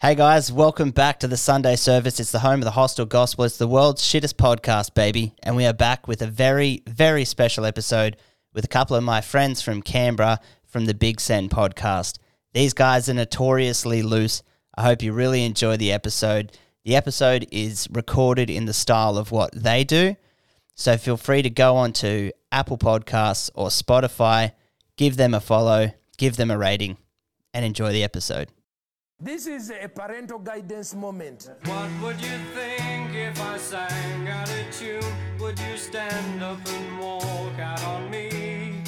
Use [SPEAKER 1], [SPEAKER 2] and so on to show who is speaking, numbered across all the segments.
[SPEAKER 1] Hey guys, welcome back to the Sunday service. It's the home of the Hostel Gospel. It's the world's shittest podcast, baby. And we are back with a very, very special episode with a couple of my friends from Canberra from the Big Send podcast. These guys are notoriously loose. I hope you really enjoy the episode. The episode is recorded in the style of what they do. So feel free to go on to Apple Podcasts or Spotify, give them a follow, give them a rating, and enjoy the episode.
[SPEAKER 2] This is a parental guidance moment.
[SPEAKER 3] What would you think if I sang out of tune? Would you stand up and walk out on me?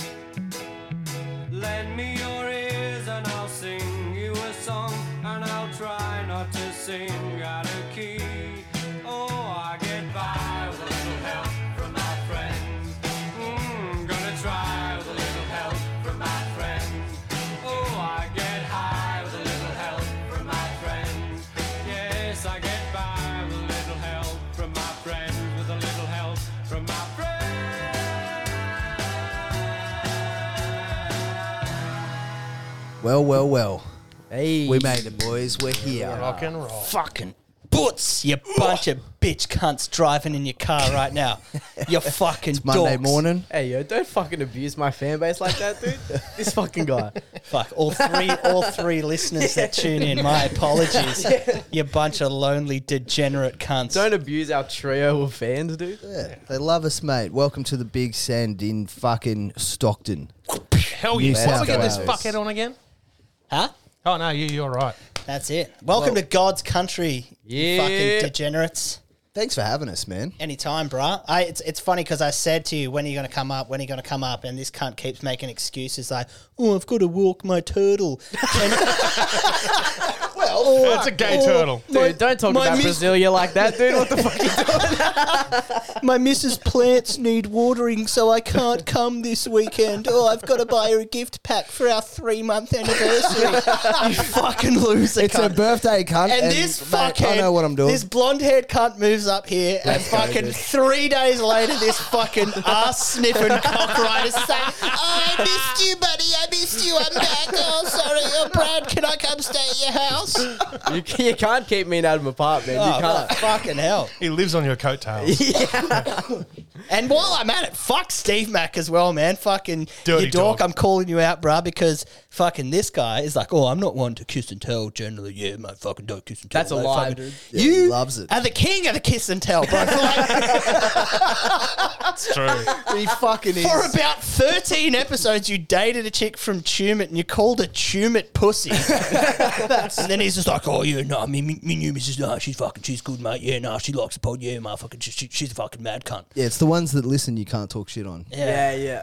[SPEAKER 3] Lend me your ears and I'll sing you a song, and I'll try not to sing out of key. Oh, I get by with a little help from my friends. Mm, gonna try with a little help from my friends. Oh, I get high with a little help from my friends. Yes, I get by with a little help from my friends. With a little help from my friends.
[SPEAKER 4] Well, well, well.
[SPEAKER 1] Hey.
[SPEAKER 4] We made it, boys. We're here.
[SPEAKER 2] Rock and roll.
[SPEAKER 1] fucking boots, you bunch of bitch cunts driving in your car right now. You fucking
[SPEAKER 4] Monday
[SPEAKER 1] dorks.
[SPEAKER 4] morning.
[SPEAKER 5] Hey yo, don't fucking abuse my fan base like that, dude. this fucking guy.
[SPEAKER 1] Fuck all three, all three listeners that tune in. My apologies, you bunch of lonely degenerate cunts.
[SPEAKER 5] Don't abuse our trio of fans, dude.
[SPEAKER 4] Yeah, they love us, mate. Welcome to the Big Send in fucking Stockton.
[SPEAKER 6] Hell
[SPEAKER 4] New
[SPEAKER 6] yeah. Let's
[SPEAKER 4] South
[SPEAKER 6] get this
[SPEAKER 4] Wales.
[SPEAKER 6] fuckhead on again.
[SPEAKER 1] huh?
[SPEAKER 6] Oh, no, you, you're right.
[SPEAKER 1] That's it. Welcome to God's country, you
[SPEAKER 5] Yeah.
[SPEAKER 1] fucking degenerates.
[SPEAKER 4] Thanks for having us, man.
[SPEAKER 1] Anytime, bruh. I, it's, it's funny because I said to you, when are you going to come up? When are you going to come up? And this cunt keeps making excuses like, oh, I've got to walk my turtle. And, well,
[SPEAKER 6] That's a gay turtle.
[SPEAKER 5] Dude, don't talk
[SPEAKER 1] my
[SPEAKER 5] about
[SPEAKER 1] mis-
[SPEAKER 5] Brasilia like that, dude. What the fuck?
[SPEAKER 1] My missus plants need watering, so I can't come this weekend. Oh, I've got to buy her a gift pack for our three month anniversary. you fucking loser.
[SPEAKER 4] It's her
[SPEAKER 1] cunt.
[SPEAKER 4] birthday, cunt.
[SPEAKER 1] and, this
[SPEAKER 4] mate,
[SPEAKER 1] fucking
[SPEAKER 4] I know what I'm doing.
[SPEAKER 1] This blonde haired cunt moves up here, and fucking three days later, this fucking ass sniffing cockrider is saying, "Oh, I missed you, buddy. I missed you. I'm back. Oh, sorry. Oh, Brad, can I come stay at your house?
[SPEAKER 5] You, ca- you can't keep me and Adam apart, man.
[SPEAKER 1] Oh,
[SPEAKER 5] you can't.
[SPEAKER 1] fucking hell.
[SPEAKER 6] He lives on your coattails.
[SPEAKER 1] And while I'm at it, fuck Steve Mack as well, man. Fucking
[SPEAKER 6] Dirty
[SPEAKER 1] you dork,
[SPEAKER 6] dog.
[SPEAKER 1] I'm calling you out, bruh, because fucking this guy is like, oh, I'm not one to kiss and tell generally. Yeah, mate, fucking don't kiss and tell.
[SPEAKER 5] That's a
[SPEAKER 1] mate,
[SPEAKER 5] lie,
[SPEAKER 1] fucking-
[SPEAKER 5] dude.
[SPEAKER 4] Yeah,
[SPEAKER 1] you
[SPEAKER 4] he loves it.
[SPEAKER 1] are the king of the kiss and tell, bro. For, like,
[SPEAKER 6] That's true.
[SPEAKER 4] he fucking is.
[SPEAKER 1] for about 13 episodes, you dated a chick from Tumut and you called her Tumut pussy. and then he's just like, oh, yeah, no, nah, me, me, me new missus, nah, she's fucking, she's good, mate. Yeah, nah, she likes the pod. Yeah, mate, fucking, she, she, she's a fucking mad cunt.
[SPEAKER 4] yeah, it's the ones that listen you can't talk shit on.
[SPEAKER 5] Yeah, yeah.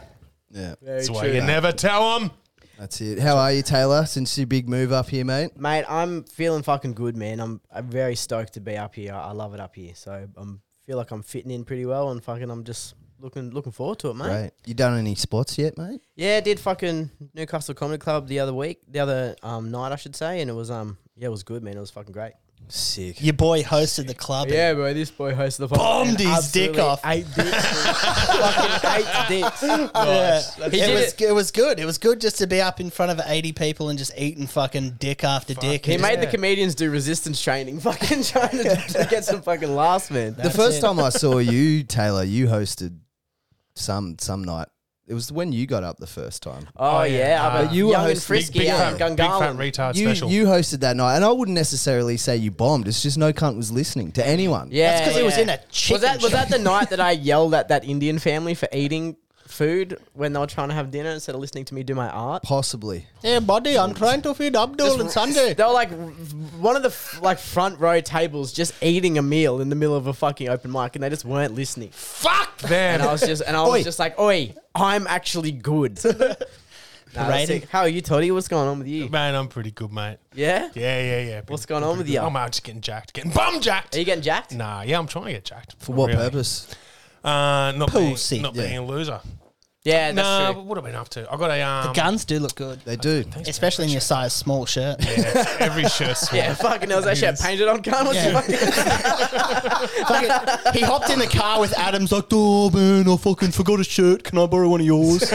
[SPEAKER 4] Yeah,
[SPEAKER 5] Very
[SPEAKER 6] That's why
[SPEAKER 5] true.
[SPEAKER 6] you never tell him.
[SPEAKER 4] that's it. How are you, Taylor, since your big move up here, mate?
[SPEAKER 5] Mate, I'm feeling fucking good, man. I'm, I'm very stoked to be up here. I love it up here. So I'm feel like I'm fitting in pretty well and fucking I'm just looking looking forward to it, mate.
[SPEAKER 4] Great. You done any spots yet, mate?
[SPEAKER 5] Yeah, I did fucking Newcastle Comedy Club the other week, the other um, night I should say, and it was um yeah, it was good, man. It was fucking great.
[SPEAKER 4] Sick.
[SPEAKER 1] Your boy hosted the club. and
[SPEAKER 5] Yeah, bro, this boy hosted the fucking
[SPEAKER 1] Bombed his dick
[SPEAKER 5] absolutely
[SPEAKER 1] off.
[SPEAKER 5] Eight dicks, dude. fucking eight dicks.
[SPEAKER 1] Yeah,
[SPEAKER 5] He
[SPEAKER 1] it
[SPEAKER 5] did
[SPEAKER 1] was
[SPEAKER 5] it.
[SPEAKER 1] it was good. It was good just to be up in front of eighty people and just eating fucking dick after dick.
[SPEAKER 5] He
[SPEAKER 1] and
[SPEAKER 5] made the
[SPEAKER 6] Yeah.
[SPEAKER 5] comedians do resistance training, fucking trying to, to get some fucking laughs, man.
[SPEAKER 4] The first
[SPEAKER 1] it.
[SPEAKER 4] time I saw you, Taylor, you hosted some some night. It was when you got up the first time.
[SPEAKER 5] oh,
[SPEAKER 6] Oh,
[SPEAKER 5] yeah,
[SPEAKER 6] yeah.
[SPEAKER 5] but
[SPEAKER 6] Uh,
[SPEAKER 4] were
[SPEAKER 5] you were young and
[SPEAKER 4] hosting-
[SPEAKER 5] frisky,
[SPEAKER 6] Big,
[SPEAKER 5] yeah.
[SPEAKER 6] fat, big fat
[SPEAKER 5] Gungahlin.
[SPEAKER 6] retard
[SPEAKER 4] You
[SPEAKER 6] special.
[SPEAKER 4] you hosted that night, and I wouldn't necessarily say you bombed. It's just no cunt was listening to anyone.
[SPEAKER 5] yeah,
[SPEAKER 1] That's 'cause he was
[SPEAKER 5] yeah.
[SPEAKER 1] in a chicken
[SPEAKER 5] Was that was
[SPEAKER 1] shop.
[SPEAKER 5] that the night that I yelled at that Indian family for eating food when they were trying to have dinner instead of listening to me do my art?
[SPEAKER 4] possibly.
[SPEAKER 1] Hey, buddy, I'm trying to feed Abdul on Sunday.
[SPEAKER 5] They were like r- one of the f- like front row tables, just eating a meal in the middle of a fucking open mic, and they just weren't listening.
[SPEAKER 6] Fuck them.
[SPEAKER 5] And I was just and I
[SPEAKER 4] Oi.
[SPEAKER 5] was just like, "Oi, I'm actually good." Nah, that's
[SPEAKER 1] Parading.
[SPEAKER 5] it. How are you, Toddy? What's going on with you?
[SPEAKER 6] Man, I'm pretty good, mate.
[SPEAKER 5] Yeah.
[SPEAKER 6] Yeah, yeah, yeah. Pretty-
[SPEAKER 5] What's going on with
[SPEAKER 6] pretty
[SPEAKER 5] you?
[SPEAKER 6] good. I'm out just getting jacked. Getting bum jacked.
[SPEAKER 5] Are you getting jacked?
[SPEAKER 6] Nah, yeah, I'm trying to get jacked.
[SPEAKER 4] For
[SPEAKER 6] Not
[SPEAKER 4] what
[SPEAKER 6] really.
[SPEAKER 4] purpose?
[SPEAKER 6] Uh, not
[SPEAKER 1] Pussy.
[SPEAKER 6] being, not
[SPEAKER 4] Yeah.
[SPEAKER 6] being a loser.
[SPEAKER 5] Yeah, that's
[SPEAKER 6] Nah,
[SPEAKER 5] true.
[SPEAKER 6] but what have I been up to? I got a um,
[SPEAKER 1] Guns do look good,
[SPEAKER 4] They do.
[SPEAKER 1] especially in your size small shirt.
[SPEAKER 6] yeah, every shirt's
[SPEAKER 5] Yeah, fucking hell, is that shit painted on gun? What's
[SPEAKER 1] Yeah.
[SPEAKER 5] the fucking-
[SPEAKER 1] Fucking- he hopped in the car with Adam's like, oh man, I fucking forgot a shirt. Can I borrow one of yours?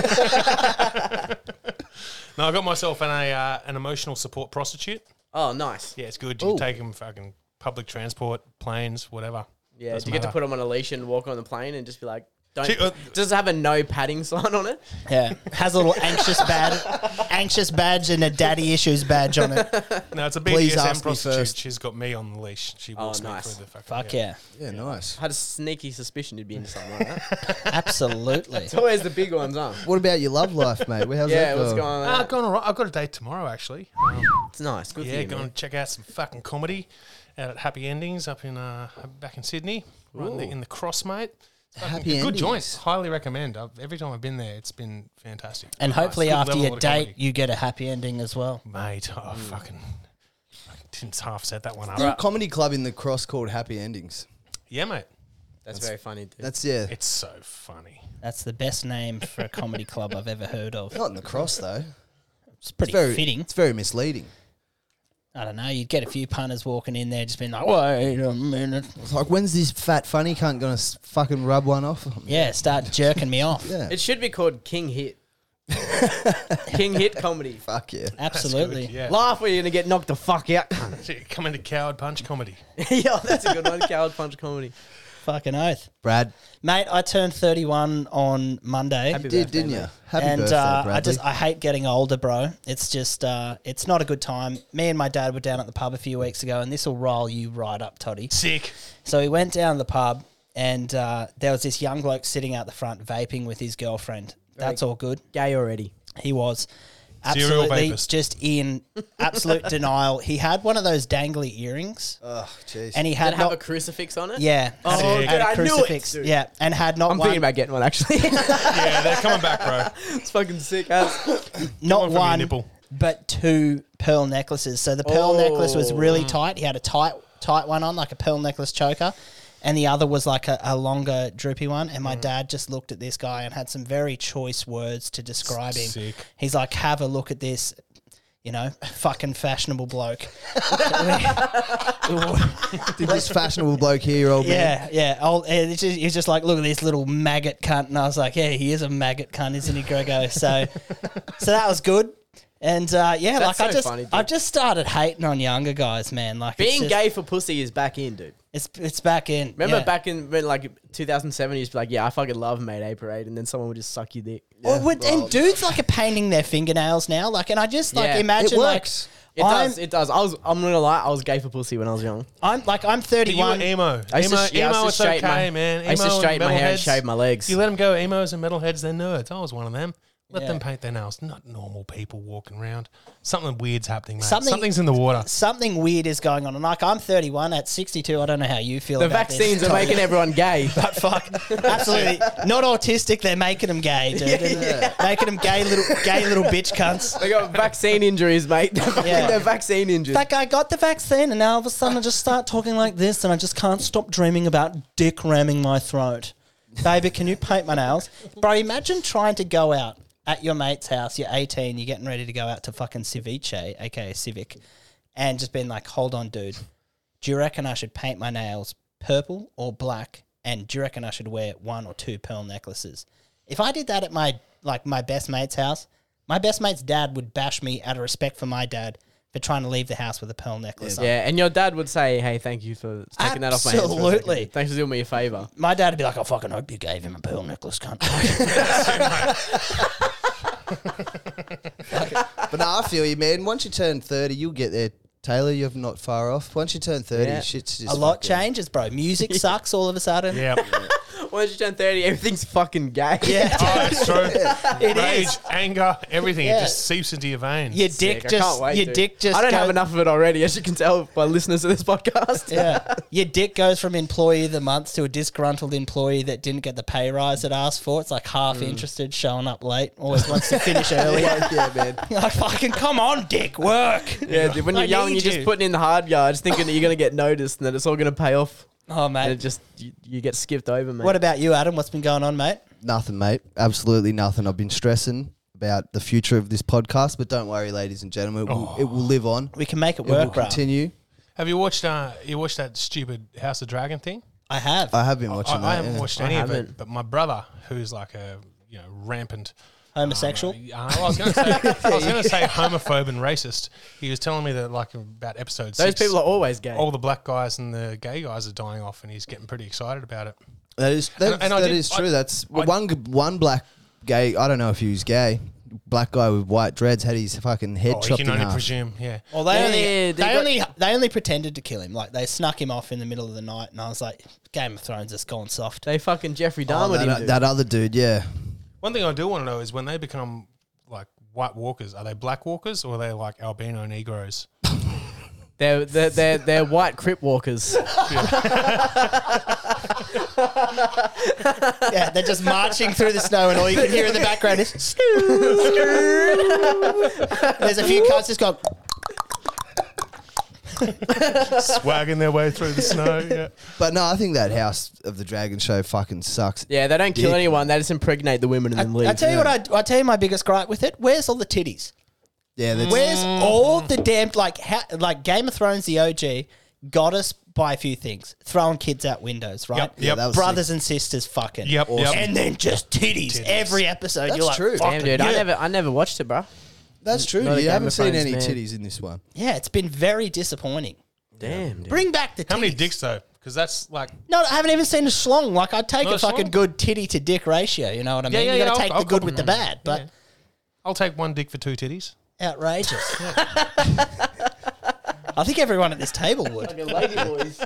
[SPEAKER 6] No, I got myself an a uh, an emotional support prostitute.
[SPEAKER 5] Oh, nice.
[SPEAKER 6] Yeah, it's good. You can
[SPEAKER 4] Ooh.
[SPEAKER 6] take them fucking public transport, planes, whatever.
[SPEAKER 5] Yeah,
[SPEAKER 6] Doesn't
[SPEAKER 5] do you get to
[SPEAKER 6] matter.
[SPEAKER 5] put them on a leash and walk on the plane and just be like, don't.
[SPEAKER 6] Gee, uh,
[SPEAKER 5] does it have a no padding sign on it?
[SPEAKER 1] Yeah, has a little anxious badge, anxious badge, and a daddy issues badge on it.
[SPEAKER 6] No, it's a
[SPEAKER 4] Please ask
[SPEAKER 6] BDSM
[SPEAKER 4] me
[SPEAKER 6] prostitute.
[SPEAKER 4] first.
[SPEAKER 6] She's got me on the leash. She
[SPEAKER 5] Oh,
[SPEAKER 6] walks me
[SPEAKER 5] nice.
[SPEAKER 6] through the fucking.
[SPEAKER 1] Fuck yeah,
[SPEAKER 4] Yeah, nice.
[SPEAKER 5] I had a sneaky suspicion you'd be into something like that.
[SPEAKER 1] absolutely.
[SPEAKER 5] It's always the big ones, huh?
[SPEAKER 4] What about your love life, mate? How's
[SPEAKER 5] yeah,
[SPEAKER 4] that
[SPEAKER 5] what's going on?
[SPEAKER 6] Ah, gone all right. I've got a date tomorrow, actually. Um,
[SPEAKER 5] It's nice. Good for
[SPEAKER 6] yeah,
[SPEAKER 5] you,
[SPEAKER 6] go
[SPEAKER 5] man.
[SPEAKER 6] and check out some fucking comedy out at Happy Endings up in uh, back in Sydney, right in the, in the Cross, mate. It's fucking
[SPEAKER 4] Happy
[SPEAKER 6] good
[SPEAKER 4] Endings.
[SPEAKER 6] joints. Highly recommend. I've, every time I've been there, it's been fantastic.
[SPEAKER 1] And
[SPEAKER 6] Nice.
[SPEAKER 1] hopefully,
[SPEAKER 6] Good
[SPEAKER 1] after
[SPEAKER 6] level
[SPEAKER 1] your
[SPEAKER 6] of
[SPEAKER 1] date, Mm.
[SPEAKER 6] comedy.
[SPEAKER 1] you get a happy ending as well.
[SPEAKER 6] mate, oh, fucking fucking didn't half set that one up.
[SPEAKER 4] There's a comedy club in the cross called Happy Endings.
[SPEAKER 6] Yeah, mate,
[SPEAKER 5] That's very funny, dude.
[SPEAKER 4] That's yeah.
[SPEAKER 6] it's so funny.
[SPEAKER 1] That's the best name for a comedy club I've ever heard of.
[SPEAKER 4] Not in the cross though.
[SPEAKER 1] It's pretty
[SPEAKER 4] very
[SPEAKER 1] fitting.
[SPEAKER 4] It's very misleading.
[SPEAKER 1] I don't know. You'd get a few punters walking in there, just being like, "Wait a minute."
[SPEAKER 4] It's like when's this fat funny cunt gonna s- fucking rub one off? on me?
[SPEAKER 1] Yeah, start jerking me off.
[SPEAKER 4] Yeah.
[SPEAKER 5] It should be called King Hit. King Hit comedy.
[SPEAKER 4] Fuck yeah.
[SPEAKER 1] Absolutely.
[SPEAKER 6] Good, yeah.
[SPEAKER 5] Laugh or you're gonna get knocked the fuck out.
[SPEAKER 6] Come into coward punch comedy.
[SPEAKER 5] yeah, that's a good one. Coward punch comedy.
[SPEAKER 1] Fucking oath,
[SPEAKER 4] Brad
[SPEAKER 1] mate. I turned thirty-one on Monday.
[SPEAKER 5] Happy
[SPEAKER 4] did,
[SPEAKER 5] birthday,
[SPEAKER 4] didn't you?
[SPEAKER 5] mate.
[SPEAKER 4] Happy
[SPEAKER 1] and
[SPEAKER 4] birthday,
[SPEAKER 1] uh,
[SPEAKER 4] Bradley.
[SPEAKER 1] I just I hate getting older, bro. It's just uh, it's not a good time. Me and my dad were down at the pub a few weeks ago, and this will roll you right up, Toddy.
[SPEAKER 6] Sick.
[SPEAKER 1] So we went down to the pub, and uh, there was this young bloke sitting out the front vaping with his girlfriend. That's all good.
[SPEAKER 5] Gay already.
[SPEAKER 1] He was
[SPEAKER 6] Serial
[SPEAKER 1] absolutely
[SPEAKER 6] vapist.
[SPEAKER 1] just in absolute denial. He had one of those dangly earrings,
[SPEAKER 4] oh jeez.
[SPEAKER 1] and he
[SPEAKER 5] Did it
[SPEAKER 1] had
[SPEAKER 5] have a
[SPEAKER 1] not.
[SPEAKER 5] crucifix on it?
[SPEAKER 1] Yeah,
[SPEAKER 5] Oh,
[SPEAKER 1] had a-
[SPEAKER 6] dude,
[SPEAKER 1] had a
[SPEAKER 5] I knew it,
[SPEAKER 1] crucifix.
[SPEAKER 5] dude.
[SPEAKER 1] Yeah, and had not
[SPEAKER 5] I'm
[SPEAKER 1] one,
[SPEAKER 5] thinking about getting one actually.
[SPEAKER 6] Yeah, they're coming back, bro.
[SPEAKER 5] it's fucking sick. As
[SPEAKER 1] not
[SPEAKER 6] Coming from your
[SPEAKER 1] one,
[SPEAKER 6] nipple.
[SPEAKER 1] but two pearl necklaces. So the pearl necklace was really
[SPEAKER 6] Oh.
[SPEAKER 1] tight. He had a tight, tight one on, like a pearl necklace choker, and the other was like a, a longer, droopy one. And
[SPEAKER 6] Mm.
[SPEAKER 1] my dad just looked at this guy and had some very choice words to describe him.
[SPEAKER 6] Sick.
[SPEAKER 1] He's like, "Have a look at this." You know, fucking fashionable bloke.
[SPEAKER 4] did this fashionable bloke here, old man.
[SPEAKER 1] Yeah, yeah. Old, and it's just, he's just like, look at this little maggot cunt, and I was like, yeah, he is a maggot cunt, isn't he, Grego? So, so that was good. And uh, yeah,
[SPEAKER 5] That's
[SPEAKER 1] like I
[SPEAKER 5] so
[SPEAKER 1] just,
[SPEAKER 5] funny, dude.
[SPEAKER 1] I've just started hating on younger guys, man. Like it's
[SPEAKER 5] being
[SPEAKER 1] just-
[SPEAKER 5] gay for pussy is back in, dude.
[SPEAKER 1] it's it's back in.
[SPEAKER 5] Remember
[SPEAKER 1] yeah.
[SPEAKER 5] back in when like 2007, you used to be like, "Yeah, I fucking love Mayday Parade," and then someone would just suck you dick.
[SPEAKER 1] Or would- and dudes like are painting their fingernails now, like, and I just like
[SPEAKER 5] Yeah.
[SPEAKER 1] imagine
[SPEAKER 4] It works.
[SPEAKER 5] It
[SPEAKER 1] like I'm,
[SPEAKER 5] does. It does. I was. I'm not gonna lie. I was gay for pussy when I was young.
[SPEAKER 1] I'm like I'm
[SPEAKER 6] You were
[SPEAKER 1] 31.
[SPEAKER 6] emo.
[SPEAKER 5] I used to
[SPEAKER 6] emo,
[SPEAKER 5] sh- yeah, I
[SPEAKER 6] emo
[SPEAKER 5] used
[SPEAKER 6] it's
[SPEAKER 5] to
[SPEAKER 6] okay,
[SPEAKER 5] straighten my-
[SPEAKER 6] man. Emo
[SPEAKER 5] I used to straighten my hair and
[SPEAKER 6] metalheads.
[SPEAKER 5] shave my legs.
[SPEAKER 6] You let them go. Emos and metalheads, they're nerds. I was one of them. Let
[SPEAKER 1] Yeah.
[SPEAKER 6] them paint their nails. Not normal people walking around. Something weird's happening, mate.
[SPEAKER 1] Something-
[SPEAKER 6] Something's in the water.
[SPEAKER 1] Something weird is going on, and like I'm 31 at 62. I don't know how you feel.
[SPEAKER 5] The
[SPEAKER 1] about this.
[SPEAKER 5] vaccines are making everyone gay.
[SPEAKER 1] But fuck, absolutely not autistic. They're making them gay, dude. Making them gay little gay little bitch cunts.
[SPEAKER 5] they got vaccine injuries, mate. They're fucking-
[SPEAKER 1] Yeah.
[SPEAKER 5] they're vaccine injuries.
[SPEAKER 1] That guy got the vaccine, and now all of a sudden I just start talking like this, and I just can't stop dreaming about dick ramming my throat. Baby, can you paint my nails, bro? Imagine trying to go out at your mate's house. You're 18. You're getting ready to go out to fucking ceviche, aka civic, and just being like, "Hold on, dude. Do you reckon I should paint my nails purple or black? And do you reckon I should wear one or two pearl necklaces? If I did that at my like my best mate's house, my best mate's dad would bash me out of respect for my dad for trying to leave the house with a pearl necklace. on.
[SPEAKER 5] Yeah, and your dad would say, "Hey, thank you for taking that off my hands." for a second.
[SPEAKER 1] Absolutely.
[SPEAKER 5] Thanks for doing me a favor.
[SPEAKER 1] My dad would be like, I fucking hope you gave him a pearl necklace, cunt.
[SPEAKER 4] But no, I feel you, man. Once you turn thirty, you'll get there. Taylor, you're not far off. Once you turn thirty,
[SPEAKER 5] Yeah.
[SPEAKER 4] shit's just
[SPEAKER 1] a lot
[SPEAKER 4] fucking-
[SPEAKER 1] changes, bro. Music sucks all of a sudden.
[SPEAKER 6] Yeah.
[SPEAKER 5] Once you turn thirty, everything's fucking gay.
[SPEAKER 1] Yeah.
[SPEAKER 6] Oh, it's true.
[SPEAKER 1] It
[SPEAKER 6] Rage,
[SPEAKER 1] is.
[SPEAKER 6] anger, everything.
[SPEAKER 1] Yeah.
[SPEAKER 6] It just seeps into your veins.
[SPEAKER 1] Your
[SPEAKER 5] Sick.
[SPEAKER 1] dick
[SPEAKER 5] I
[SPEAKER 1] just
[SPEAKER 5] can't wait,
[SPEAKER 1] your
[SPEAKER 5] dude.
[SPEAKER 1] dick just
[SPEAKER 5] I don't have
[SPEAKER 1] goes-
[SPEAKER 5] enough of it already, as you can tell by listeners to this podcast.
[SPEAKER 1] yeah. Your dick goes from employee of the month to a disgruntled employee that didn't get the pay rise it asked for. It's like half
[SPEAKER 5] Mm.
[SPEAKER 1] interested, showing up late, always wants to finish early.
[SPEAKER 4] Yeah, yeah, man.
[SPEAKER 1] You're like, fucking come on, dick, work.
[SPEAKER 5] Yeah, dude, when you're
[SPEAKER 1] I
[SPEAKER 5] young,
[SPEAKER 1] need
[SPEAKER 5] you're
[SPEAKER 1] you.
[SPEAKER 5] just putting in the hard yards, thinking that you're gonna get noticed and that it's all gonna pay off,
[SPEAKER 1] Oh,
[SPEAKER 5] and it
[SPEAKER 1] mate.
[SPEAKER 5] just you, you get skipped over, man.
[SPEAKER 1] What about you, Adam? What's been going on, mate?
[SPEAKER 4] Nothing, mate. Absolutely nothing. I've been stressing about the future of this podcast, but don't worry, ladies and gentlemen, it will, it will live on.
[SPEAKER 1] We can make it
[SPEAKER 4] It will
[SPEAKER 1] Oh. work, bro.
[SPEAKER 4] continue.
[SPEAKER 6] Have you watched uh you watched that stupid House of Dragon thing?
[SPEAKER 1] I have.
[SPEAKER 4] I have been watching
[SPEAKER 6] I,
[SPEAKER 4] that.
[SPEAKER 6] I haven't
[SPEAKER 4] yeah.
[SPEAKER 6] watched
[SPEAKER 5] I
[SPEAKER 6] any of it,
[SPEAKER 5] haven't.
[SPEAKER 6] but my brother, who's like a you know rampant
[SPEAKER 1] homosexual.
[SPEAKER 6] Uh, I was going to say, I was going to say homophobe and racist. He was telling me that like about episode
[SPEAKER 5] Those
[SPEAKER 6] six,
[SPEAKER 5] people are always gay.
[SPEAKER 6] all the black guys and the gay guys are dying off, and he's getting pretty excited about it.
[SPEAKER 4] That is that,
[SPEAKER 6] And- and I
[SPEAKER 4] that
[SPEAKER 6] did-
[SPEAKER 4] is true.
[SPEAKER 6] I-
[SPEAKER 4] That's
[SPEAKER 6] I-
[SPEAKER 4] one g- one black gay. I don't know if he was gay. Black guy with white dreads had his fucking head
[SPEAKER 6] Oh, you
[SPEAKER 4] chopped
[SPEAKER 6] can
[SPEAKER 4] in
[SPEAKER 6] only
[SPEAKER 4] half.
[SPEAKER 6] presume, yeah.
[SPEAKER 1] Well, they
[SPEAKER 5] Yeah,
[SPEAKER 1] only
[SPEAKER 5] yeah,
[SPEAKER 1] they,
[SPEAKER 5] they got-
[SPEAKER 1] only they only pretended to kill him. Like they snuck him off in the middle of the night, and I was like, Game of Thrones has gone soft.
[SPEAKER 5] they fucking Jeffrey
[SPEAKER 4] Oh,
[SPEAKER 5] Dahmer.
[SPEAKER 4] that,
[SPEAKER 5] him,
[SPEAKER 4] that other dude, yeah.
[SPEAKER 6] One thing I do want to know is when they become like white walkers, are they black walkers or are they like albino negroes?
[SPEAKER 5] dude. they're, they're, they're, they're white crip walkers.
[SPEAKER 1] yeah, they're just marching through the snow, and all you can hear in the background is. There's a few cars just gone.
[SPEAKER 6] Swagging their way through the snow. Yeah.
[SPEAKER 4] But no, I think that House of the Dragon show fucking sucks.
[SPEAKER 5] Yeah, they don't kill
[SPEAKER 4] Yeah.
[SPEAKER 5] anyone. They just impregnate the women and then leave.
[SPEAKER 1] I tell you what, I, I tell you my biggest gripe with it. Where's all the titties?
[SPEAKER 4] Yeah, that's,
[SPEAKER 1] Where's all the damn like ha, like Game of Thrones? The OG got us by a few things: throwing kids out windows, right?
[SPEAKER 6] Yep, Yeah, yep. that
[SPEAKER 4] was
[SPEAKER 1] Brothers and sisters, fucking.
[SPEAKER 6] Yep, yep.
[SPEAKER 1] And then just titties, every episode.
[SPEAKER 4] That's
[SPEAKER 1] You're like,
[SPEAKER 4] true.
[SPEAKER 1] "Fuck
[SPEAKER 5] Damn, dude, I
[SPEAKER 1] yeah."
[SPEAKER 5] never, I never watched it, bro.
[SPEAKER 4] that's true.
[SPEAKER 5] Not a
[SPEAKER 4] You
[SPEAKER 5] Game
[SPEAKER 4] haven't
[SPEAKER 5] of
[SPEAKER 4] seen
[SPEAKER 5] Thrones
[SPEAKER 4] any
[SPEAKER 5] man.
[SPEAKER 4] titties in this one.
[SPEAKER 1] Yeah, it's been very disappointing.
[SPEAKER 5] Damn, dude.
[SPEAKER 1] Bring back the titties.
[SPEAKER 6] How many dicks though? Because that's like
[SPEAKER 1] No, I haven't even seen a schlong. Like, I'd take
[SPEAKER 6] Not
[SPEAKER 1] a
[SPEAKER 6] a
[SPEAKER 1] fucking
[SPEAKER 6] schlong?
[SPEAKER 1] good titty to dick ratio. You know what I mean?
[SPEAKER 6] yeah,
[SPEAKER 1] you
[SPEAKER 6] yeah,
[SPEAKER 1] got
[SPEAKER 6] I'll-
[SPEAKER 1] to take
[SPEAKER 6] I'll
[SPEAKER 1] the good with the bad,
[SPEAKER 6] compliment
[SPEAKER 1] but
[SPEAKER 6] that. I'll take one dick for two titties.
[SPEAKER 1] outrageous. I think everyone at this table would.
[SPEAKER 5] lady boys.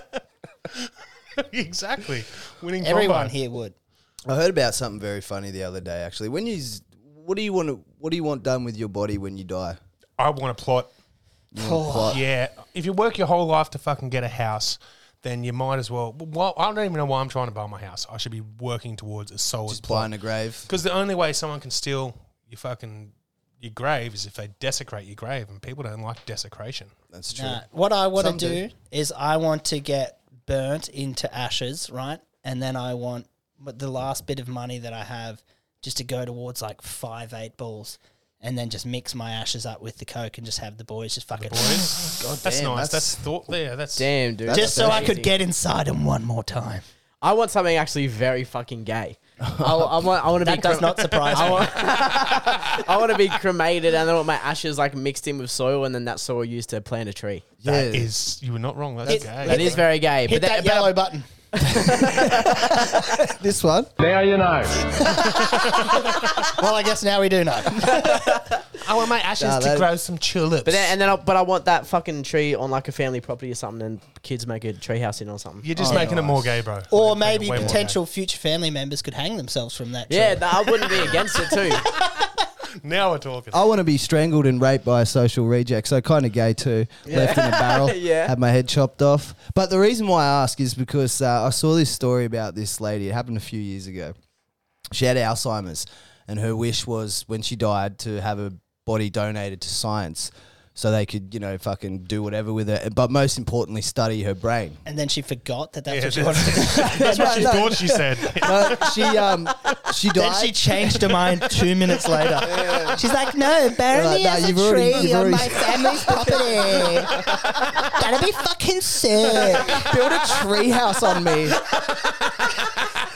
[SPEAKER 6] exactly. Winning
[SPEAKER 1] Everyone
[SPEAKER 6] combo.
[SPEAKER 1] here would.
[SPEAKER 4] I heard about something very funny the other day. Actually, when you, s- what do you want? To, what do you want done with your body when you die?
[SPEAKER 6] I want to plot.
[SPEAKER 4] Plot.
[SPEAKER 6] Yeah. If you work your whole life to fucking get a house, then you might as well. Well, I don't even know why I'm trying to buy my house. I should be working towards a solid
[SPEAKER 4] Just
[SPEAKER 6] plot.
[SPEAKER 4] buying a grave.
[SPEAKER 6] Because the only way someone can steal your fucking your grave is if they desecrate your grave, and people don't like desecration.
[SPEAKER 4] That's true.
[SPEAKER 1] Nah, what I want to
[SPEAKER 4] Some do.
[SPEAKER 1] do is I want to get burnt into ashes, right? And then I want but the last bit of money that I have just to go towards like five eight balls, and then just mix my ashes up with the coke and just have the boys just fucking
[SPEAKER 6] Boys, that's
[SPEAKER 4] damn,
[SPEAKER 6] nice.
[SPEAKER 4] that's-
[SPEAKER 6] That's, thought there. That's
[SPEAKER 5] Damn, dude.
[SPEAKER 1] just so I could
[SPEAKER 5] Amazing.
[SPEAKER 1] get inside them one more time.
[SPEAKER 5] I want something actually very fucking gay. I, I want, I want to be.
[SPEAKER 1] That does
[SPEAKER 5] crem-
[SPEAKER 1] not surprise
[SPEAKER 5] I
[SPEAKER 1] me.
[SPEAKER 5] want, I want to be cremated, and I want my ashes like mixed in with soil, and then that soil used to plant a tree.
[SPEAKER 6] That
[SPEAKER 4] Yeah.
[SPEAKER 6] is- you were not wrong. That's
[SPEAKER 1] It's-
[SPEAKER 6] gay.
[SPEAKER 5] That is very gay.
[SPEAKER 1] Hit that,
[SPEAKER 5] but-
[SPEAKER 1] yellow button.
[SPEAKER 4] This one.
[SPEAKER 2] Now you know.
[SPEAKER 1] Well, I guess now we do know.
[SPEAKER 6] I want my Oh, ashes
[SPEAKER 4] Nah,
[SPEAKER 6] to
[SPEAKER 4] that-
[SPEAKER 6] grow some tulips.
[SPEAKER 5] But then, and then, I, but I want that fucking tree on like a family property or something, and kids make a tree house in or something.
[SPEAKER 6] You're just making it
[SPEAKER 4] Oh,
[SPEAKER 6] more gay, bro.
[SPEAKER 1] Or
[SPEAKER 6] Like, making it
[SPEAKER 1] maybe
[SPEAKER 6] way more gay.
[SPEAKER 1] potential future family members could hang themselves from that.
[SPEAKER 5] Yeah,
[SPEAKER 1] tree.
[SPEAKER 5] th- I wouldn't be against it too.
[SPEAKER 6] Now we're talking.
[SPEAKER 4] I want to be strangled and raped by a social reject, so kind of gay too. Left in a barrel,
[SPEAKER 5] Yeah.
[SPEAKER 4] had my head chopped off. But the reason why I ask is because uh, I saw this story about this lady. It happened a few years ago. She had Alzheimer's, and her wish was when she died to have her body donated to science, so they could you know fucking do whatever with it. But most importantly, study her brain.
[SPEAKER 1] And then she forgot that that's
[SPEAKER 6] Yeah,
[SPEAKER 1] what she
[SPEAKER 6] that's-
[SPEAKER 1] wanted. to do.
[SPEAKER 6] That's what she thought she said.
[SPEAKER 4] But she um she died.
[SPEAKER 1] Then she changed her mind two minutes later. She's like, no, bury
[SPEAKER 4] Like,
[SPEAKER 1] me
[SPEAKER 4] "Nah,
[SPEAKER 1] as a
[SPEAKER 4] you've already-
[SPEAKER 1] tree
[SPEAKER 4] you've
[SPEAKER 1] on
[SPEAKER 4] already-
[SPEAKER 1] my family's property. That'd be fucking sick.
[SPEAKER 4] built a treehouse on me.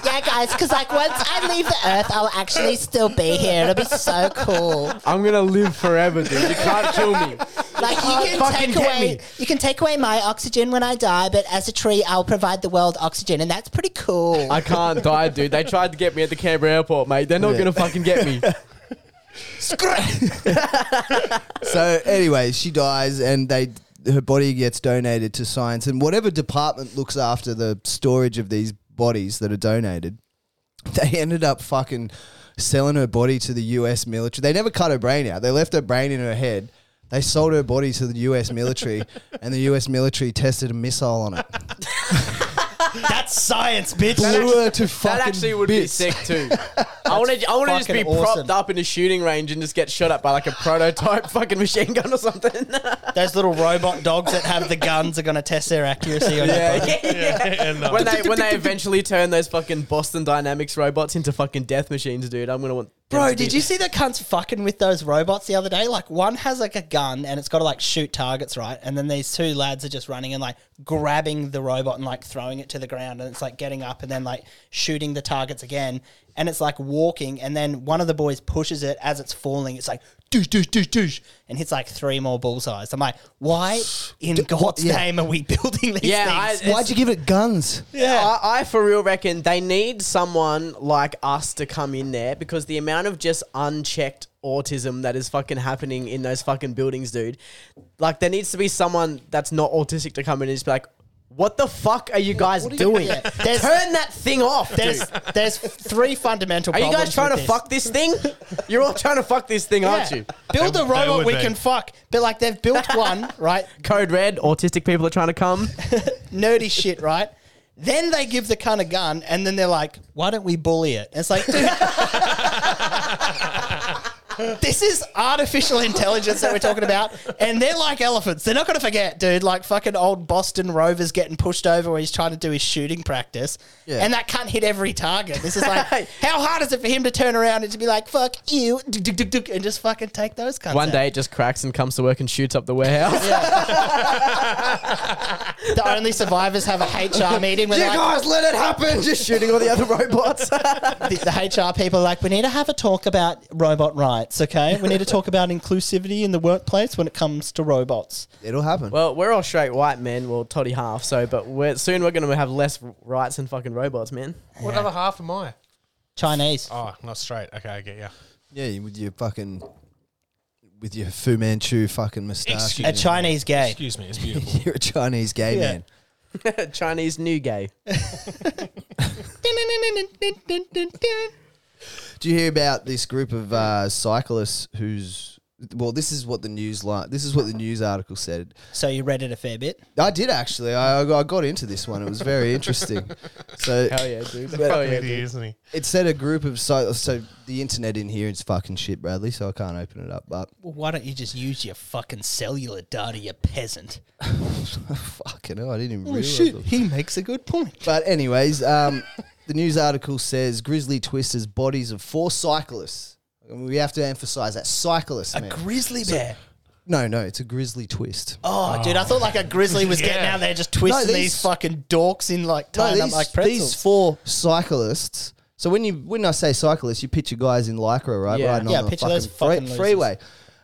[SPEAKER 1] Yeah, guys, because like once I leave the earth, I'll actually still be here. It'll be so cool.
[SPEAKER 5] I'm gonna live forever, dude. You can't kill me.
[SPEAKER 1] Like you can
[SPEAKER 5] fucking
[SPEAKER 1] take
[SPEAKER 5] get
[SPEAKER 1] away,
[SPEAKER 5] me.
[SPEAKER 1] you can take away my oxygen when I die, but as a tree, I'll provide the world oxygen, and that's pretty cool.
[SPEAKER 5] I can't die, dude. They tried to get me at the Canberra airport, mate. They're not gonna fucking get me.
[SPEAKER 4] So anyway, she dies, and they her body gets donated to science, and whatever department looks after the storage of these bodies that are donated, they ended up fucking selling her body to the U.S. military. They never cut her brain out; they left her brain in her head. They sold her body to the U.S. military, and the U.S. military tested a missile on it,
[SPEAKER 1] That's science, bitch.
[SPEAKER 4] blew her to fucking
[SPEAKER 5] That actually would
[SPEAKER 4] bits.
[SPEAKER 5] be sick too. I want to. I want to just be
[SPEAKER 1] fucking awesome.
[SPEAKER 5] propped up in a shooting range and just get shot up by like a prototype fucking machine gun or something.
[SPEAKER 1] Those little robot dogs that have the guns are going to test their accuracy on yeah.
[SPEAKER 5] yeah,
[SPEAKER 6] and, uh,
[SPEAKER 5] When they when they eventually turn those fucking Boston Dynamics robots into fucking death machines, dude, I'm gonna want
[SPEAKER 1] Bro, did you see the cunts fucking with those robots the other day? Like one has like a gun and it's got to like shoot targets, right? And then these two lads are just running and like grabbing the robot and like throwing it to the ground and it's like getting up and then like shooting the targets again. And it's like walking and then one of the boys pushes it as it's falling. It's like doosh doosh doosh doosh and hits like three more bullseyes. I'm like, why in God's
[SPEAKER 4] yeah.
[SPEAKER 1] name are we building these
[SPEAKER 5] Yeah,
[SPEAKER 1] things?
[SPEAKER 5] I-
[SPEAKER 4] Why'd you give it guns?
[SPEAKER 1] yeah.
[SPEAKER 5] I, I for real reckon they need someone like us to come in there because the amount of just unchecked autism that is fucking happening in those fucking buildings, dude. Like there needs to be someone that's not autistic to come in and just be like, "What the fuck are you guys doing?
[SPEAKER 1] Yeah, there's-
[SPEAKER 5] Turn that thing off, dude."
[SPEAKER 1] There's there's three fundamental
[SPEAKER 5] Are you
[SPEAKER 1] problems
[SPEAKER 5] guys trying to
[SPEAKER 1] with this.
[SPEAKER 5] fuck this thing? You're all trying to fuck this thing, aren't
[SPEAKER 1] Yeah.
[SPEAKER 5] you?
[SPEAKER 1] Build a
[SPEAKER 6] They- they
[SPEAKER 1] robot
[SPEAKER 6] would
[SPEAKER 1] we
[SPEAKER 6] be.
[SPEAKER 1] can fuck. But like they've built one, right?
[SPEAKER 5] Code red, autistic people are trying to come.
[SPEAKER 1] Nerdy shit, right? Then they give the cunt a gun and then they're like, why don't we bully it? And it's like, dude. This is artificial intelligence that we're talking about, and they're like elephants. They're not going to forget, dude. Like fucking old Boston Rovers getting pushed over when he's trying to do his shooting practice,
[SPEAKER 4] Yeah.
[SPEAKER 1] and that cunt hit every target. This is like, how hard is it for him to turn around and to be like, "Fuck you," and just fucking take those cunts?
[SPEAKER 5] One
[SPEAKER 1] out?
[SPEAKER 5] day it just cracks and comes to work and shoots up the warehouse.
[SPEAKER 1] the only survivors have a HR meeting where
[SPEAKER 5] You
[SPEAKER 1] they're like,
[SPEAKER 5] guys, let it happen! Just shooting all the other robots.
[SPEAKER 1] the, the HR people are like, we need to have a talk about robot rights, okay? We need to talk about inclusivity in the workplace when it comes to robots.
[SPEAKER 4] It'll happen.
[SPEAKER 5] well, we're all straight white men, well, toddy half, so, but we're, soon we're going to have less rights than fucking robots, man.
[SPEAKER 6] What other half am I?
[SPEAKER 1] Chinese.
[SPEAKER 6] Oh, not straight. Okay, I get you.
[SPEAKER 4] yeah, you- with your fucking, with your Fu Manchu fucking moustache.
[SPEAKER 6] Excuse-
[SPEAKER 1] A Chinese gay.
[SPEAKER 6] Excuse me, it's beautiful.
[SPEAKER 4] You're a Chinese gay
[SPEAKER 1] Yeah.
[SPEAKER 4] man.
[SPEAKER 5] Chinese new gay.
[SPEAKER 4] Do you hear about this group of uh, cyclists who's well? This is what the news line. This is what the news article said.
[SPEAKER 1] So you read it a fair bit.
[SPEAKER 4] I did actually. I, I got into this one. It was very interesting. So
[SPEAKER 5] Hell yeah, dude.
[SPEAKER 6] Fucking
[SPEAKER 5] Hell yeah,
[SPEAKER 6] idiot,
[SPEAKER 5] dude.
[SPEAKER 6] isn't he?
[SPEAKER 4] it said a group of so so the internet in here is fucking shit, Bradley. So I can't open it up. But
[SPEAKER 1] Well, why don't you just use your fucking cellular data, you peasant?
[SPEAKER 4] fucking hell, I didn't
[SPEAKER 5] Oh,
[SPEAKER 4] even realize. it.
[SPEAKER 1] he makes a good point.
[SPEAKER 4] But anyways, um, the news article says grizzly twisters bodies of four cyclists. And we have to emphasize that cyclists.
[SPEAKER 1] A
[SPEAKER 4] man.
[SPEAKER 1] grizzly bear.
[SPEAKER 4] no, no, it's a grizzly twist.
[SPEAKER 1] Oh, dude, I thought like a grizzly was getting
[SPEAKER 6] Yeah.
[SPEAKER 1] out there just twisting
[SPEAKER 4] No,
[SPEAKER 1] these,
[SPEAKER 4] these-
[SPEAKER 1] fucking dorks in like
[SPEAKER 4] No,
[SPEAKER 1] tying
[SPEAKER 4] these,
[SPEAKER 1] up like pretzels.
[SPEAKER 4] these four cyclists. So when you when I say cyclists, you picture guys in lycra, right?
[SPEAKER 5] Yeah.
[SPEAKER 4] Riding
[SPEAKER 1] Yeah,
[SPEAKER 4] on the
[SPEAKER 1] picture
[SPEAKER 4] fucking,
[SPEAKER 1] those fucking
[SPEAKER 4] free-
[SPEAKER 1] losers.
[SPEAKER 4] freeway.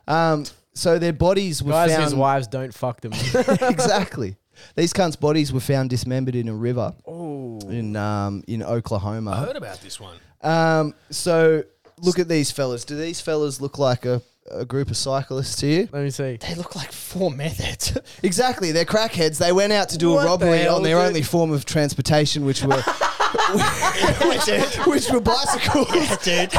[SPEAKER 4] Um, so their bodies were
[SPEAKER 5] Guys
[SPEAKER 4] found
[SPEAKER 5] whose wives don't fuck them.
[SPEAKER 4] exactly. These cunts' bodies were found dismembered in a river in um, in Oklahoma.
[SPEAKER 1] Oh.
[SPEAKER 6] I heard about this one.
[SPEAKER 4] Um, so look at these fellas. Do these fellas look like a, a group of cyclists to you?
[SPEAKER 5] Let me see.
[SPEAKER 1] They look like four methods.
[SPEAKER 4] Exactly, they're crackheads. They went out to do
[SPEAKER 5] What
[SPEAKER 4] a
[SPEAKER 5] the
[SPEAKER 4] robbery
[SPEAKER 5] hell,
[SPEAKER 4] on their
[SPEAKER 5] dude?
[SPEAKER 4] only form of transportation, which were which were bicycles,
[SPEAKER 1] dude.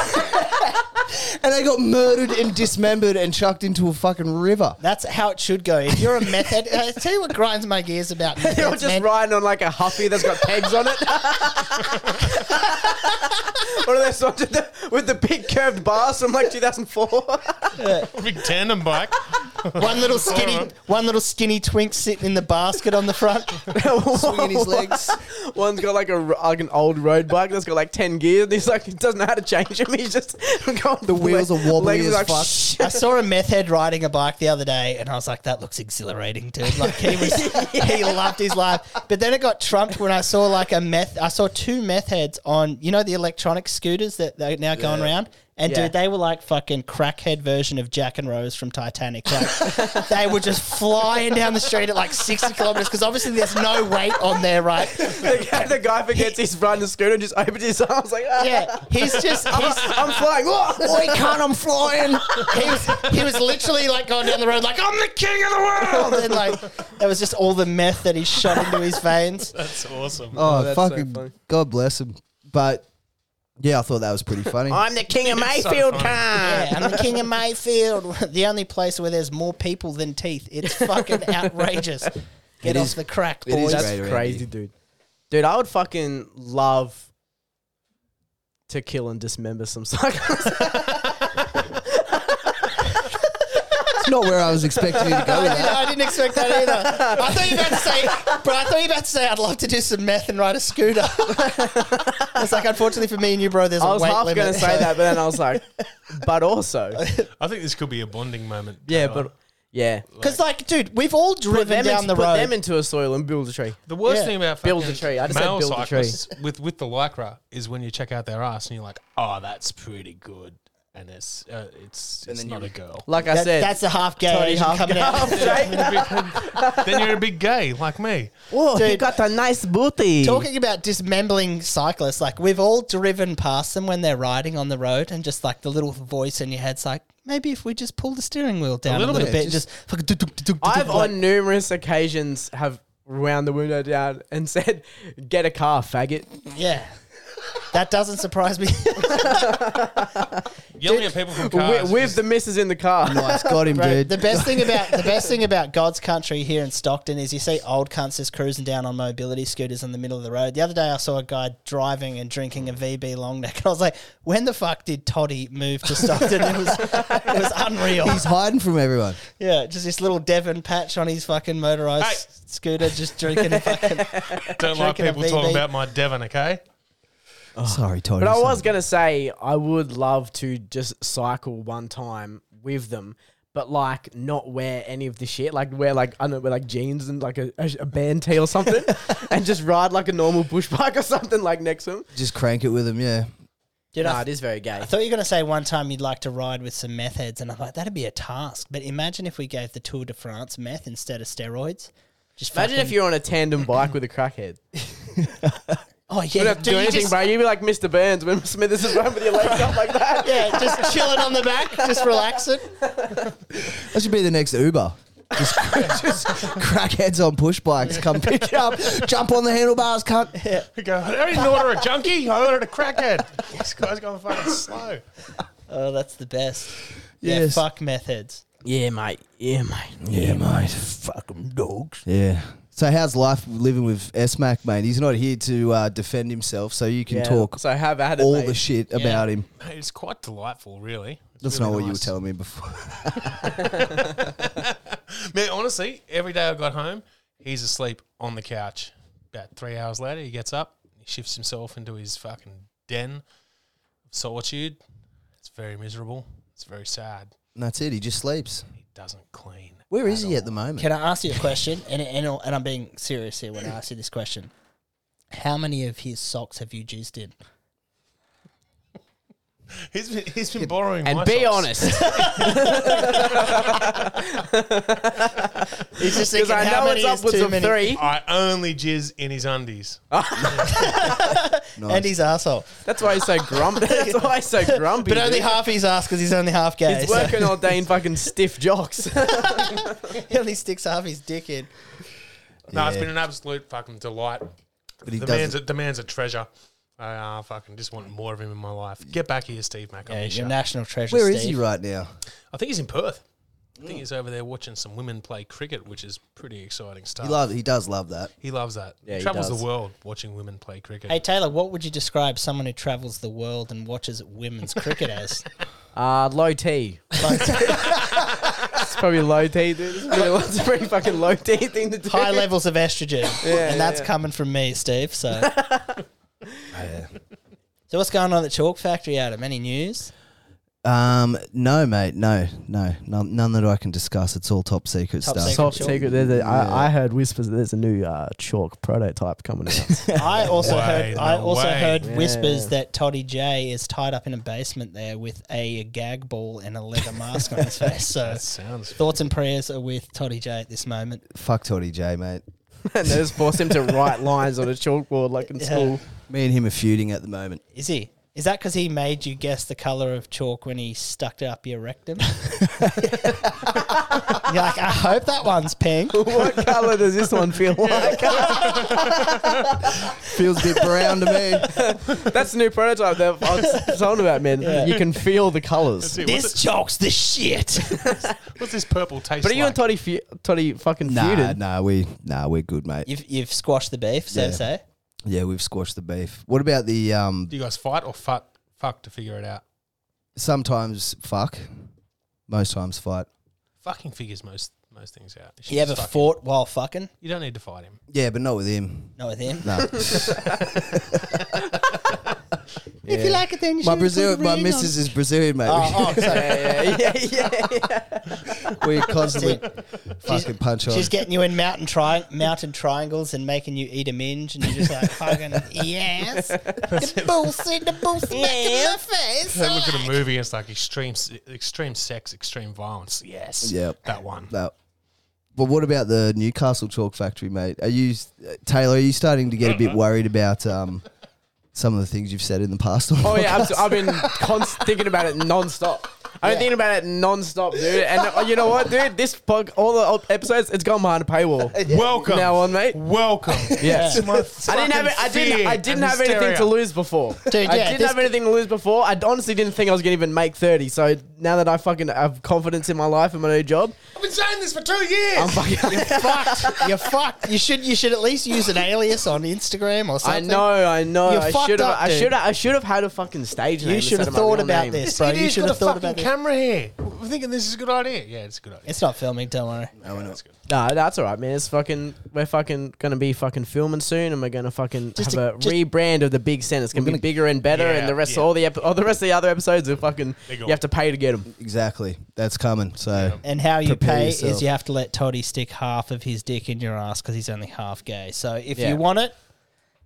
[SPEAKER 4] and they got murdered and dismembered and chucked into a fucking river.
[SPEAKER 1] That's how it should go. If you're a method, I tell you what grinds my gears about methods,
[SPEAKER 5] You're just
[SPEAKER 1] man.
[SPEAKER 5] riding on like a huffy that's got pegs on it. what are those ones with the, with the big curved bars from like 2004?
[SPEAKER 6] Big tandem bike.
[SPEAKER 1] One little skinny, one little skinny twink sitting in the basket on the front.
[SPEAKER 4] Swinging his legs.
[SPEAKER 5] One's got like a r- like an old road bike that's got like ten gears. And he's like he doesn't know how to change them. He's just going the
[SPEAKER 4] wheels are wobbly as fuck.
[SPEAKER 1] I saw a meth head riding a bike the other day, and I was like, "That looks exhilarating, dude!" Like he was, he loved his life. But then it got trumped when I saw like a meth. I saw two meth heads on, you know, the electronic scooters that they're now going around. And
[SPEAKER 5] Yeah.
[SPEAKER 1] dude, they were like fucking crackhead version of Jack and Rose from Titanic. Like, they were just flying down the street at like sixty kilometers because obviously there's no weight on there, right?
[SPEAKER 5] the, guy, the guy forgets he's riding the scooter and just opens his arms like ah,
[SPEAKER 1] Yeah, he's just he's,
[SPEAKER 5] I'm flying. Whoa.
[SPEAKER 1] Boy, can't I'm flying.
[SPEAKER 4] Oh,
[SPEAKER 1] he was he was literally like going down the road like I'm the king of the world and like that was just all the meth that he shot into his veins.
[SPEAKER 6] That's awesome.
[SPEAKER 4] Oh,
[SPEAKER 5] that's so
[SPEAKER 4] fucking
[SPEAKER 5] funny.
[SPEAKER 4] God bless him. But yeah, I thought that was pretty funny.
[SPEAKER 5] I'm the king of
[SPEAKER 6] so
[SPEAKER 5] Mayfield.
[SPEAKER 6] funny.
[SPEAKER 5] car.
[SPEAKER 1] Yeah, I'm the king of Mayfield, the only place where there's more people than teeth. It's fucking outrageous. Get
[SPEAKER 4] It
[SPEAKER 1] off
[SPEAKER 4] is-
[SPEAKER 1] the crack,
[SPEAKER 4] it is
[SPEAKER 1] boys.
[SPEAKER 4] That's great. Andy.
[SPEAKER 5] crazy, dude. Dude, I would fucking love to kill and dismember some cyclists.
[SPEAKER 4] not where I was expecting you to go. With
[SPEAKER 1] I, didn't,
[SPEAKER 4] that.
[SPEAKER 1] I didn't expect that either. I thought you were about to say, but I thought you were about to say I'd love to do some meth and ride a scooter. it's like, unfortunately for me and you, bro, there's a
[SPEAKER 5] I was
[SPEAKER 1] weight
[SPEAKER 5] half
[SPEAKER 1] limit.
[SPEAKER 5] going to say that, but then I was like, but also,
[SPEAKER 6] I think this could be a bonding moment.
[SPEAKER 5] yeah,
[SPEAKER 6] Tyler.
[SPEAKER 5] but yeah,
[SPEAKER 1] because, like, dude, we've all
[SPEAKER 5] put
[SPEAKER 1] driven
[SPEAKER 5] them,
[SPEAKER 1] down
[SPEAKER 5] into,
[SPEAKER 1] the
[SPEAKER 5] put
[SPEAKER 1] road.
[SPEAKER 5] them into a soil and build a tree.
[SPEAKER 6] the worst
[SPEAKER 1] yeah.
[SPEAKER 6] thing about
[SPEAKER 5] Build
[SPEAKER 6] fucking
[SPEAKER 5] a tree. I just said
[SPEAKER 6] male
[SPEAKER 5] build a tree.
[SPEAKER 6] cyclists with with the lycra is when you check out their ass and you're like, oh, that's pretty good, and it's uh, it's it's not a girl.
[SPEAKER 5] Like I
[SPEAKER 1] That-
[SPEAKER 5] said,
[SPEAKER 1] that's a half gay
[SPEAKER 5] Tony
[SPEAKER 1] Asian
[SPEAKER 5] half
[SPEAKER 1] coming out.
[SPEAKER 6] then you're a big gay like me.
[SPEAKER 5] Whoa,
[SPEAKER 1] he
[SPEAKER 5] you got a nice booty.
[SPEAKER 1] Talking about dismembering cyclists, like we've all driven past them when they're riding on the road, and just like the little voice in your head's like, maybe if we just pull the steering wheel down a little,
[SPEAKER 6] little
[SPEAKER 1] bit,
[SPEAKER 6] bit,
[SPEAKER 1] and just fucking. do- do- do- do-
[SPEAKER 5] I've
[SPEAKER 1] do- like-
[SPEAKER 5] on numerous occasions have round the window down and said, "Get a car, faggot."
[SPEAKER 1] yeah. That doesn't surprise me.
[SPEAKER 6] Yelling at people from cars.
[SPEAKER 5] With, with the missus in the car.
[SPEAKER 4] Nice, got him,
[SPEAKER 1] Bro,
[SPEAKER 4] dude.
[SPEAKER 1] the best thing about the best thing about God's country here in Stockton is you see old cunts just cruising down on mobility scooters in the middle of the road. The other day I saw a guy driving and drinking a VB long neck, and I was like, "When the fuck did Toddy move to Stockton?" it was it was unreal.
[SPEAKER 4] He's hiding from everyone.
[SPEAKER 1] yeah, just this little Devon patch on his fucking motorized
[SPEAKER 6] Hey.
[SPEAKER 1] scooter, just drinking fucking.
[SPEAKER 6] Don't like
[SPEAKER 1] drinking a
[SPEAKER 6] people talking
[SPEAKER 1] VB.
[SPEAKER 6] about my Devon, okay?
[SPEAKER 4] Sorry, Tony.
[SPEAKER 5] Oh. But I was
[SPEAKER 4] sorry.
[SPEAKER 5] gonna say I would love to just cycle one time with them, but like not wear any of the shit. Like wear like I don't know, wear like jeans and like a, a, a band tee or something, and just ride like a normal bush bike or something like next to them.
[SPEAKER 4] just crank it with him. Yeah,
[SPEAKER 1] Dude,
[SPEAKER 5] Nah,
[SPEAKER 1] I,
[SPEAKER 5] it is very gay.
[SPEAKER 1] I thought you were going to say one time you'd like to ride with some meth heads, and I'm like, that'd be a task. But imagine if we gave the Tour de France meth instead of steroids. Just
[SPEAKER 5] Imagine if
[SPEAKER 1] fucking-
[SPEAKER 5] you're on a tandem bike with a crackhead.
[SPEAKER 1] oh
[SPEAKER 5] You
[SPEAKER 1] yeah,
[SPEAKER 5] don't have to do
[SPEAKER 1] dude, you
[SPEAKER 5] anything,
[SPEAKER 1] just-
[SPEAKER 5] bro. You'd be like Mr. Burns when Smithers is running with your legs up like that.
[SPEAKER 1] Yeah, just chilling on the back, just relaxing.
[SPEAKER 4] that should be the next Uber. Just, just crackheads on push bikes come pick you up, jump on the handlebars, cunt.
[SPEAKER 6] I go, I didn't order a junkie. I ordered a crackhead. This guy's going fucking slow.
[SPEAKER 1] Oh, that's the best.
[SPEAKER 4] Yes.
[SPEAKER 1] Yeah, fuck meth heads.
[SPEAKER 5] Yeah, mate. Yeah, mate.
[SPEAKER 4] Yeah, mate.
[SPEAKER 1] Fucking dogs.
[SPEAKER 4] Yeah. So how's life living with S-Mac, mate? He's not here to uh, defend himself, so you can talk
[SPEAKER 5] So have at it,
[SPEAKER 4] all
[SPEAKER 5] mate.
[SPEAKER 4] the shit about him.
[SPEAKER 6] Mate, it's quite delightful, really. It's
[SPEAKER 4] That's
[SPEAKER 6] really
[SPEAKER 4] not what you were
[SPEAKER 6] nice.
[SPEAKER 4] telling me before.
[SPEAKER 6] Man, honestly, every day I got home, he's asleep on the couch. About three hours later, he gets up, he shifts himself into his fucking den of solitude. It's very miserable. It's very sad.
[SPEAKER 4] And that's it. He just sleeps.
[SPEAKER 6] He doesn't clean.
[SPEAKER 4] Where is he at the moment?
[SPEAKER 1] Can I ask you a question? And, and and I'm being serious here when I ask you this question. How many of his socks have you jizzed in?
[SPEAKER 6] He's been, he's been borrowing my
[SPEAKER 5] And be
[SPEAKER 6] socks.
[SPEAKER 5] honest,
[SPEAKER 1] He's just
[SPEAKER 5] because I know it's upwards of three.
[SPEAKER 6] I only jizz in his undies.
[SPEAKER 4] Nice.
[SPEAKER 1] And his asshole,
[SPEAKER 5] That's why he's so grumpy. That's why he's so grumpy.
[SPEAKER 1] but only
[SPEAKER 5] dude.
[SPEAKER 1] half his ass because he's only half gay.
[SPEAKER 5] He's
[SPEAKER 1] so
[SPEAKER 5] working all day in fucking stiff jocks.
[SPEAKER 1] he only sticks half his dick in.
[SPEAKER 6] No, it's
[SPEAKER 4] Yeah.
[SPEAKER 6] been an absolute fucking delight.
[SPEAKER 4] but he
[SPEAKER 6] the man's,
[SPEAKER 4] doesn't.
[SPEAKER 6] a, the man's a treasure. I uh, fucking just want more of him in my life. Get back here, Steve Mac. I
[SPEAKER 1] Yeah,
[SPEAKER 6] miss
[SPEAKER 1] your
[SPEAKER 6] ya.
[SPEAKER 1] national treasure.
[SPEAKER 4] Where
[SPEAKER 1] Steve.
[SPEAKER 4] is he right now?
[SPEAKER 6] I think he's in Perth. I think he's over there watching some women play cricket, which is pretty exciting stuff.
[SPEAKER 4] He loves. He does love that.
[SPEAKER 6] He loves that.
[SPEAKER 5] Yeah, he
[SPEAKER 6] Travels
[SPEAKER 5] does.
[SPEAKER 6] the world watching women play cricket.
[SPEAKER 1] Hey Taylor, what would you describe someone who travels the world and watches women's cricket as?
[SPEAKER 5] Uh, low T. It's probably low T, dude. It's, really, it's a pretty fucking low T thing to do.
[SPEAKER 1] high levels of estrogen,
[SPEAKER 5] Yeah,
[SPEAKER 1] and that's
[SPEAKER 5] yeah.
[SPEAKER 1] coming from me, Steve. So,
[SPEAKER 4] Yeah.
[SPEAKER 1] so what's going on at the Chalk Factory, Adam? Any news?
[SPEAKER 4] Um, no, mate, no, no, none, none that I can discuss. It's all top secret
[SPEAKER 1] Top
[SPEAKER 4] stuff.
[SPEAKER 1] secret. Top secret.
[SPEAKER 5] There's a, I, I heard whispers that there's a new uh, chalk prototype coming out.
[SPEAKER 1] I also
[SPEAKER 6] way,
[SPEAKER 1] heard. I
[SPEAKER 6] no
[SPEAKER 1] also
[SPEAKER 6] way.
[SPEAKER 1] heard
[SPEAKER 5] Yeah.
[SPEAKER 1] whispers that Toddy J is tied up in a basement there with a gag ball and a leather mask on his face. So,
[SPEAKER 6] that sounds.
[SPEAKER 1] thoughts and prayers are with Toddy J at this moment.
[SPEAKER 4] Fuck Toddy J, mate.
[SPEAKER 5] and they just force him to write lines on a chalkboard like in school.
[SPEAKER 4] Me and him are feuding at the moment.
[SPEAKER 1] Is he? Is that because he made you guess the color of chalk when he stuck it up your rectum? You're like, I hope that one's pink.
[SPEAKER 5] what color does this one feel like?
[SPEAKER 4] Feels a bit brown to me.
[SPEAKER 5] That's the new prototype that I was telling about, man. You can feel the colors.
[SPEAKER 6] Dude, what's,
[SPEAKER 1] This chalk's the shit.
[SPEAKER 6] it- what's this purple taste?
[SPEAKER 5] But are you and
[SPEAKER 6] like?
[SPEAKER 5] Toddy, fe- Toddy fucking
[SPEAKER 4] Nah,
[SPEAKER 5] feuded?
[SPEAKER 4] nah, we, nah, we're good, mate.
[SPEAKER 1] You've, you've squashed the beef, so to
[SPEAKER 4] Yeah.
[SPEAKER 1] say.
[SPEAKER 4] Yeah, we've squashed the beef. What about the um?
[SPEAKER 6] Do you guys fight or fuck? Fuck to figure it out.
[SPEAKER 4] Sometimes fuck, most times fight.
[SPEAKER 6] Fucking figures most most things out. You should
[SPEAKER 1] You ever
[SPEAKER 6] just fuck
[SPEAKER 1] fought while fucking?
[SPEAKER 6] him. You don't need to fight him.
[SPEAKER 4] Yeah, but not with him.
[SPEAKER 1] Not with him.
[SPEAKER 4] No.
[SPEAKER 1] If you like it, then you
[SPEAKER 4] my
[SPEAKER 1] should
[SPEAKER 4] Brazil,
[SPEAKER 1] put a
[SPEAKER 4] my
[SPEAKER 1] ring on it.
[SPEAKER 4] missus is Brazilian, mate.
[SPEAKER 1] Oh, oh, sorry.
[SPEAKER 5] yeah, yeah, yeah,
[SPEAKER 4] we constantly fucking punch on.
[SPEAKER 1] She's getting you in mountain tri- mountain triangles and making you eat a minge, and you're just like fucking yes, the boost in the boost back in my face.
[SPEAKER 6] They look at a movie. It's like extreme, s- extreme sex, extreme violence. Yes.
[SPEAKER 4] Yep.
[SPEAKER 6] That one.
[SPEAKER 4] No. But what about the Newcastle Chalk Factory, mate? Are you Taylor? Are you starting to get a bit worried about um, some of the things you've said in the past?
[SPEAKER 5] Oh yeah, absolutely. I've been const- thinking about it non-stop. I've been thinking about it non-stop, dude. And uh, you know what, dude? This pug, all the old episodes, it's gone behind a paywall.
[SPEAKER 6] Welcome.
[SPEAKER 5] Now on, mate.
[SPEAKER 6] Welcome.
[SPEAKER 5] Yeah.
[SPEAKER 6] It's my
[SPEAKER 5] I didn't have it. I
[SPEAKER 6] fucking
[SPEAKER 5] didn't.
[SPEAKER 6] fear
[SPEAKER 5] I didn't
[SPEAKER 6] and
[SPEAKER 5] have anything
[SPEAKER 6] hysteria.
[SPEAKER 5] to lose before.
[SPEAKER 1] Dude,
[SPEAKER 5] I
[SPEAKER 1] yeah,
[SPEAKER 5] didn't
[SPEAKER 1] this-
[SPEAKER 5] have anything to lose before. I honestly didn't think I was gonna even make thirty. So now that I fucking have confidence in my life and my new job,
[SPEAKER 6] I've been saying this for two years.
[SPEAKER 5] I'm fucking.
[SPEAKER 1] fucked. You're fucked. You should you should at least use an alias on Instagram or
[SPEAKER 5] I
[SPEAKER 1] something.
[SPEAKER 5] know. I know.
[SPEAKER 1] You're
[SPEAKER 5] I
[SPEAKER 1] fucked
[SPEAKER 5] should have.
[SPEAKER 1] up,
[SPEAKER 5] I
[SPEAKER 1] dude.
[SPEAKER 5] should have. I should have had a fucking stage name.
[SPEAKER 1] You should
[SPEAKER 5] instead
[SPEAKER 1] have
[SPEAKER 5] of my
[SPEAKER 1] thought
[SPEAKER 5] real
[SPEAKER 1] about
[SPEAKER 5] name.
[SPEAKER 1] this,
[SPEAKER 6] This
[SPEAKER 1] bro. You
[SPEAKER 6] idiot's
[SPEAKER 1] should
[SPEAKER 6] got
[SPEAKER 1] have
[SPEAKER 6] a
[SPEAKER 1] thought
[SPEAKER 6] fucking
[SPEAKER 1] about this.
[SPEAKER 6] camera here. We're thinking this is a good idea. Yeah, it's a good idea.
[SPEAKER 1] It's not filming. Don't worry.
[SPEAKER 4] no, we're not.
[SPEAKER 5] No, that's all right, man. It's fucking. We're fucking gonna be fucking filming soon, and we're gonna fucking
[SPEAKER 1] Just
[SPEAKER 5] have
[SPEAKER 1] a-
[SPEAKER 5] a,
[SPEAKER 1] just-
[SPEAKER 5] rebrand of the big center. It's gonna be bigger and better,
[SPEAKER 6] Yeah,
[SPEAKER 5] and the rest
[SPEAKER 6] yeah.
[SPEAKER 5] of all the epi- all the rest of the other episodes are fucking.
[SPEAKER 6] They're
[SPEAKER 5] You
[SPEAKER 6] gone.
[SPEAKER 5] have to pay to get them.
[SPEAKER 4] Exactly. That's coming. So
[SPEAKER 1] And how you
[SPEAKER 4] Prepare
[SPEAKER 1] pay
[SPEAKER 4] yourself.
[SPEAKER 1] is you have to let Toddy stick half of his dick in your ass because he's only half gay. So if
[SPEAKER 5] Yeah.
[SPEAKER 1] you want it,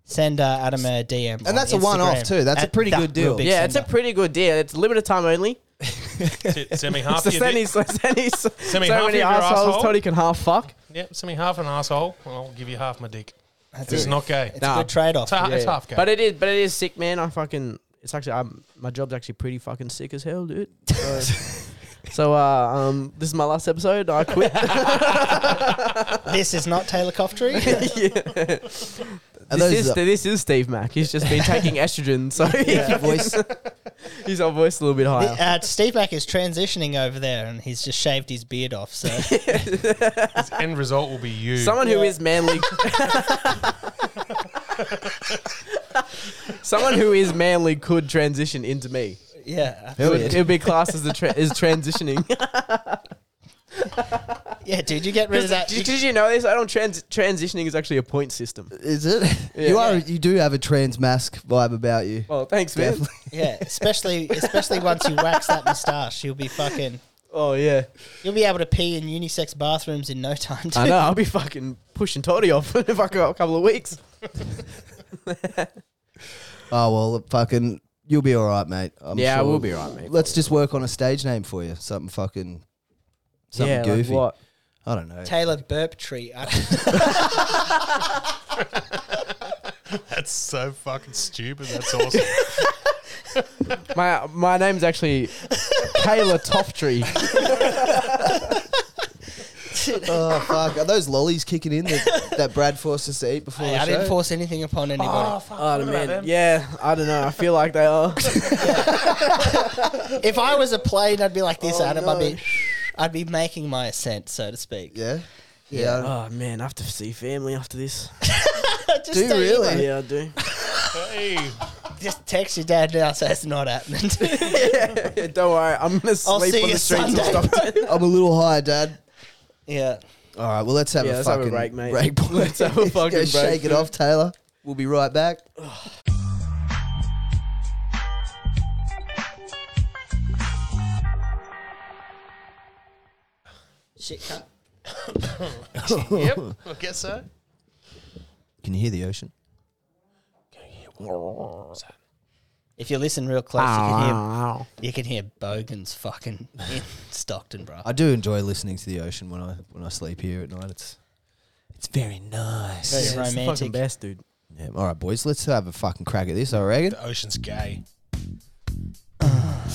[SPEAKER 1] send uh, Adam a DM. And
[SPEAKER 4] that's a one-off too. That's a pretty good deal.
[SPEAKER 5] Yeah, it's a pretty good deal. It's limited time only.
[SPEAKER 6] Send- Send me half
[SPEAKER 5] So
[SPEAKER 6] your dick.
[SPEAKER 5] send his, send his, so
[SPEAKER 6] me half
[SPEAKER 5] many
[SPEAKER 6] of your
[SPEAKER 5] assholes.
[SPEAKER 6] asshole.
[SPEAKER 5] Tony can half fuck.
[SPEAKER 6] Yep, send me half an asshole, and I'll give you half my dick.
[SPEAKER 1] That's
[SPEAKER 6] It's
[SPEAKER 1] it.
[SPEAKER 6] not gay.
[SPEAKER 1] It's
[SPEAKER 5] Nah.
[SPEAKER 1] a good trade off.
[SPEAKER 6] It's, ha- it's
[SPEAKER 5] Yeah.
[SPEAKER 6] half gay.
[SPEAKER 5] But it is, but it is sick, man. I fucking. It's actually. I'm, my job's actually pretty fucking sick as hell, dude. So, so uh, um, this is my last episode. I quit.
[SPEAKER 1] This is not Taylor Coftree.
[SPEAKER 4] are
[SPEAKER 5] This is,
[SPEAKER 4] those the,
[SPEAKER 5] this is Steve Mack. He's just been taking estrogen, so
[SPEAKER 4] your voice?
[SPEAKER 5] he's our voice a little bit higher.
[SPEAKER 1] uh, Steve Mack is transitioning over there, and he's just shaved his beard off. So
[SPEAKER 6] Its end result will be you.
[SPEAKER 5] Someone who
[SPEAKER 1] Yeah.
[SPEAKER 5] is manly. Someone who is manly could transition into me.
[SPEAKER 1] yeah,
[SPEAKER 5] It would, it would be classed as the tra- is transitioning.
[SPEAKER 1] yeah, dude, you get rid of that.
[SPEAKER 5] did, did you know this? I don't trans- transitioning is actually a point system.
[SPEAKER 4] Is it? You are. You do have a trans mask vibe about you.
[SPEAKER 5] Well, Oh, thanks, man.
[SPEAKER 4] Definitely.
[SPEAKER 1] yeah, especially especially once you wax that moustache, you'll be fucking.
[SPEAKER 5] Oh yeah,
[SPEAKER 1] You'll be able to pee in unisex bathrooms in no time.
[SPEAKER 5] I
[SPEAKER 1] Dude.
[SPEAKER 5] know. I'll be fucking pushing Toddy off in a fucking couple of weeks.
[SPEAKER 4] Oh well, fucking. You'll be all right, mate. I'm
[SPEAKER 5] yeah,
[SPEAKER 4] sure.
[SPEAKER 5] we'll be right, mate.
[SPEAKER 4] Let's just work on a stage name for you. Something fucking. Something
[SPEAKER 5] yeah, like
[SPEAKER 4] goofy.
[SPEAKER 5] what?
[SPEAKER 4] I don't know.
[SPEAKER 1] Taylor Burp Tree. I-
[SPEAKER 6] That's so fucking stupid. That's awesome.
[SPEAKER 5] My my name's actually Taylor Toftree.
[SPEAKER 4] oh fuck! Are those lollies kicking in that, that Brad forced us to eat before
[SPEAKER 1] Hey,
[SPEAKER 4] the
[SPEAKER 1] I didn't
[SPEAKER 4] show?
[SPEAKER 1] force anything upon anybody.
[SPEAKER 6] fuck.
[SPEAKER 5] Oh man, yeah, I don't know. I feel like they are.
[SPEAKER 1] If I was a plane, I'd be like this,
[SPEAKER 4] Oh,
[SPEAKER 1] Adam. I'd
[SPEAKER 4] no.
[SPEAKER 1] be, I'd be making my ascent, so to speak.
[SPEAKER 4] yeah. Yeah.
[SPEAKER 5] oh man, I have to see family after this.
[SPEAKER 1] Just
[SPEAKER 4] Do you
[SPEAKER 1] don't
[SPEAKER 4] really?
[SPEAKER 1] like-
[SPEAKER 5] Yeah, I do.
[SPEAKER 6] Hey,
[SPEAKER 1] Just text your dad now, so it's not happening.
[SPEAKER 5] yeah, don't worry, I'm gonna sleep
[SPEAKER 1] I'll see
[SPEAKER 5] on
[SPEAKER 1] you
[SPEAKER 5] the streets
[SPEAKER 1] Sunday,
[SPEAKER 5] of Stockton.
[SPEAKER 4] I'm a little high, Dad.
[SPEAKER 1] yeah.
[SPEAKER 4] All right, well, let's have a
[SPEAKER 5] Yeah, let's have a
[SPEAKER 4] fucking
[SPEAKER 5] break, mate.
[SPEAKER 4] break point.
[SPEAKER 5] Let's have a
[SPEAKER 4] Go
[SPEAKER 5] fucking break.
[SPEAKER 4] shake it off, Taylor. We'll be right back.
[SPEAKER 1] Shit. cunt.
[SPEAKER 6] yep, I guess so.
[SPEAKER 4] Can you hear the ocean?
[SPEAKER 1] If you listen real close, you can hear you can hear Bogan's fucking in Stockton, bro.
[SPEAKER 4] I do enjoy listening to the ocean when I when I sleep here at night. It's it's very nice.
[SPEAKER 1] Very
[SPEAKER 5] It's the fucking
[SPEAKER 1] romantic.
[SPEAKER 5] best, dude.
[SPEAKER 4] Yeah. All right, boys, let's have a fucking crack at this. I reckon.
[SPEAKER 6] The ocean's gay.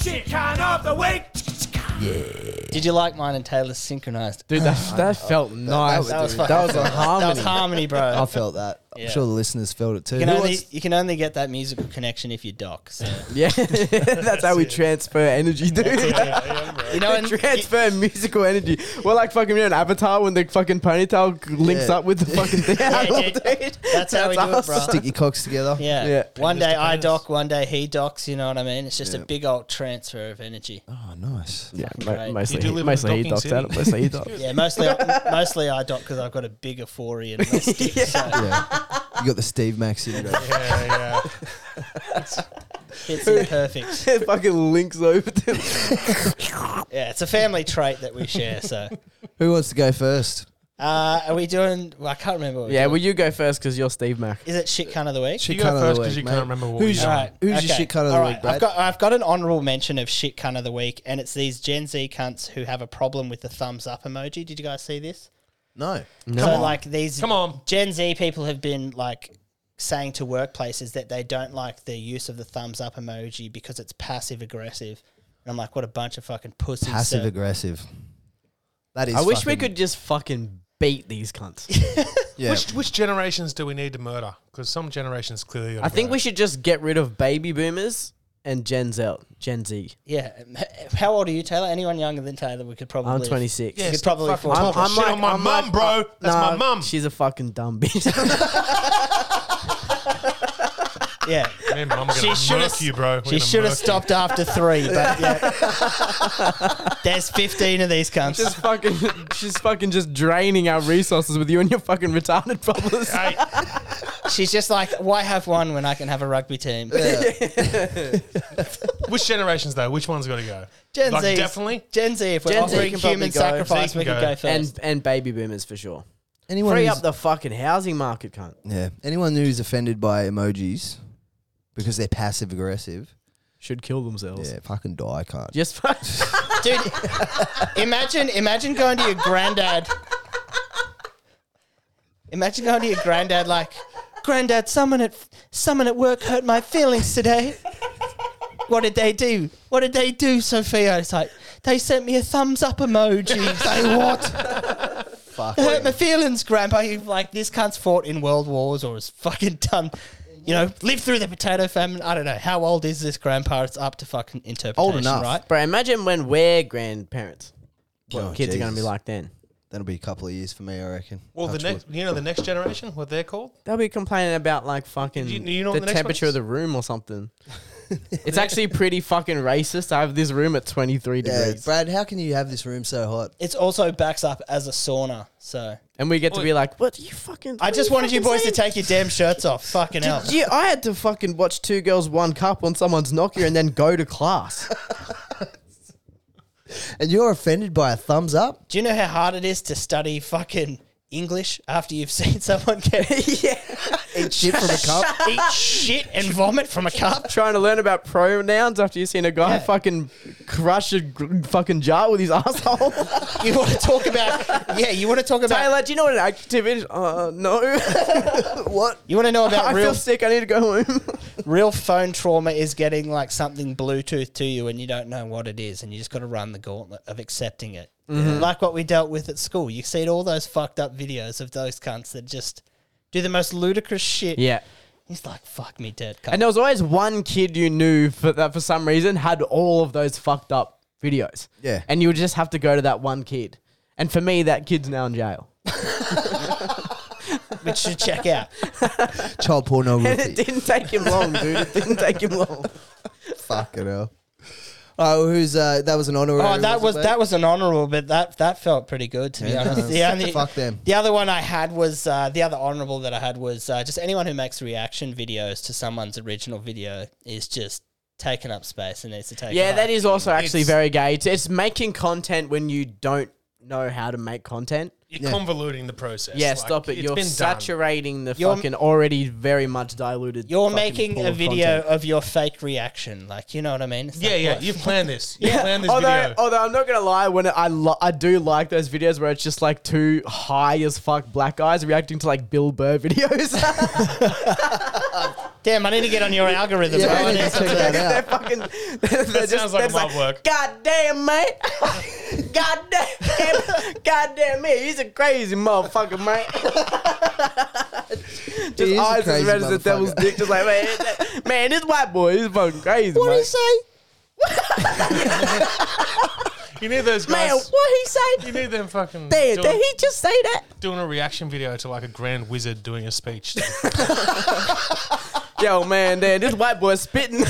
[SPEAKER 2] Shit kind of the week.
[SPEAKER 1] Did you like mine and Taylor's synchronized?
[SPEAKER 5] Dude, that, that felt nice.
[SPEAKER 1] That was
[SPEAKER 5] dude.
[SPEAKER 1] fucking-
[SPEAKER 5] That was a
[SPEAKER 1] That
[SPEAKER 5] harmony.
[SPEAKER 1] was harmony,
[SPEAKER 4] I
[SPEAKER 1] bro.
[SPEAKER 4] felt that.
[SPEAKER 1] Yeah.
[SPEAKER 4] I'm sure the listeners felt it too.
[SPEAKER 1] You can,
[SPEAKER 4] Who
[SPEAKER 1] only,
[SPEAKER 4] wants-
[SPEAKER 1] you can only get that musical connection if you doc. So.
[SPEAKER 5] Yeah, that's how we transfer energy, dude.
[SPEAKER 1] you know, and
[SPEAKER 5] transfer musical energy. We're like fucking you know, an avatar when the fucking ponytail g- links
[SPEAKER 4] Yeah.
[SPEAKER 5] up with the fucking thing. I
[SPEAKER 1] Yeah,
[SPEAKER 5] love
[SPEAKER 1] dude.
[SPEAKER 5] it.
[SPEAKER 1] That's how we do it, bro.
[SPEAKER 4] stick your cocks together.
[SPEAKER 1] yeah.
[SPEAKER 5] Yeah.
[SPEAKER 1] One
[SPEAKER 6] Just
[SPEAKER 1] day I
[SPEAKER 6] depends.
[SPEAKER 1] doc, one day he docs. You know what I mean? It's just a
[SPEAKER 4] Yeah.
[SPEAKER 1] big old transfer of energy.
[SPEAKER 4] Oh, nice.
[SPEAKER 5] Yeah,
[SPEAKER 1] mo- Right. mostly
[SPEAKER 6] You do he- live in mostly a he docking docked out- city. mostly
[SPEAKER 5] he
[SPEAKER 1] Yeah, mostly I, mostly I doc because I've got a bigger forey and less dick. So
[SPEAKER 4] Yeah. You got the Steve Max syndrome.
[SPEAKER 6] yeah, yeah.
[SPEAKER 1] it's in perfect.
[SPEAKER 5] It fucking links over to
[SPEAKER 1] Yeah, it's a family trait that we share. So
[SPEAKER 4] Who wants to go first?
[SPEAKER 1] uh, are we doing? Well, I can't remember. What we're
[SPEAKER 5] Yeah,
[SPEAKER 1] doing.
[SPEAKER 5] well, you go first because you're Steve Mac.
[SPEAKER 1] is it shit cunt of the week?
[SPEAKER 4] Shit
[SPEAKER 6] You go
[SPEAKER 4] cunt of the
[SPEAKER 6] first
[SPEAKER 4] week,
[SPEAKER 6] 'cause you
[SPEAKER 4] mate.
[SPEAKER 6] can't remember what
[SPEAKER 4] Who's
[SPEAKER 6] we
[SPEAKER 4] your,
[SPEAKER 1] All right.
[SPEAKER 4] who's
[SPEAKER 1] okay.
[SPEAKER 4] your shit cunt
[SPEAKER 1] All
[SPEAKER 4] of the
[SPEAKER 1] right,
[SPEAKER 4] week, mate?
[SPEAKER 1] I've got I've got an honourable mention of shit cunt of the week, and it's these Gen Z cunts who have a problem with the thumbs up emoji. Did you guys see this?
[SPEAKER 4] no.
[SPEAKER 1] No. so like these
[SPEAKER 6] Come on.
[SPEAKER 1] Gen Z people have been like saying to workplaces that they don't like the use of the thumbs up emoji because it's passive aggressive. And I'm like, what a bunch of fucking pussies. So-
[SPEAKER 4] Passive aggressive. That is.
[SPEAKER 5] I wish we
[SPEAKER 4] fucking-
[SPEAKER 5] could just fucking beat these cunts.
[SPEAKER 4] Yeah.
[SPEAKER 6] Which which generations do we need to murder? Because some generations clearly.
[SPEAKER 5] I think we should just get rid of baby boomers and Gen Z. Gen Z.
[SPEAKER 1] Yeah. How old are you, Taylor? Anyone younger than Taylor, we could probably.
[SPEAKER 5] I'm 26.
[SPEAKER 1] You
[SPEAKER 6] Yeah,
[SPEAKER 1] could
[SPEAKER 6] stop
[SPEAKER 1] probably
[SPEAKER 6] fucking
[SPEAKER 1] afford-
[SPEAKER 6] talking. Shit on my mum, bro.
[SPEAKER 5] uh,
[SPEAKER 6] That's my
[SPEAKER 5] nah,
[SPEAKER 6] mum.
[SPEAKER 5] She's a fucking dumb bitch.
[SPEAKER 1] Yeah.
[SPEAKER 6] Man, mum, we're
[SPEAKER 1] She
[SPEAKER 6] gonna
[SPEAKER 1] should
[SPEAKER 6] murk
[SPEAKER 1] have.
[SPEAKER 6] you, bro. We're
[SPEAKER 1] She
[SPEAKER 6] gonna
[SPEAKER 1] should have
[SPEAKER 6] murk you.
[SPEAKER 1] stopped after three, but yeah. There's 15 of these cunts.
[SPEAKER 5] just fucking, she's fucking just draining our resources with you and your fucking retarded problems.
[SPEAKER 6] Hey,
[SPEAKER 1] She's just like, why have one when I can have a rugby team?
[SPEAKER 6] which generations though? Which one's got to go?
[SPEAKER 1] Gen
[SPEAKER 6] like,
[SPEAKER 1] Z,
[SPEAKER 6] definitely.
[SPEAKER 1] Gen Z. If we're
[SPEAKER 5] Gen Z
[SPEAKER 1] offering
[SPEAKER 5] can probably
[SPEAKER 1] human
[SPEAKER 5] go.
[SPEAKER 1] sacrifice,
[SPEAKER 6] Z can
[SPEAKER 1] we could
[SPEAKER 6] go.
[SPEAKER 1] go first.
[SPEAKER 5] and and baby boomers for sure.
[SPEAKER 4] anyone
[SPEAKER 5] Free
[SPEAKER 4] who's-
[SPEAKER 5] up the fucking housing market, cunt.
[SPEAKER 4] yeah. Anyone who's offended by emojis because they're passive aggressive.
[SPEAKER 5] Should kill themselves.
[SPEAKER 4] Yeah. Fucking die. Can't.
[SPEAKER 5] Just fuck.
[SPEAKER 1] Dude, imagine imagine going to your granddad. Imagine going to your granddad like, granddad, someone at someone at work hurt my feelings today. What did they do? What did they do, Sophia? It's like they sent me a thumbs up emoji. They what?
[SPEAKER 4] Fuck.
[SPEAKER 1] They hurt my feelings, Grandpa. You like this cunt's fought in world wars or has fucking done, you know, lived through the potato famine. I don't know how old is this Grandpa. It's up to fucking interpretation,
[SPEAKER 4] enough.
[SPEAKER 1] right?
[SPEAKER 5] Bro, imagine when we're grandparents. What
[SPEAKER 4] Oh,
[SPEAKER 5] kids are going to be
[SPEAKER 4] Jesus.
[SPEAKER 5] like then?
[SPEAKER 4] That'll be a couple of years for me, I reckon.
[SPEAKER 6] Well, the
[SPEAKER 4] Touch
[SPEAKER 6] next,
[SPEAKER 4] wood.
[SPEAKER 6] you know, the next generation, what they're called.
[SPEAKER 5] They'll be complaining about like fucking
[SPEAKER 6] You- you know what
[SPEAKER 5] the,
[SPEAKER 6] the next one
[SPEAKER 5] temperature of
[SPEAKER 6] is?
[SPEAKER 5] the room or something. it's actually pretty fucking racist. I have this room at 23
[SPEAKER 4] Yeah,
[SPEAKER 5] degrees.
[SPEAKER 4] Brad, how can you have this room so hot?
[SPEAKER 1] It's also backs up as a sauna. So
[SPEAKER 5] And we get to
[SPEAKER 6] Well-
[SPEAKER 5] be like, what you fucking.
[SPEAKER 1] I
[SPEAKER 5] what
[SPEAKER 1] just
[SPEAKER 5] are
[SPEAKER 1] wanted you
[SPEAKER 5] fucking
[SPEAKER 1] boys to
[SPEAKER 5] saying?"
[SPEAKER 1] take your damn shirts off. Fucking hell.
[SPEAKER 5] Yeah, I had to fucking watch Two Girls, One Cup on someone's Nokia and then go to class.
[SPEAKER 4] And you're offended by a thumbs up?
[SPEAKER 1] Do you know how hard it is to study fucking English after you've seen someone get
[SPEAKER 5] yeah.
[SPEAKER 4] Eat shit from a cup?
[SPEAKER 1] eat shit and vomit from a cup?
[SPEAKER 5] Trying to learn about pronouns after you've seen a guy
[SPEAKER 1] Yeah.
[SPEAKER 5] fucking crush a gr- fucking jar with his asshole.
[SPEAKER 1] You want to talk about? Yeah, you want to talk about?
[SPEAKER 5] Taylor, do you know what an active is? Uh, no.
[SPEAKER 4] what?
[SPEAKER 1] You want to know
[SPEAKER 5] I
[SPEAKER 1] about real
[SPEAKER 5] feel sick. I need to go home.
[SPEAKER 1] real phone trauma is getting like something Bluetooth to you and you don't know what it is and you just got to run the gauntlet of accepting it.
[SPEAKER 5] Mm-hmm.
[SPEAKER 1] Like what we dealt with at school. You see all those fucked up videos of those cunts that just do the most ludicrous shit.
[SPEAKER 5] yeah.
[SPEAKER 1] He's like, fuck me dead. Cunt.
[SPEAKER 5] And there was always one kid you knew for, that for some reason had all of those fucked up videos.
[SPEAKER 4] Yeah.
[SPEAKER 5] And you would just have to go to that one kid. And for me, that kid's now in jail.
[SPEAKER 1] Which should check out.
[SPEAKER 4] Child
[SPEAKER 5] And it
[SPEAKER 4] pornography.
[SPEAKER 5] didn't take him long, dude. It didn't take him long.
[SPEAKER 4] Fucking hell. Oh, who's uh, that was an honorary.
[SPEAKER 1] Oh, that was
[SPEAKER 4] wasn't it,
[SPEAKER 1] that was an honourable, but that that felt pretty good to be
[SPEAKER 4] Yeah.
[SPEAKER 1] honest. The only,
[SPEAKER 4] Fuck them.
[SPEAKER 1] The other one I had was uh, the other honourable that I had was uh, just anyone who makes reaction videos to someone's original video is just taking up space and needs to take.
[SPEAKER 5] Yeah,
[SPEAKER 1] it
[SPEAKER 5] that is also actually
[SPEAKER 6] It's-
[SPEAKER 5] very gay. It's, it's making content when you don't know how to make content.
[SPEAKER 6] You're
[SPEAKER 4] Yeah.
[SPEAKER 6] convoluting the process.
[SPEAKER 5] Yeah,
[SPEAKER 6] Like,
[SPEAKER 5] stop it.
[SPEAKER 6] it's
[SPEAKER 5] You're
[SPEAKER 6] been done.
[SPEAKER 5] saturating the
[SPEAKER 1] You're-
[SPEAKER 5] fucking already very much diluted.
[SPEAKER 1] You're
[SPEAKER 5] fucking
[SPEAKER 1] making
[SPEAKER 5] pool
[SPEAKER 1] a
[SPEAKER 5] of
[SPEAKER 1] video
[SPEAKER 5] content.
[SPEAKER 1] of your fake reaction, like you know what I mean? It's
[SPEAKER 6] Yeah,
[SPEAKER 1] like,
[SPEAKER 6] yeah.
[SPEAKER 1] what-
[SPEAKER 6] You've planned this. You planned this
[SPEAKER 5] although,
[SPEAKER 6] video.
[SPEAKER 5] although I'm not gonna lie, when it, I lo- I do like those videos where it's just like two high as fuck black guys reacting to like Bill Burr videos.
[SPEAKER 1] Damn, I need to get on your algorithm.
[SPEAKER 4] Yeah,
[SPEAKER 1] bro.
[SPEAKER 4] I need to check that
[SPEAKER 5] they're
[SPEAKER 4] out.
[SPEAKER 5] fucking. They're just,
[SPEAKER 6] sounds
[SPEAKER 5] they're
[SPEAKER 6] like a
[SPEAKER 5] just
[SPEAKER 6] mob work.
[SPEAKER 5] God damn, mate. God damn, God damn me. He's a crazy motherfucker, mate. just
[SPEAKER 4] is a
[SPEAKER 5] eyes as
[SPEAKER 4] crazy
[SPEAKER 5] red as the
[SPEAKER 4] motherfucker.
[SPEAKER 5] devil's dick. Just like, man, man, this white boy is fucking crazy.
[SPEAKER 4] What do you
[SPEAKER 5] mate.
[SPEAKER 4] say?
[SPEAKER 6] You need those
[SPEAKER 5] Man,
[SPEAKER 6] guys.
[SPEAKER 5] what he
[SPEAKER 6] You
[SPEAKER 5] say?
[SPEAKER 6] need them fucking
[SPEAKER 5] Damn,
[SPEAKER 6] doing,
[SPEAKER 5] did he just say that?
[SPEAKER 6] doing a reaction video to like a grand wizard doing a speech.
[SPEAKER 5] Yo, man, damn, this white boy spitting.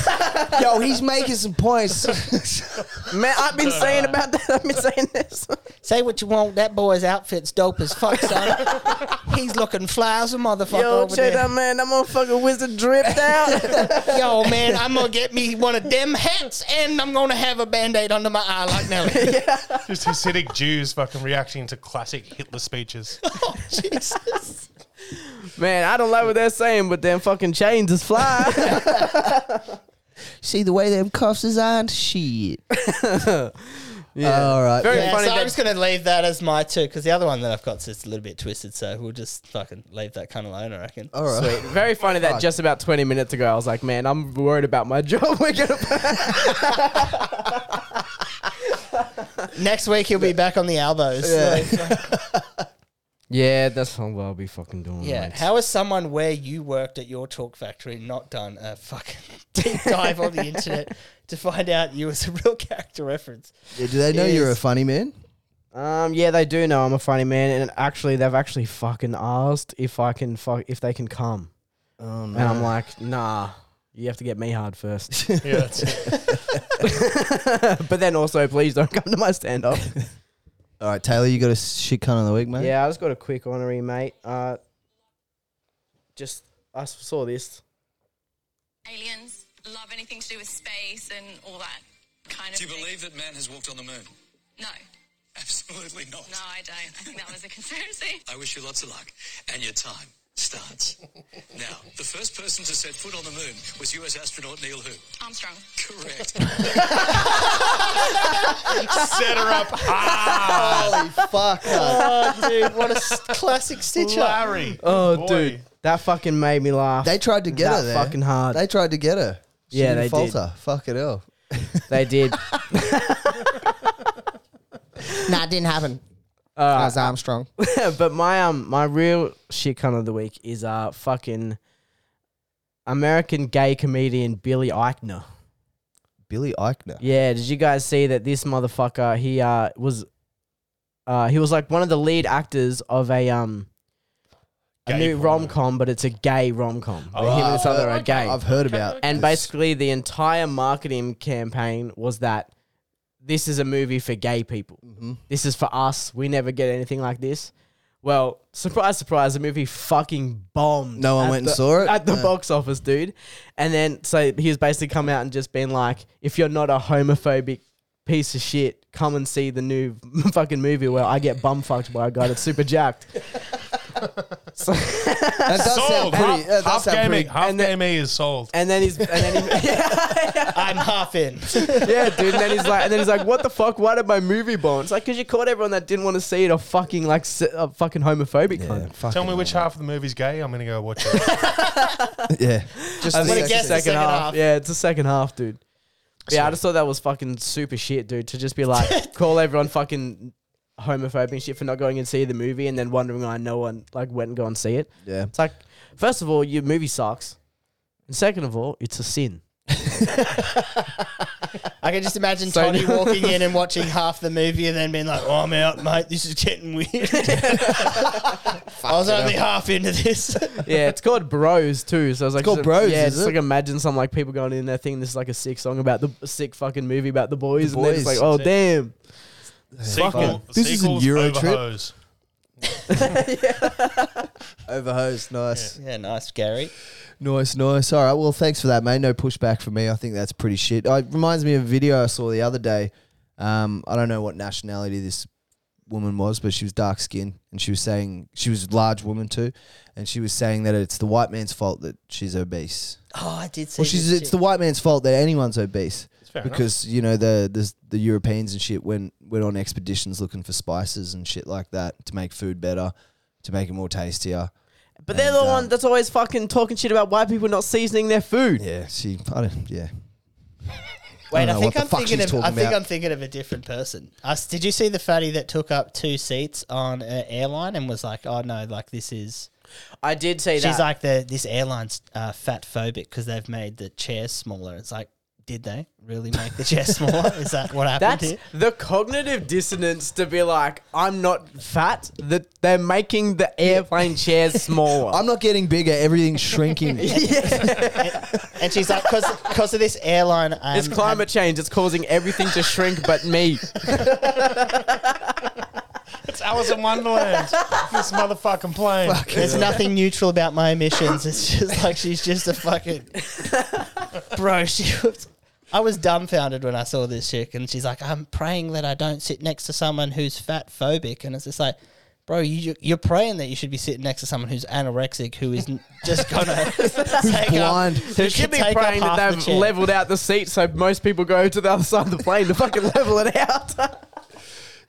[SPEAKER 4] Yo, he's making some points.
[SPEAKER 5] man, I've been saying about that. I've been saying this.
[SPEAKER 1] Say what you want. That boy's outfit's dope as fuck, son. He's looking fly as a motherfucker
[SPEAKER 5] Yo,
[SPEAKER 1] over
[SPEAKER 5] check
[SPEAKER 1] there.
[SPEAKER 5] that man. That motherfucking wizard dripped out.
[SPEAKER 1] Yo, man, I'm gonna get me one of them hats, and I'm gonna have a band-aid under my eye like Nelly.
[SPEAKER 6] Just Hasidic Jews fucking reacting to classic Hitler speeches.
[SPEAKER 1] oh, Jesus.
[SPEAKER 5] man, I don't like what they're saying, but them fucking chains is fly.
[SPEAKER 4] See the way them cuffs is on? Shit. All right.
[SPEAKER 5] Very
[SPEAKER 1] Yeah,
[SPEAKER 5] funny.
[SPEAKER 1] so I'm
[SPEAKER 5] that-
[SPEAKER 1] just gonna leave that as my two because the other one that I've got's just a little bit twisted. So we'll just fucking leave that kind of alone. I reckon.
[SPEAKER 4] All right.
[SPEAKER 5] Very funny that
[SPEAKER 4] Fuck.
[SPEAKER 5] just about 20 minutes ago, I was like, man, I'm worried about my job. We're gonna
[SPEAKER 1] Next week he'll be back on the elbows. Yeah.
[SPEAKER 5] yeah, that's what I'll be fucking doing.
[SPEAKER 1] yeah.
[SPEAKER 5] mate.
[SPEAKER 1] How has someone where you worked at your talk factory not done a fucking deep dive on the internet to find out you was a real character reference?
[SPEAKER 4] Yeah, do they know you're a
[SPEAKER 1] Yes.
[SPEAKER 4] funny man?
[SPEAKER 5] Um, yeah, they do know I'm a funny man, and actually, they've actually fucking asked if I can fuck if they can come,
[SPEAKER 4] Oh,
[SPEAKER 5] and I'm like, nah, you have to get me hard first.
[SPEAKER 6] Yeah, that's it.
[SPEAKER 5] but then also, please don't come to my stand up.
[SPEAKER 4] All right, Taylor, you got a shit cunt of the week, mate?
[SPEAKER 5] yeah, I just got a quick honorary, mate. Uh, just I s- saw this.
[SPEAKER 7] aliens love anything to do with space and all that kind of
[SPEAKER 8] Do you
[SPEAKER 7] thing.
[SPEAKER 8] believe that man has walked on the moon?
[SPEAKER 7] No.
[SPEAKER 8] Absolutely not.
[SPEAKER 7] No, I don't. I think that was a conspiracy.
[SPEAKER 8] I wish you lots of luck, and your time starts now. The first person to set foot on the moon was U.S. astronaut Neil Who.
[SPEAKER 7] Armstrong.
[SPEAKER 8] Correct.
[SPEAKER 6] Set her up Ah,
[SPEAKER 4] Holy fuck. no.
[SPEAKER 1] Oh, dude, what a s- classic stitch up.
[SPEAKER 6] Larry.
[SPEAKER 5] Oh,
[SPEAKER 6] Boy.
[SPEAKER 5] dude, that fucking made me laugh.
[SPEAKER 4] They tried to get
[SPEAKER 5] That
[SPEAKER 4] her there.
[SPEAKER 5] fucking hard.
[SPEAKER 4] They tried to get her. She
[SPEAKER 5] Yeah,
[SPEAKER 4] didn't
[SPEAKER 5] they did.
[SPEAKER 4] falter. Fuck it up.
[SPEAKER 5] they did.
[SPEAKER 9] Nah, it didn't happen.
[SPEAKER 5] Uh,
[SPEAKER 9] I was Armstrong.
[SPEAKER 5] but my um my real shit cunt of the week is uh fucking American gay comedian Billy Eichner.
[SPEAKER 4] Billy Eichner.
[SPEAKER 5] Yeah, did you guys see that this motherfucker he uh was uh he was like one of the lead actors of a um a
[SPEAKER 6] Gay
[SPEAKER 5] new
[SPEAKER 6] porno.
[SPEAKER 5] rom com, but it's a gay rom com.
[SPEAKER 6] Oh,
[SPEAKER 5] him and this
[SPEAKER 4] I've
[SPEAKER 5] other
[SPEAKER 4] heard-
[SPEAKER 5] are gay.
[SPEAKER 4] Uh, I've heard about
[SPEAKER 5] and
[SPEAKER 4] this.
[SPEAKER 5] basically the entire marketing campaign was that this is a movie for gay people.
[SPEAKER 4] Mm-hmm.
[SPEAKER 5] This is for us. We never get anything like this. Well, surprise, surprise, the movie fucking bombed.
[SPEAKER 4] No one
[SPEAKER 5] at
[SPEAKER 4] went and
[SPEAKER 5] the-
[SPEAKER 4] saw it?
[SPEAKER 5] At the
[SPEAKER 4] No.
[SPEAKER 5] box office, dude. And then, so he was basically come out and just been like, if you're not a homophobic piece of shit, come and see the new fucking movie where I get bum fucked by a guy that's super jacked.
[SPEAKER 4] That does sound
[SPEAKER 6] Sold.
[SPEAKER 4] pretty.
[SPEAKER 6] Half,
[SPEAKER 4] that does
[SPEAKER 6] half
[SPEAKER 4] sound
[SPEAKER 6] game,
[SPEAKER 4] pretty-
[SPEAKER 6] E- half
[SPEAKER 5] and then-
[SPEAKER 6] game E is sold.
[SPEAKER 5] And then he's, and then he,
[SPEAKER 1] I'm half in.
[SPEAKER 5] Yeah, dude. And then he's like, and then he's like, what the fuck? Why did my movie bomb? It's like because you caught everyone that didn't want to see it a fucking like s- a fucking homophobic cunt.
[SPEAKER 4] Fuck
[SPEAKER 6] Tell me
[SPEAKER 4] it.
[SPEAKER 6] which half of the movie's gay. I'm gonna go watch it.
[SPEAKER 4] Yeah. Just
[SPEAKER 5] I
[SPEAKER 4] the
[SPEAKER 5] think
[SPEAKER 1] gonna
[SPEAKER 5] it's
[SPEAKER 4] sex-
[SPEAKER 1] guess
[SPEAKER 5] the
[SPEAKER 1] the second half.
[SPEAKER 5] Yeah, it's the second half, dude. Yeah, I just thought that was fucking super shit, dude. To just be like, call everyone fucking homophobic and shit for not going and see the movie, and then wondering why no one like went and go and see it.
[SPEAKER 4] Yeah.
[SPEAKER 5] It's like, first of all, your movie sucks, and second of all, it's a sin.
[SPEAKER 1] I can just imagine
[SPEAKER 5] So-
[SPEAKER 1] Tony walking in and watching half the movie and then being like, oh, I'm out, mate. This is getting weird. I was only half into this.
[SPEAKER 5] Yeah, it's called Bros too. So I was like,
[SPEAKER 4] called
[SPEAKER 5] so-
[SPEAKER 4] Bros,
[SPEAKER 5] Yeah,
[SPEAKER 4] is
[SPEAKER 5] just
[SPEAKER 4] it?
[SPEAKER 5] like imagine some like people going in their thing. This is like a sick song about the a sick fucking movie about the boys,
[SPEAKER 4] The
[SPEAKER 5] and then it's like,
[SPEAKER 4] boys.
[SPEAKER 5] oh damn,
[SPEAKER 6] Sequel,
[SPEAKER 4] This is a
[SPEAKER 6] sequels
[SPEAKER 4] Euro
[SPEAKER 6] over
[SPEAKER 4] trip.
[SPEAKER 6] hose.
[SPEAKER 4] Overhosed. Nice.
[SPEAKER 1] yeah, nice, Gary.
[SPEAKER 4] Nice, nice. All right. Well, thanks for that, mate. No pushback from me. I think that's pretty shit. Uh, It reminds me of a video I saw the other day. Um, I don't know what nationality this woman was, but she was dark skinned and she was saying she was a large woman too, and she was saying that it's the white man's fault that she's obese.
[SPEAKER 1] Oh, I did see
[SPEAKER 4] Well, she's
[SPEAKER 1] this
[SPEAKER 4] it's the
[SPEAKER 1] chick.
[SPEAKER 4] white man's fault that anyone's obese
[SPEAKER 6] fair enough.
[SPEAKER 4] because you know the, the the Europeans and shit went went on expeditions looking for spices and shit like that to make food better, to make it more tastier.
[SPEAKER 5] but they're the
[SPEAKER 4] And,
[SPEAKER 5] one
[SPEAKER 4] um,
[SPEAKER 5] that's always fucking talking shit about white people not seasoning their food.
[SPEAKER 4] Yeah, she. I don't. Yeah.
[SPEAKER 1] Wait,
[SPEAKER 4] don't
[SPEAKER 1] I,
[SPEAKER 4] know
[SPEAKER 1] think
[SPEAKER 4] what the
[SPEAKER 1] I'm
[SPEAKER 4] fuck
[SPEAKER 1] thinking
[SPEAKER 4] she's
[SPEAKER 1] of.
[SPEAKER 4] talking
[SPEAKER 1] I think
[SPEAKER 4] about.
[SPEAKER 1] I'm thinking of a different person. I s did you see the fatty that took up two seats on an airline and was like, "Oh no, like this is
[SPEAKER 5] I did see that.
[SPEAKER 4] uh,
[SPEAKER 1] She's like the this airline's uh, fat phobic because they've made the chairs smaller. It's like, did they really make the chair smaller? Is that what happened
[SPEAKER 5] That's
[SPEAKER 1] here?
[SPEAKER 5] the cognitive dissonance to be like, I'm not fat. That they're making the airplane chairs smaller.
[SPEAKER 4] I'm not getting bigger. Everything's shrinking.
[SPEAKER 1] And she's like, because of this airline, um,
[SPEAKER 5] it's climate change. It's causing everything to shrink, but me.
[SPEAKER 6] It's Alice in Wonderland. this motherfucking plane.
[SPEAKER 1] There's nothing neutral about my emissions. It's just like she's just a fucking bro. She was. I was dumbfounded when I saw this chick, and she's like, "I'm praying that I don't sit next to someone who's fat phobic," and it's just like. Bro, you, you're praying that you should be sitting next to someone who's anorexic, who is n- just gonna take
[SPEAKER 4] blind.
[SPEAKER 1] Up, who
[SPEAKER 5] You should
[SPEAKER 1] could
[SPEAKER 5] be
[SPEAKER 1] take up
[SPEAKER 5] praying that
[SPEAKER 1] half the
[SPEAKER 5] they've
[SPEAKER 1] chair.
[SPEAKER 5] leveled out the seat so most people go to the other side of the plane to fucking level it out.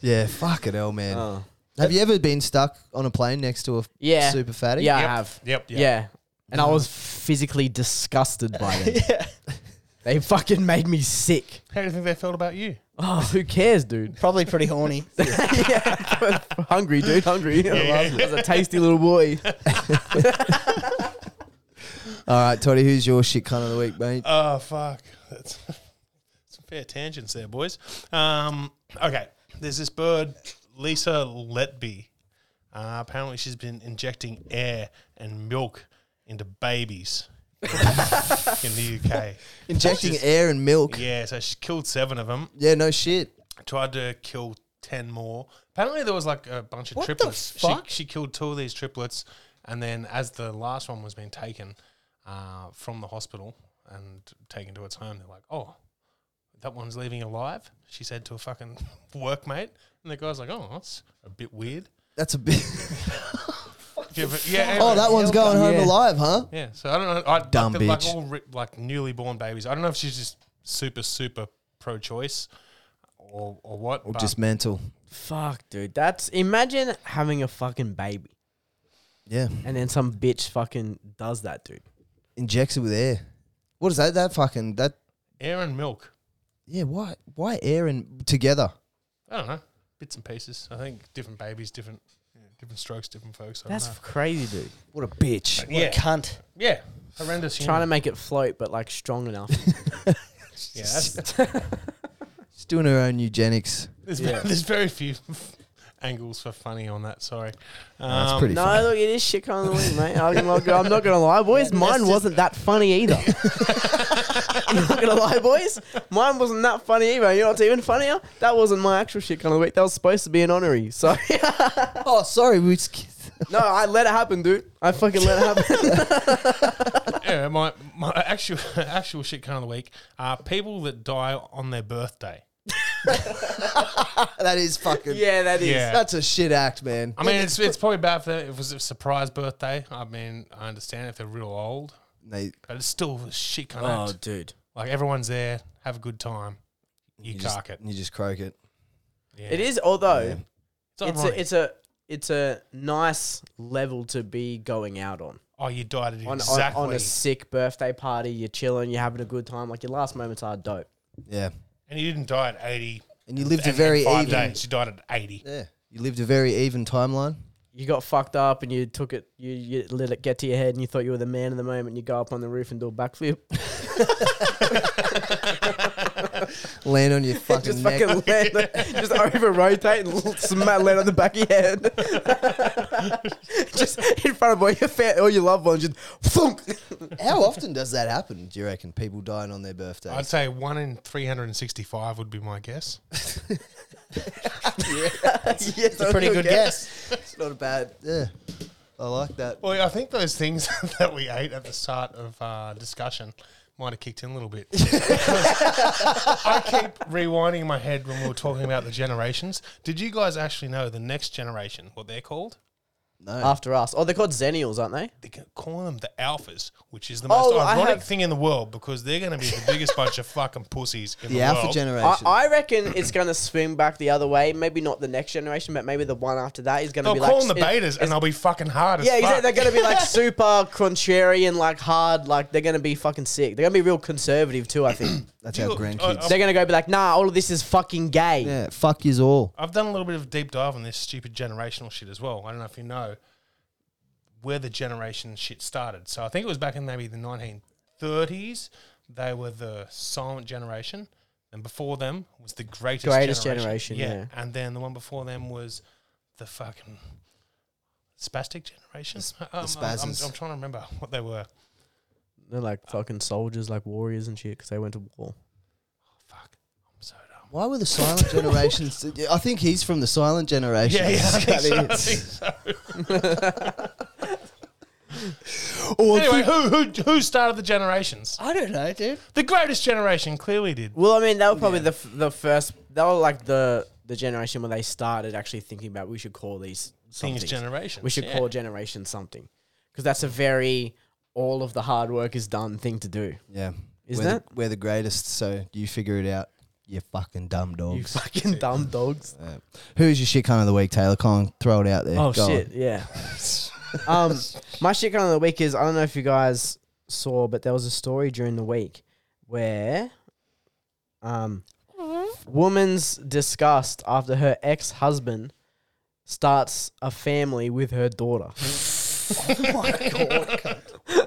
[SPEAKER 4] yeah, fucking hell, man.
[SPEAKER 6] Oh.
[SPEAKER 4] Have you ever been stuck on a plane next to a f-
[SPEAKER 5] yeah.
[SPEAKER 4] super fatty?
[SPEAKER 5] Yeah,
[SPEAKER 6] Yep,
[SPEAKER 5] I have.
[SPEAKER 6] yep, yep.
[SPEAKER 5] Yeah. And I was physically disgusted by them. They fucking made me sick.
[SPEAKER 6] How do you think they felt about you?
[SPEAKER 5] Oh, who cares, dude?
[SPEAKER 1] Probably pretty horny.
[SPEAKER 5] yeah, hungry, dude, hungry. I was, I was a tasty little boy.
[SPEAKER 4] All right, Toddy, who's your shit cunt of the week, mate?
[SPEAKER 6] Oh fuck! That's some fair tangents there, boys. Um, okay, there's this bird, Lisa Letby. Uh, apparently, she's been injecting air and milk into babies in the UK.
[SPEAKER 4] Injecting
[SPEAKER 6] she's-
[SPEAKER 4] air and milk. Yeah.
[SPEAKER 6] Yeah, so she killed seven of them.
[SPEAKER 4] no shit.
[SPEAKER 6] Tried to kill ten more. Apparently, there was like a bunch of
[SPEAKER 1] What the
[SPEAKER 6] triplets.
[SPEAKER 1] fuck?
[SPEAKER 6] She, she killed two of these triplets, and then as the last one was being taken uh, from the hospital and taken to its home, they're like, "Oh, that one's leaving alive," she said to a fucking workmate, and the guy's like, "Oh, that's a bit weird."
[SPEAKER 4] That's a bit.
[SPEAKER 6] Yeah, but- yeah, anyway.
[SPEAKER 4] Oh, that one's going home
[SPEAKER 5] Yeah.
[SPEAKER 4] alive, huh?
[SPEAKER 6] Yeah, so I don't know. I,
[SPEAKER 4] Dumb
[SPEAKER 6] like, they're, Like
[SPEAKER 4] bitch.
[SPEAKER 6] all ri- like newly born babies. I don't know if she's just super super pro-choice or or what.
[SPEAKER 4] Or
[SPEAKER 6] but-
[SPEAKER 4] just mental.
[SPEAKER 5] Fuck, dude. That's imagine having a fucking baby
[SPEAKER 4] Yeah.
[SPEAKER 5] and then some bitch fucking does that, dude.
[SPEAKER 4] Injects it with air. What is that? That fucking. That.
[SPEAKER 6] air and milk.
[SPEAKER 4] Yeah, why? Why air and together?
[SPEAKER 6] I don't know. Bits and pieces. I think different babies, different different strokes, different folks. I
[SPEAKER 5] That's
[SPEAKER 6] don't know.
[SPEAKER 5] crazy, dude.
[SPEAKER 4] What a bitch.
[SPEAKER 1] What a cunt.
[SPEAKER 6] yeah. Horrendous.
[SPEAKER 5] Trying to
[SPEAKER 6] Human.
[SPEAKER 5] make it float, but like strong enough.
[SPEAKER 6] Yeah, that's,
[SPEAKER 4] She's doing her own eugenics.
[SPEAKER 6] there's, there's very few angles for funny on that. Sorry. Um,
[SPEAKER 4] That's pretty
[SPEAKER 5] no,
[SPEAKER 4] funny.
[SPEAKER 5] look, it is shit kind of weird, mate. I'm not, gonna- I'm not gonna lie, boys. Mine wasn't that funny either. I'm not gonna lie, boys. Mine wasn't that funny either. You know what's even funnier? That wasn't my actual shit kind of week. That was supposed to be an honorary. So
[SPEAKER 4] Oh, sorry. We was
[SPEAKER 5] no, I let it happen, dude. I fucking let it happen.
[SPEAKER 6] Yeah, my my actual actual shit kind of the week are people that die on their birthday.
[SPEAKER 4] that is fucking.
[SPEAKER 5] yeah, that is.
[SPEAKER 6] Yeah.
[SPEAKER 4] That's a shit act, man.
[SPEAKER 6] I mean, it's it's probably bad for them. If it was a surprise birthday, I mean, I understand if they're real old,
[SPEAKER 4] They,
[SPEAKER 6] but it's still a shit kind of
[SPEAKER 5] Oh,
[SPEAKER 6] act.
[SPEAKER 5] dude.
[SPEAKER 6] like everyone 's there, have a good time. You,
[SPEAKER 4] you,
[SPEAKER 6] cock
[SPEAKER 4] just,
[SPEAKER 6] it.
[SPEAKER 4] you just croak it.
[SPEAKER 6] Yeah.
[SPEAKER 5] It is, although.
[SPEAKER 6] It's
[SPEAKER 5] it's
[SPEAKER 6] ironic.
[SPEAKER 5] a it's a it's a nice level to be going out on.
[SPEAKER 6] oh, you died at
[SPEAKER 5] On,
[SPEAKER 6] exactly
[SPEAKER 5] on, on a sick birthday party, you're chilling, you're having a good time. Like your last moments are dope.
[SPEAKER 4] Yeah.
[SPEAKER 6] And you didn't die at 80.
[SPEAKER 4] And you lived
[SPEAKER 6] and-
[SPEAKER 4] a very
[SPEAKER 6] and five
[SPEAKER 4] even.
[SPEAKER 6] days. You died at 80.
[SPEAKER 4] Yeah. You lived a very even timeline.
[SPEAKER 5] You got fucked up and you took it, you, you let it get to your head, and you thought you were the man of the moment. You go up on the roof and do a backflip.
[SPEAKER 4] Land on your fucking
[SPEAKER 5] just
[SPEAKER 4] neck.
[SPEAKER 5] fucking land, just over rotate and smack land on the back of your head. just in front of all your fa- all your loved ones. Just thunk.
[SPEAKER 4] How often does that happen? Do you reckon people dying on their birthdays?
[SPEAKER 6] I'd say one in 365 would be my guess.
[SPEAKER 5] Yes, that's
[SPEAKER 1] Pretty good guess.
[SPEAKER 4] it's not a bad. Yeah, I like that.
[SPEAKER 6] Well, I think those things that we ate at the start of uh, discussion might have kicked in a little bit. Because I keep rewinding in my head when we were talking about the generations. Did you guys actually know the next generation, what they're called?
[SPEAKER 5] After us. Oh, they're called Xennials, aren't they?
[SPEAKER 6] They ca- call them the alphas, which is the most
[SPEAKER 5] Oh, I
[SPEAKER 6] ironic
[SPEAKER 5] have-
[SPEAKER 6] thing in the world because they're going to be the biggest bunch of fucking pussies in the,
[SPEAKER 4] The alpha
[SPEAKER 6] world.
[SPEAKER 5] I,
[SPEAKER 4] generation.
[SPEAKER 5] I reckon it's going to swing back the other way. Maybe not the next generation, but maybe the one after that is going to
[SPEAKER 6] They'll
[SPEAKER 5] be
[SPEAKER 6] call
[SPEAKER 5] like
[SPEAKER 6] them the betas and they'll be fucking hard as
[SPEAKER 5] Yeah,
[SPEAKER 6] fuck.
[SPEAKER 5] exactly. They're going to be like super contrarian, like hard, like they're going to be fucking sick. They're going to be real conservative too. I think
[SPEAKER 4] That's our grandkids.
[SPEAKER 5] they're going to go be like, nah, all of this is fucking gay.
[SPEAKER 4] yeah, fuck yous all.
[SPEAKER 6] I've done a little bit of deep dive on this stupid generational shit as well. I don't know if you know. where the generation shit started. So I think it was back in maybe the 1930s. They were the silent generation, and before them was the greatest
[SPEAKER 5] Greatest generation,
[SPEAKER 6] generation.
[SPEAKER 5] yeah.
[SPEAKER 6] and then the one before them was the fucking spastic generation. Um, I'm- I'm,
[SPEAKER 4] spazzes.
[SPEAKER 6] I'm trying to remember what they were.
[SPEAKER 5] They're like fucking soldiers, like warriors and shit, because they went to war.
[SPEAKER 6] Fuck, I'm so dumb.
[SPEAKER 4] Why were the silent generations? I think he's from the silent generation.
[SPEAKER 6] Yeah, yeah, I think so, I
[SPEAKER 4] It's-
[SPEAKER 6] think so.
[SPEAKER 4] Or
[SPEAKER 6] Anyway, who who who started the generations?
[SPEAKER 1] I don't know, dude.
[SPEAKER 6] The greatest generation clearly did.
[SPEAKER 5] Well, I mean, they were probably the f- the first. They were like the the generation when they started actually thinking about we should call these
[SPEAKER 6] Things
[SPEAKER 5] somethings.
[SPEAKER 6] generations.
[SPEAKER 5] We should
[SPEAKER 6] yeah.
[SPEAKER 5] call generation something, because that's a very all of the hard work is done thing to do.
[SPEAKER 4] yeah,
[SPEAKER 5] Isn't
[SPEAKER 4] we're
[SPEAKER 5] it?
[SPEAKER 4] The, we're the greatest, so you figure it out. You fucking dumb
[SPEAKER 5] You
[SPEAKER 4] dogs.
[SPEAKER 5] fucking dumb dogs.
[SPEAKER 4] Who's your shit cunt of the week, Taylor? Con, throw it out there.
[SPEAKER 5] Oh
[SPEAKER 4] Go on.
[SPEAKER 5] shit, yeah. um, my shit kind of the week is I don't know if you guys saw, but there was a story during the week where, um, woman's disgust after her ex husband starts a family with her daughter.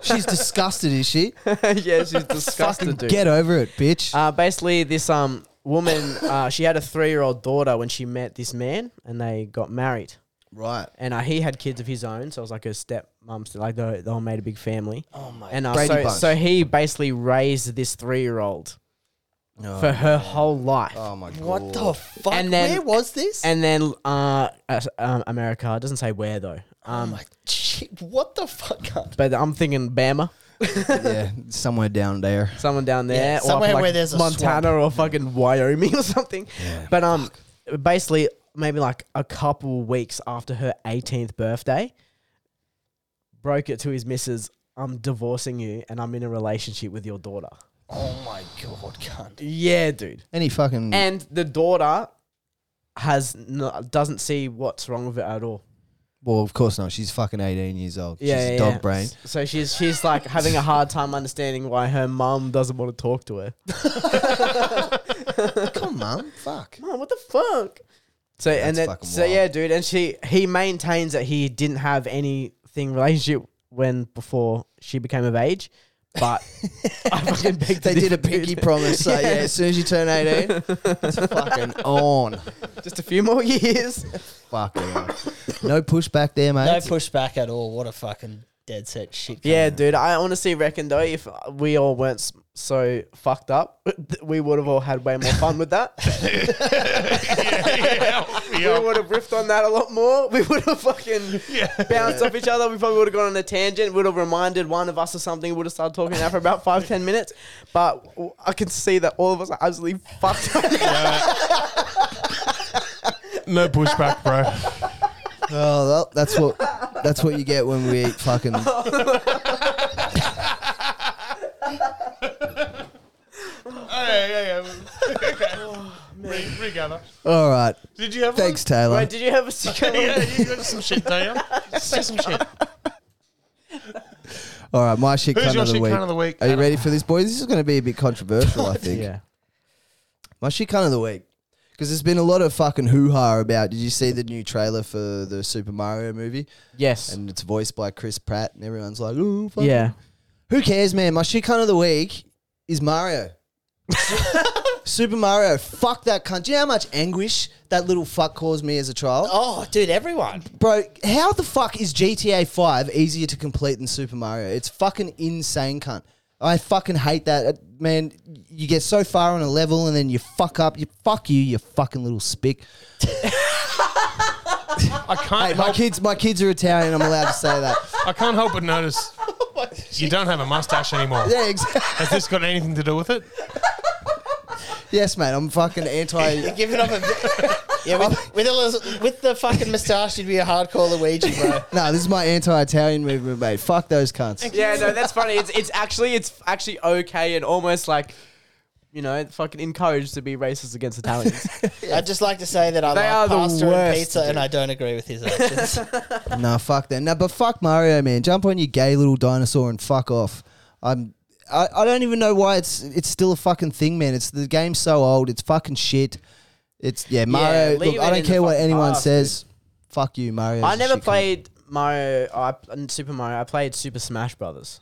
[SPEAKER 4] She's disgusted, is she?
[SPEAKER 5] yeah, she's disgusted. dude.
[SPEAKER 4] Get over it, bitch.
[SPEAKER 5] Uh, basically, this um woman, uh, she had a three year old daughter when she met this man, and they got married.
[SPEAKER 4] right.
[SPEAKER 5] and uh, he had kids of his own, so it was like a step mum, like they, they all made a big family. Oh my! And uh,
[SPEAKER 4] Brady
[SPEAKER 5] so,
[SPEAKER 4] Bunch.
[SPEAKER 5] so he basically raised this three-year-old
[SPEAKER 4] Oh,
[SPEAKER 5] for her whole life,
[SPEAKER 4] oh my god.
[SPEAKER 1] What the fuck?
[SPEAKER 5] And then-
[SPEAKER 1] Where was this?
[SPEAKER 5] and then uh, uh, um, America it doesn't say where though. Um,
[SPEAKER 1] like, shit, what the fuck? Up?
[SPEAKER 5] but I'm thinking Bama,
[SPEAKER 4] yeah, somewhere down there.
[SPEAKER 5] someone down there,
[SPEAKER 1] Yeah,
[SPEAKER 5] or up
[SPEAKER 1] somewhere
[SPEAKER 5] like
[SPEAKER 1] where there's a
[SPEAKER 5] Montana or fucking Wyoming or something. but um, basically, maybe like a couple weeks after her 18th birthday, broke it to his missus. I'm divorcing you, and I'm in a relationship with your daughter.
[SPEAKER 1] Oh my god, cunt.
[SPEAKER 5] Yeah, dude.
[SPEAKER 4] Any fucking.
[SPEAKER 5] And the daughter has no, doesn't see what's wrong with it at all.
[SPEAKER 4] well, of course not. She's fucking 18 years old.
[SPEAKER 5] Yeah,
[SPEAKER 4] She's
[SPEAKER 5] yeah,
[SPEAKER 4] dog
[SPEAKER 5] yeah.
[SPEAKER 4] brain.
[SPEAKER 5] So she's she's like having a hard time understanding why her mum doesn't want to talk to her.
[SPEAKER 4] Come on, fuck.
[SPEAKER 5] Mum, what the fuck? So and then
[SPEAKER 4] fucking
[SPEAKER 5] so
[SPEAKER 4] wild.
[SPEAKER 5] yeah, dude. And she he maintains that he didn't have anything relationship when before she became of age, but I fucking beg to
[SPEAKER 4] They did a
[SPEAKER 5] differ, dude.
[SPEAKER 4] pinky promise. So yeah. as soon as you turn 18, it's fucking on.
[SPEAKER 5] Just a few more years.
[SPEAKER 4] Fucking on. No pushback there, mate.
[SPEAKER 1] No pushback at all. What a fucking dead set shit. cunt.
[SPEAKER 5] Yeah, dude. I honestly reckon though, if we all weren't s- so fucked up, we would have all had way more fun with that.
[SPEAKER 6] Yeah.
[SPEAKER 5] We would have riffed on that a lot more. We would have fucking bounced off each other. We probably would have gone on a tangent. Would have reminded one of us of something. Would have started talking now for about five ten minutes. But w- I can see that all of us are absolutely fucked up.
[SPEAKER 6] No pushback, bro.
[SPEAKER 4] Oh, well, that's what that's what you get when we eat fucking.
[SPEAKER 6] Oh, yeah, yeah, yeah. Okay. Re- regather.
[SPEAKER 4] All right,
[SPEAKER 6] Did you have
[SPEAKER 4] thanks, Taylor.
[SPEAKER 5] Wait, did you have a second?
[SPEAKER 6] One? Yeah, you got some shit, don't you? Say some shit.
[SPEAKER 4] All right, my shit
[SPEAKER 6] Who's
[SPEAKER 4] cunt
[SPEAKER 6] your
[SPEAKER 4] of the
[SPEAKER 6] shit
[SPEAKER 4] week.
[SPEAKER 6] cunt of the week,
[SPEAKER 4] Are you
[SPEAKER 6] Adam?
[SPEAKER 4] ready for this, boys? This is going to be a bit controversial, I think. My shit cunt of the week, because there's been a lot of fucking hoo ha about. Did you see the new trailer for the Super Mario movie?
[SPEAKER 5] Yes.
[SPEAKER 4] And it's voiced by Chris Pratt, and everyone's like, "Ooh, fuck.
[SPEAKER 5] Yeah.
[SPEAKER 4] Who cares, man? My shit cunt of the week is Mario. Super Mario, fuck that cunt. Do you know how much anguish that little fuck caused me as a child?
[SPEAKER 1] Oh, dude, everyone.
[SPEAKER 4] Bro, how the fuck is GTA 5 easier to complete than Super Mario? It's fucking insane, cunt. I fucking hate that. Uh, Man, you get so far on a level and then you fuck up. You fuck you, you fucking little spick.
[SPEAKER 6] I can't,
[SPEAKER 4] Hey, my
[SPEAKER 6] help,
[SPEAKER 4] kids my kids are Italian, I'm allowed to say that.
[SPEAKER 6] I can't help but notice you don't have a mustache anymore.
[SPEAKER 4] Yeah, ex-
[SPEAKER 6] Has this got anything to do with it?
[SPEAKER 4] yes, mate, I'm fucking anti
[SPEAKER 1] You're giving up a bit. Yeah, with, with, all those, with the fucking moustache, you'd be a hardcore Luigi, bro.
[SPEAKER 4] No, this is my anti Italian movement, mate. Fuck those cunts.
[SPEAKER 5] Yeah, no, that's funny. It's it's actually it's actually okay and almost like you know, fucking encouraged to be racist against Italians.
[SPEAKER 1] I'd just like to say that I
[SPEAKER 5] They are
[SPEAKER 1] love
[SPEAKER 5] the
[SPEAKER 1] pasta and
[SPEAKER 5] worst,
[SPEAKER 1] pizza, and I don't agree with his actions.
[SPEAKER 4] Nah, fuck that. Nah, but fuck Mario, man. Jump on your gay little dinosaur and fuck off. I'm. I, I don't even know why it's it's still a fucking thing, man. It's the game's so old. It's fucking shit. It's yeah, Mario.
[SPEAKER 5] leave
[SPEAKER 4] look,
[SPEAKER 5] it
[SPEAKER 4] I
[SPEAKER 5] in
[SPEAKER 4] don't
[SPEAKER 5] the
[SPEAKER 4] care what
[SPEAKER 5] fucking
[SPEAKER 4] anyone
[SPEAKER 5] past,
[SPEAKER 4] says. Fuck you, Mario.
[SPEAKER 5] I never played Mario, I, and Super Mario, I played Super Smash Brothers,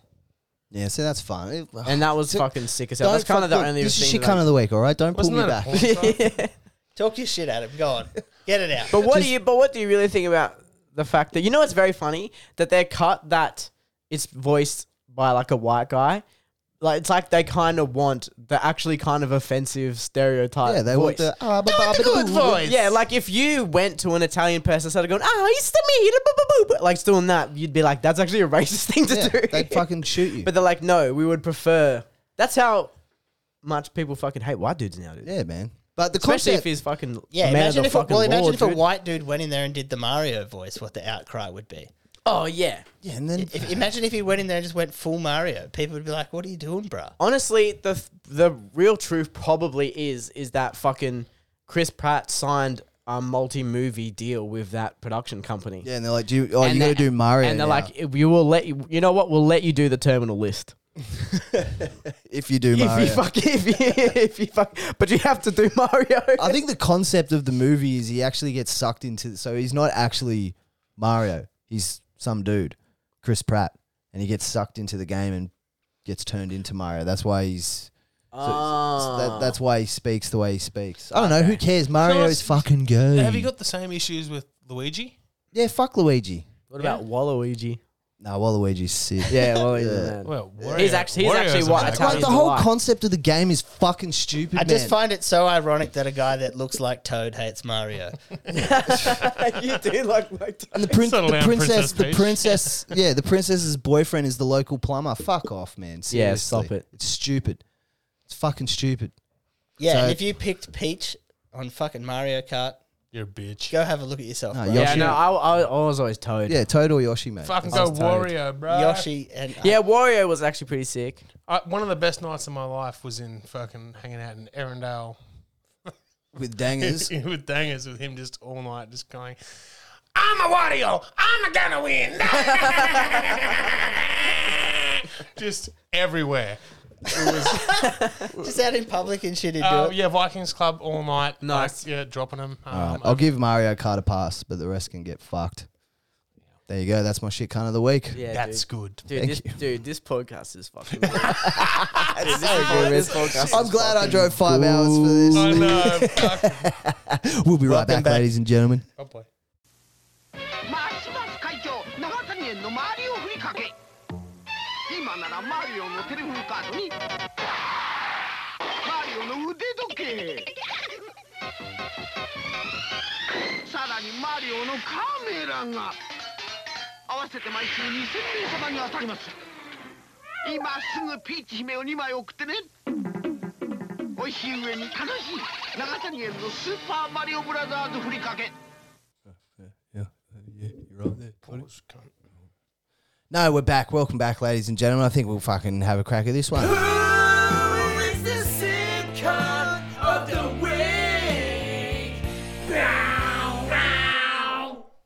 [SPEAKER 4] Yeah, so that's fun. It-
[SPEAKER 5] and that was
[SPEAKER 4] Don't
[SPEAKER 5] fucking sick as hell. That's kind
[SPEAKER 4] fuck-
[SPEAKER 5] of the
[SPEAKER 4] look,
[SPEAKER 5] only
[SPEAKER 4] This is
[SPEAKER 5] thing.
[SPEAKER 4] shit
[SPEAKER 5] that I-
[SPEAKER 4] cunt of the week, all right? Don't pull
[SPEAKER 6] Wasn't
[SPEAKER 4] me
[SPEAKER 6] that a
[SPEAKER 4] back.
[SPEAKER 6] porn star?
[SPEAKER 1] Talk your shit at him. Go on. Get it out.
[SPEAKER 5] But what do you? But what do you really think about the fact that you know it's very funny that they cut that it's voiced by like a white guy. Like it's like they kind of want the actually kind of offensive stereotype.
[SPEAKER 4] Yeah, they
[SPEAKER 5] voice.
[SPEAKER 4] want the. Ah, ba- ba- ba-
[SPEAKER 6] Good
[SPEAKER 4] boo.
[SPEAKER 6] voice.
[SPEAKER 5] Yeah, like if you went to an Italian person and started going, "Oh, it's the meat," boo, boo, boo," like it's doing that, you'd be like, "That's actually a racist thing to
[SPEAKER 4] Yeah,
[SPEAKER 5] do."
[SPEAKER 4] they'd fucking shoot you.
[SPEAKER 5] But they're like, "No, we would prefer." That's how much people fucking hate white dudes now, dude.
[SPEAKER 4] yeah, man. But the
[SPEAKER 5] Especially if
[SPEAKER 4] concept.
[SPEAKER 5] he's fucking
[SPEAKER 1] Yeah,
[SPEAKER 5] man of
[SPEAKER 1] imagine
[SPEAKER 5] the
[SPEAKER 1] if a,
[SPEAKER 5] fucking
[SPEAKER 1] well, imagine
[SPEAKER 5] world,
[SPEAKER 1] if a
[SPEAKER 5] dude.
[SPEAKER 1] white dude went in there and did the Mario voice, what the outcry would be.
[SPEAKER 5] Oh yeah,
[SPEAKER 4] Yeah, and then.
[SPEAKER 1] If, imagine if he went in there and just went full Mario. People would be like, "What are you doing, bruh?
[SPEAKER 5] honestly, the the real truth probably is is that fucking Chris Pratt signed a multi movie deal with that production company.
[SPEAKER 4] Yeah, and they're like, do you, oh, you got to
[SPEAKER 5] they-
[SPEAKER 4] do Mario.
[SPEAKER 5] And they're
[SPEAKER 4] now
[SPEAKER 5] like, we will let you. You know what? We'll let you do the terminal list
[SPEAKER 4] if you do Mario.
[SPEAKER 5] if you fuck if you if you fuck. But you have to do Mario.
[SPEAKER 4] I think the concept of the movie is he actually gets sucked into. So he's not actually Mario. He's some dude, Chris Pratt, and he gets sucked into the game and gets turned into Mario. That's why he's. so- so
[SPEAKER 6] Ah.
[SPEAKER 4] that, that's why he speaks the way he speaks. I don't know. Who cares? Mario
[SPEAKER 6] I
[SPEAKER 4] is
[SPEAKER 6] ask-
[SPEAKER 4] fucking good.
[SPEAKER 6] Have you got the same issues with Luigi?
[SPEAKER 4] Yeah, fuck Luigi.
[SPEAKER 5] what about Waluigi?
[SPEAKER 4] No, Waluigi's sick.
[SPEAKER 5] Yeah, Waluigi. man.
[SPEAKER 6] Well,
[SPEAKER 5] He's actually- he's actually white
[SPEAKER 4] Like
[SPEAKER 5] He's
[SPEAKER 4] the whole
[SPEAKER 5] alive.
[SPEAKER 4] concept of the game is fucking stupid.
[SPEAKER 1] I just
[SPEAKER 4] man.
[SPEAKER 1] find it so ironic that a guy that looks like Toad hates Mario.
[SPEAKER 5] you do like like.
[SPEAKER 4] And the, prin-
[SPEAKER 6] Settle
[SPEAKER 4] the
[SPEAKER 6] down,
[SPEAKER 4] princess,
[SPEAKER 6] Princess
[SPEAKER 4] the
[SPEAKER 6] Peach.
[SPEAKER 4] princess, yeah, the princess's boyfriend is the local plumber. Fuck off, man. Seriously.
[SPEAKER 5] Yeah, stop it.
[SPEAKER 4] It's stupid. It's fucking stupid.
[SPEAKER 1] Yeah, and
[SPEAKER 4] So-
[SPEAKER 1] if you picked Peach on fucking Mario Kart,
[SPEAKER 6] You're a bitch.
[SPEAKER 1] go have a look at yourself.
[SPEAKER 4] No,
[SPEAKER 1] bro.
[SPEAKER 5] Yeah,
[SPEAKER 4] Yoshi.
[SPEAKER 5] no, I, I, I was always Toad.
[SPEAKER 4] Yeah, Toad or Yoshi, mate.
[SPEAKER 6] Fucking go Wario, bro.
[SPEAKER 1] Yoshi and
[SPEAKER 5] yeah, Wario was actually pretty sick.
[SPEAKER 6] I, one of the best nights of my life was in fucking hanging out in Erindale
[SPEAKER 4] with dangers.
[SPEAKER 6] with Dangers with him just all night, just going, I'm a Wario, I'm gonna win. just everywhere.
[SPEAKER 1] just out in public and shit. he'd do
[SPEAKER 6] Uh,
[SPEAKER 1] it.
[SPEAKER 6] yeah, Vikings Club all night.
[SPEAKER 5] Nice.
[SPEAKER 6] Like, yeah, dropping them. Um,
[SPEAKER 4] All right, I'll give Mario Kart a pass, but the rest can get fucked. There you go. That's my shit kind of the week.
[SPEAKER 5] Yeah,
[SPEAKER 6] that's good.
[SPEAKER 5] Dude,
[SPEAKER 4] Thank
[SPEAKER 5] this,
[SPEAKER 4] you.
[SPEAKER 5] dude, this podcast is fucking. Dude, this this podcast
[SPEAKER 4] I'm
[SPEAKER 5] is
[SPEAKER 4] glad I
[SPEAKER 5] fucking-
[SPEAKER 4] drove five hours for this.
[SPEAKER 6] I know. fuck.
[SPEAKER 4] We'll be right
[SPEAKER 1] Welcome
[SPEAKER 4] back,
[SPEAKER 1] back.
[SPEAKER 4] ladies and gentlemen.
[SPEAKER 6] I'll play.
[SPEAKER 10] ますます会長永谷園のマリオふりかけ今ならマリオのテレフォンカードにマリオの腕時計さらにマリオのカメラが合わせて毎週2000名様に当たります今すぐピーチ姫を2枚送ってね美味しい上に楽しい長谷園のスーパーマリオブラザーズふりかけ
[SPEAKER 4] No, we're back. Welcome back, ladies and gentlemen. I think we'll fucking have a crack at this one.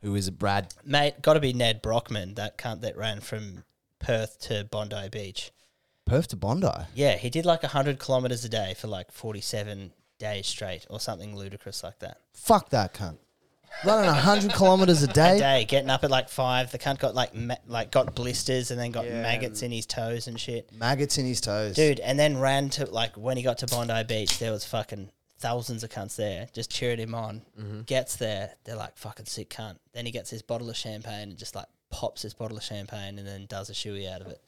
[SPEAKER 4] Who is it, Brad?
[SPEAKER 1] mate, got to be Ned Brockman, that cunt that ran from Perth to Bondi Beach.
[SPEAKER 4] Perth to Bondi.
[SPEAKER 1] Yeah, he did like 100 kilometers a day for like 47 days straight or something ludicrous like that.
[SPEAKER 4] Fuck that cunt. Running 100 kilometres a
[SPEAKER 1] A
[SPEAKER 4] day.
[SPEAKER 1] day, getting up at like 5, the cunt got like ma- like got blisters and then got maggots in his toes and shit.
[SPEAKER 4] Maggots in his toes.
[SPEAKER 1] Dude, and then ran to like when he got to Bondi Beach, there was fucking thousands of cunts there just cheering him on.
[SPEAKER 4] Mm-hmm.
[SPEAKER 1] Gets there, they're like fucking sick cunt. Then he gets his bottle of champagne and just like pops his bottle of champagne and then does a shoey out of it.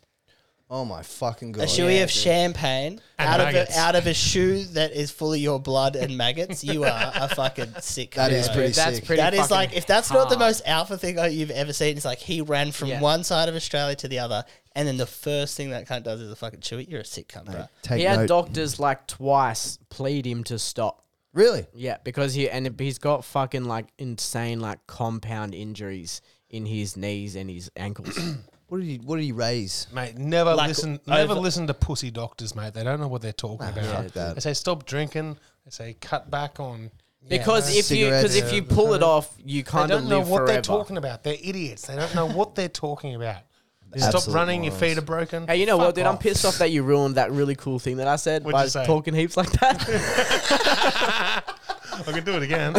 [SPEAKER 4] Oh my fucking
[SPEAKER 1] A
[SPEAKER 4] god.
[SPEAKER 1] shoey of champagne
[SPEAKER 6] And
[SPEAKER 1] out of
[SPEAKER 6] maggots.
[SPEAKER 1] a, out of a shoe that is full of your blood and maggots. You are a fucking sick.
[SPEAKER 4] That
[SPEAKER 1] cunt,
[SPEAKER 4] is
[SPEAKER 1] bro.
[SPEAKER 4] pretty
[SPEAKER 5] That's
[SPEAKER 4] sick.
[SPEAKER 5] pretty
[SPEAKER 1] That is
[SPEAKER 5] fucking
[SPEAKER 1] like if that's not the
[SPEAKER 5] hard.
[SPEAKER 1] most alpha thing that you've ever seen. It's like he ran from
[SPEAKER 5] Yeah.
[SPEAKER 1] one side of Australia to the other, and then the first thing that cunt does is a fucking chew it. You're a sick cunt, bro.
[SPEAKER 4] Take
[SPEAKER 5] He had
[SPEAKER 4] note.
[SPEAKER 5] doctors like twice plead him to stop.
[SPEAKER 4] really?
[SPEAKER 5] Yeah, because he and he's got fucking like insane like compound injuries in his knees and his ankles.
[SPEAKER 4] What did he what did he raise?
[SPEAKER 6] Mate, never
[SPEAKER 1] Like,
[SPEAKER 6] listen. Never
[SPEAKER 1] over-
[SPEAKER 6] listen to pussy doctors, mate. They don't know what they're talking about.
[SPEAKER 4] fuck that.
[SPEAKER 6] They say stop drinking. They say cut back on.
[SPEAKER 5] because
[SPEAKER 6] Yeah,
[SPEAKER 5] if you because if
[SPEAKER 4] Cigarettes.
[SPEAKER 5] you pull it off, you
[SPEAKER 6] they
[SPEAKER 5] kind of
[SPEAKER 6] don't know
[SPEAKER 5] live
[SPEAKER 6] what
[SPEAKER 5] forever.
[SPEAKER 6] they're talking about. They're idiots. They don't know what they're talking about. You stop
[SPEAKER 4] Absolute
[SPEAKER 6] running. Your
[SPEAKER 4] morons.
[SPEAKER 6] feet are broken.
[SPEAKER 5] Hey, you know what,
[SPEAKER 6] Fuck
[SPEAKER 5] dude? I'm
[SPEAKER 6] off.
[SPEAKER 5] pissed off that you ruined that really cool thing that I said
[SPEAKER 6] What'd
[SPEAKER 5] by
[SPEAKER 6] you say?
[SPEAKER 5] talking heaps like that.
[SPEAKER 6] I can do it again.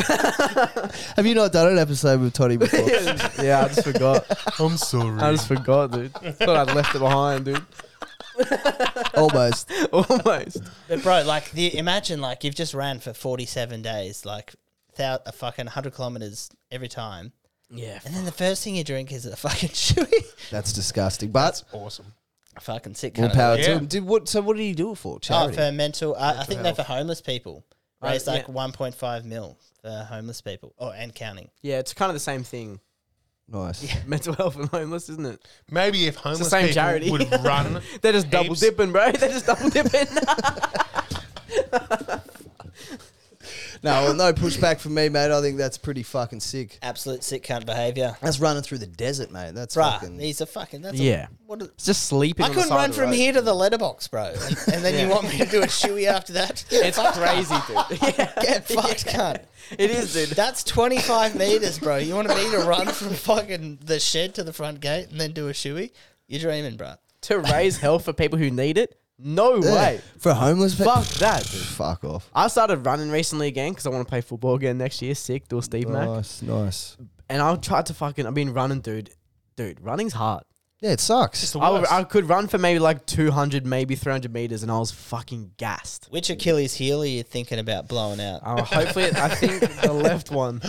[SPEAKER 4] Have you not done an episode with Toddy before?
[SPEAKER 5] yeah, I just forgot.
[SPEAKER 6] I'm sorry.
[SPEAKER 5] I just forgot, dude. Thought I'd left it behind, dude.
[SPEAKER 4] Almost.
[SPEAKER 5] Almost.
[SPEAKER 1] But bro, like the imagine like you've just ran for forty seven days, like thou- a fucking hundred kilometers every time,
[SPEAKER 5] Yeah.
[SPEAKER 1] and then the first thing you drink is a fucking chewy.
[SPEAKER 4] That's disgusting. But
[SPEAKER 6] awesome.
[SPEAKER 1] fucking sick.
[SPEAKER 4] more
[SPEAKER 1] cunt of
[SPEAKER 4] power
[SPEAKER 6] Yeah.
[SPEAKER 4] to him. Did what? So what did he do it for?
[SPEAKER 1] Oh,
[SPEAKER 4] Charity.
[SPEAKER 1] for mental, uh, I think they're for homeless people.
[SPEAKER 5] Right,
[SPEAKER 1] Raised like
[SPEAKER 5] Uh, yeah.
[SPEAKER 1] 1.5 mil for homeless people. Oh, and counting.
[SPEAKER 5] Yeah, it's kind of the same thing.
[SPEAKER 4] nice.
[SPEAKER 5] Mental health and homeless, isn't it?
[SPEAKER 6] Maybe if homeless
[SPEAKER 5] same
[SPEAKER 6] people
[SPEAKER 5] charity.
[SPEAKER 6] would run,
[SPEAKER 5] They're just double
[SPEAKER 6] Heaps.
[SPEAKER 5] dipping, bro. They're just double dipping.
[SPEAKER 4] No, well, no pushback from me, mate. I think that's pretty fucking sick.
[SPEAKER 1] Absolute sick cunt behavior.
[SPEAKER 4] That's running through the desert, mate. That's
[SPEAKER 1] Bruh,
[SPEAKER 4] fucking.
[SPEAKER 1] he's a fucking. That's
[SPEAKER 5] Yeah.
[SPEAKER 1] A, what a,
[SPEAKER 5] It's just sleeping.
[SPEAKER 1] I
[SPEAKER 5] on the
[SPEAKER 1] couldn't
[SPEAKER 5] side
[SPEAKER 1] run
[SPEAKER 5] of the
[SPEAKER 1] from
[SPEAKER 5] road.
[SPEAKER 1] here to the letterbox, bro. And, and then you want me to do a chewy after that? Get
[SPEAKER 5] It's
[SPEAKER 1] fucked,
[SPEAKER 5] crazy, dude. yeah.
[SPEAKER 1] Get fucked, cunt.
[SPEAKER 5] It is, dude.
[SPEAKER 1] That's 25 meters, bro. You want me to run from fucking the shed to the front gate and then do a shoey? You're dreaming, bro.
[SPEAKER 5] to raise hell for people who need it? No
[SPEAKER 4] Yeah.
[SPEAKER 5] way.
[SPEAKER 4] For homeless people.
[SPEAKER 5] Fuck that, dude.
[SPEAKER 4] Fuck off.
[SPEAKER 5] I started running recently again because I want to play football again next year. Sick, do a Steve Mac.
[SPEAKER 4] Nice, nice.
[SPEAKER 5] And I tried to fucking, I've been running, dude. Dude, running's hard.
[SPEAKER 4] Yeah, it sucks.
[SPEAKER 6] the
[SPEAKER 5] I,
[SPEAKER 6] worst.
[SPEAKER 5] I could run for maybe like 200, maybe 300 meters, and I was fucking gassed.
[SPEAKER 1] Which Achilles heel are you thinking about blowing out?
[SPEAKER 5] Uh, hopefully, I think the left one.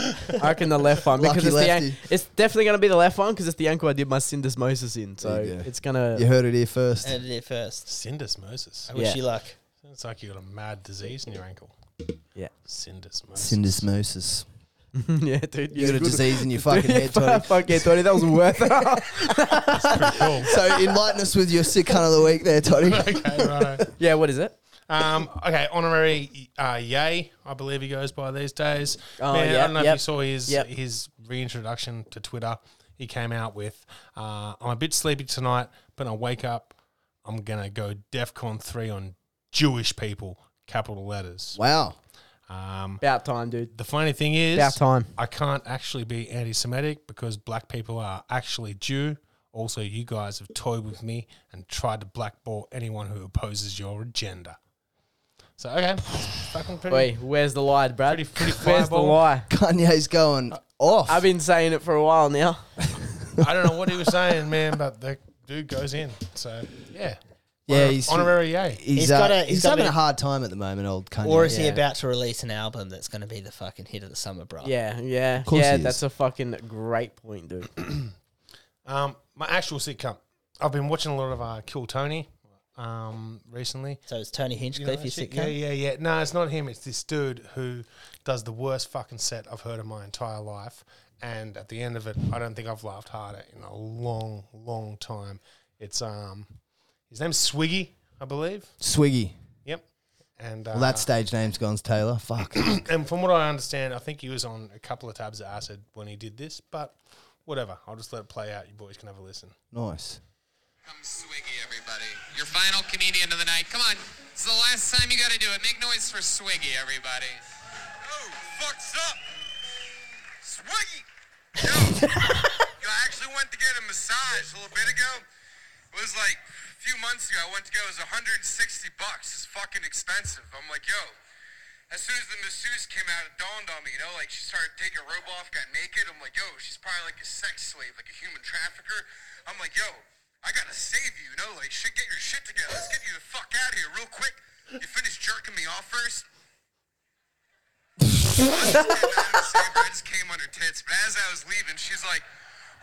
[SPEAKER 5] I reckon the left one because
[SPEAKER 4] Lucky
[SPEAKER 5] it's, the, an-
[SPEAKER 4] lefty.
[SPEAKER 5] it's definitely going to be the left one because it's the ankle I did my syndesmosis in. So
[SPEAKER 4] you go.
[SPEAKER 5] it's going to.
[SPEAKER 4] You heard it here first.
[SPEAKER 1] I did it first.
[SPEAKER 6] syndesmosis.
[SPEAKER 1] I wish
[SPEAKER 5] Yeah.
[SPEAKER 1] you luck.
[SPEAKER 6] It's like you got a mad disease in your ankle.
[SPEAKER 5] Yeah.
[SPEAKER 6] Syndesmosis.
[SPEAKER 4] Syndesmosis.
[SPEAKER 5] yeah, dude.
[SPEAKER 4] You
[SPEAKER 5] yeah,
[SPEAKER 4] got a
[SPEAKER 5] good.
[SPEAKER 4] disease in your fucking head, Tony.
[SPEAKER 5] Fuck yeah, Tony. That was worth it.
[SPEAKER 6] cool.
[SPEAKER 4] So enlighten us with your sick cunt of the week there, Tony.
[SPEAKER 6] okay, righto.
[SPEAKER 5] yeah, what is it?
[SPEAKER 6] Um, okay, honorary uh, Yay, I believe he goes by these days.
[SPEAKER 5] Oh,
[SPEAKER 6] Man,
[SPEAKER 5] yep,
[SPEAKER 6] I don't know
[SPEAKER 5] yep,
[SPEAKER 6] if you saw his
[SPEAKER 5] yep.
[SPEAKER 6] his reintroduction to Twitter. He came out with, uh, "I'm a bit sleepy tonight, but I wake up, I'm gonna go DefCon three on Jewish people, capital letters."
[SPEAKER 4] Wow.
[SPEAKER 6] Um,
[SPEAKER 5] About time, dude.
[SPEAKER 6] the funny thing is,
[SPEAKER 5] About time.
[SPEAKER 6] I can't actually be anti Semitic because black people are actually Jew. Also, you guys have toyed with me and tried to blackball anyone who opposes your agenda. So, okay. it's fucking pretty.
[SPEAKER 5] Wait, where's the lie, Brad?
[SPEAKER 6] Pretty- pretty
[SPEAKER 5] where's the
[SPEAKER 6] fireball.
[SPEAKER 5] lie?
[SPEAKER 4] Kanye's going off.
[SPEAKER 5] I've been saying it for a while now.
[SPEAKER 4] Oh.
[SPEAKER 6] I don't know what he was saying, man, but the dude goes in. So, yeah.
[SPEAKER 4] yeah, he's
[SPEAKER 6] Honorary yay.
[SPEAKER 4] He's,
[SPEAKER 1] He's
[SPEAKER 4] uh,
[SPEAKER 1] got a-
[SPEAKER 4] he's,
[SPEAKER 1] he's got a
[SPEAKER 4] having
[SPEAKER 1] bit-
[SPEAKER 4] a hard time at the moment, old Kanye.
[SPEAKER 1] Or is he
[SPEAKER 5] Yeah.
[SPEAKER 1] about to release an album that's going to be the fucking hit of the summer, bro?
[SPEAKER 5] Yeah, yeah,
[SPEAKER 4] course
[SPEAKER 5] yeah.
[SPEAKER 4] he is.
[SPEAKER 5] That's a fucking great point, dude.
[SPEAKER 6] Um, my actual sitcom. I've been watching a lot of uh, Kill Tony um, recently.
[SPEAKER 1] So it's Tony
[SPEAKER 6] You know
[SPEAKER 1] Hinchcliffe,
[SPEAKER 6] that
[SPEAKER 1] you
[SPEAKER 6] shit?
[SPEAKER 1] sick
[SPEAKER 6] Yeah,
[SPEAKER 1] cunt?
[SPEAKER 6] yeah, yeah. No, it's not him. It's this dude who does the worst fucking set I've heard in my entire life. And at the end of it, I don't think I've laughed harder in a long, long time. It's um, his name's Swiggy, I believe.
[SPEAKER 4] Swiggy.
[SPEAKER 6] Yep. And uh,
[SPEAKER 4] Well, that stage name's gone, Taylor. Fuck.
[SPEAKER 6] and from what I understand, I think he was on a couple of tabs of acid when he did this. But whatever, I'll just let it play out. You boys can have a listen.
[SPEAKER 4] nice.
[SPEAKER 8] Come Swiggy, everybody. Your final comedian of the night. Come on. It's the last time you got to do it. Make noise for Swiggy, everybody. Oh, fucks up. Swiggy. Yo, yo, I actually went to get a massage a little bit ago. It was like a few months ago. I went to go. It was 160 bucks. It's fucking expensive. I'm like, yo. As soon as the masseuse came out, it dawned on me, you know, like she started taking her robe off, got naked. I'm like, yo, she's probably like a sex slave, like a human trafficker. I'm like, yo, I gotta save you, you know, like shit, get your shit together. Let's get you the fuck out of here real quick. You finish jerking me off first? I just came on her tits, but as I was leaving, she's like,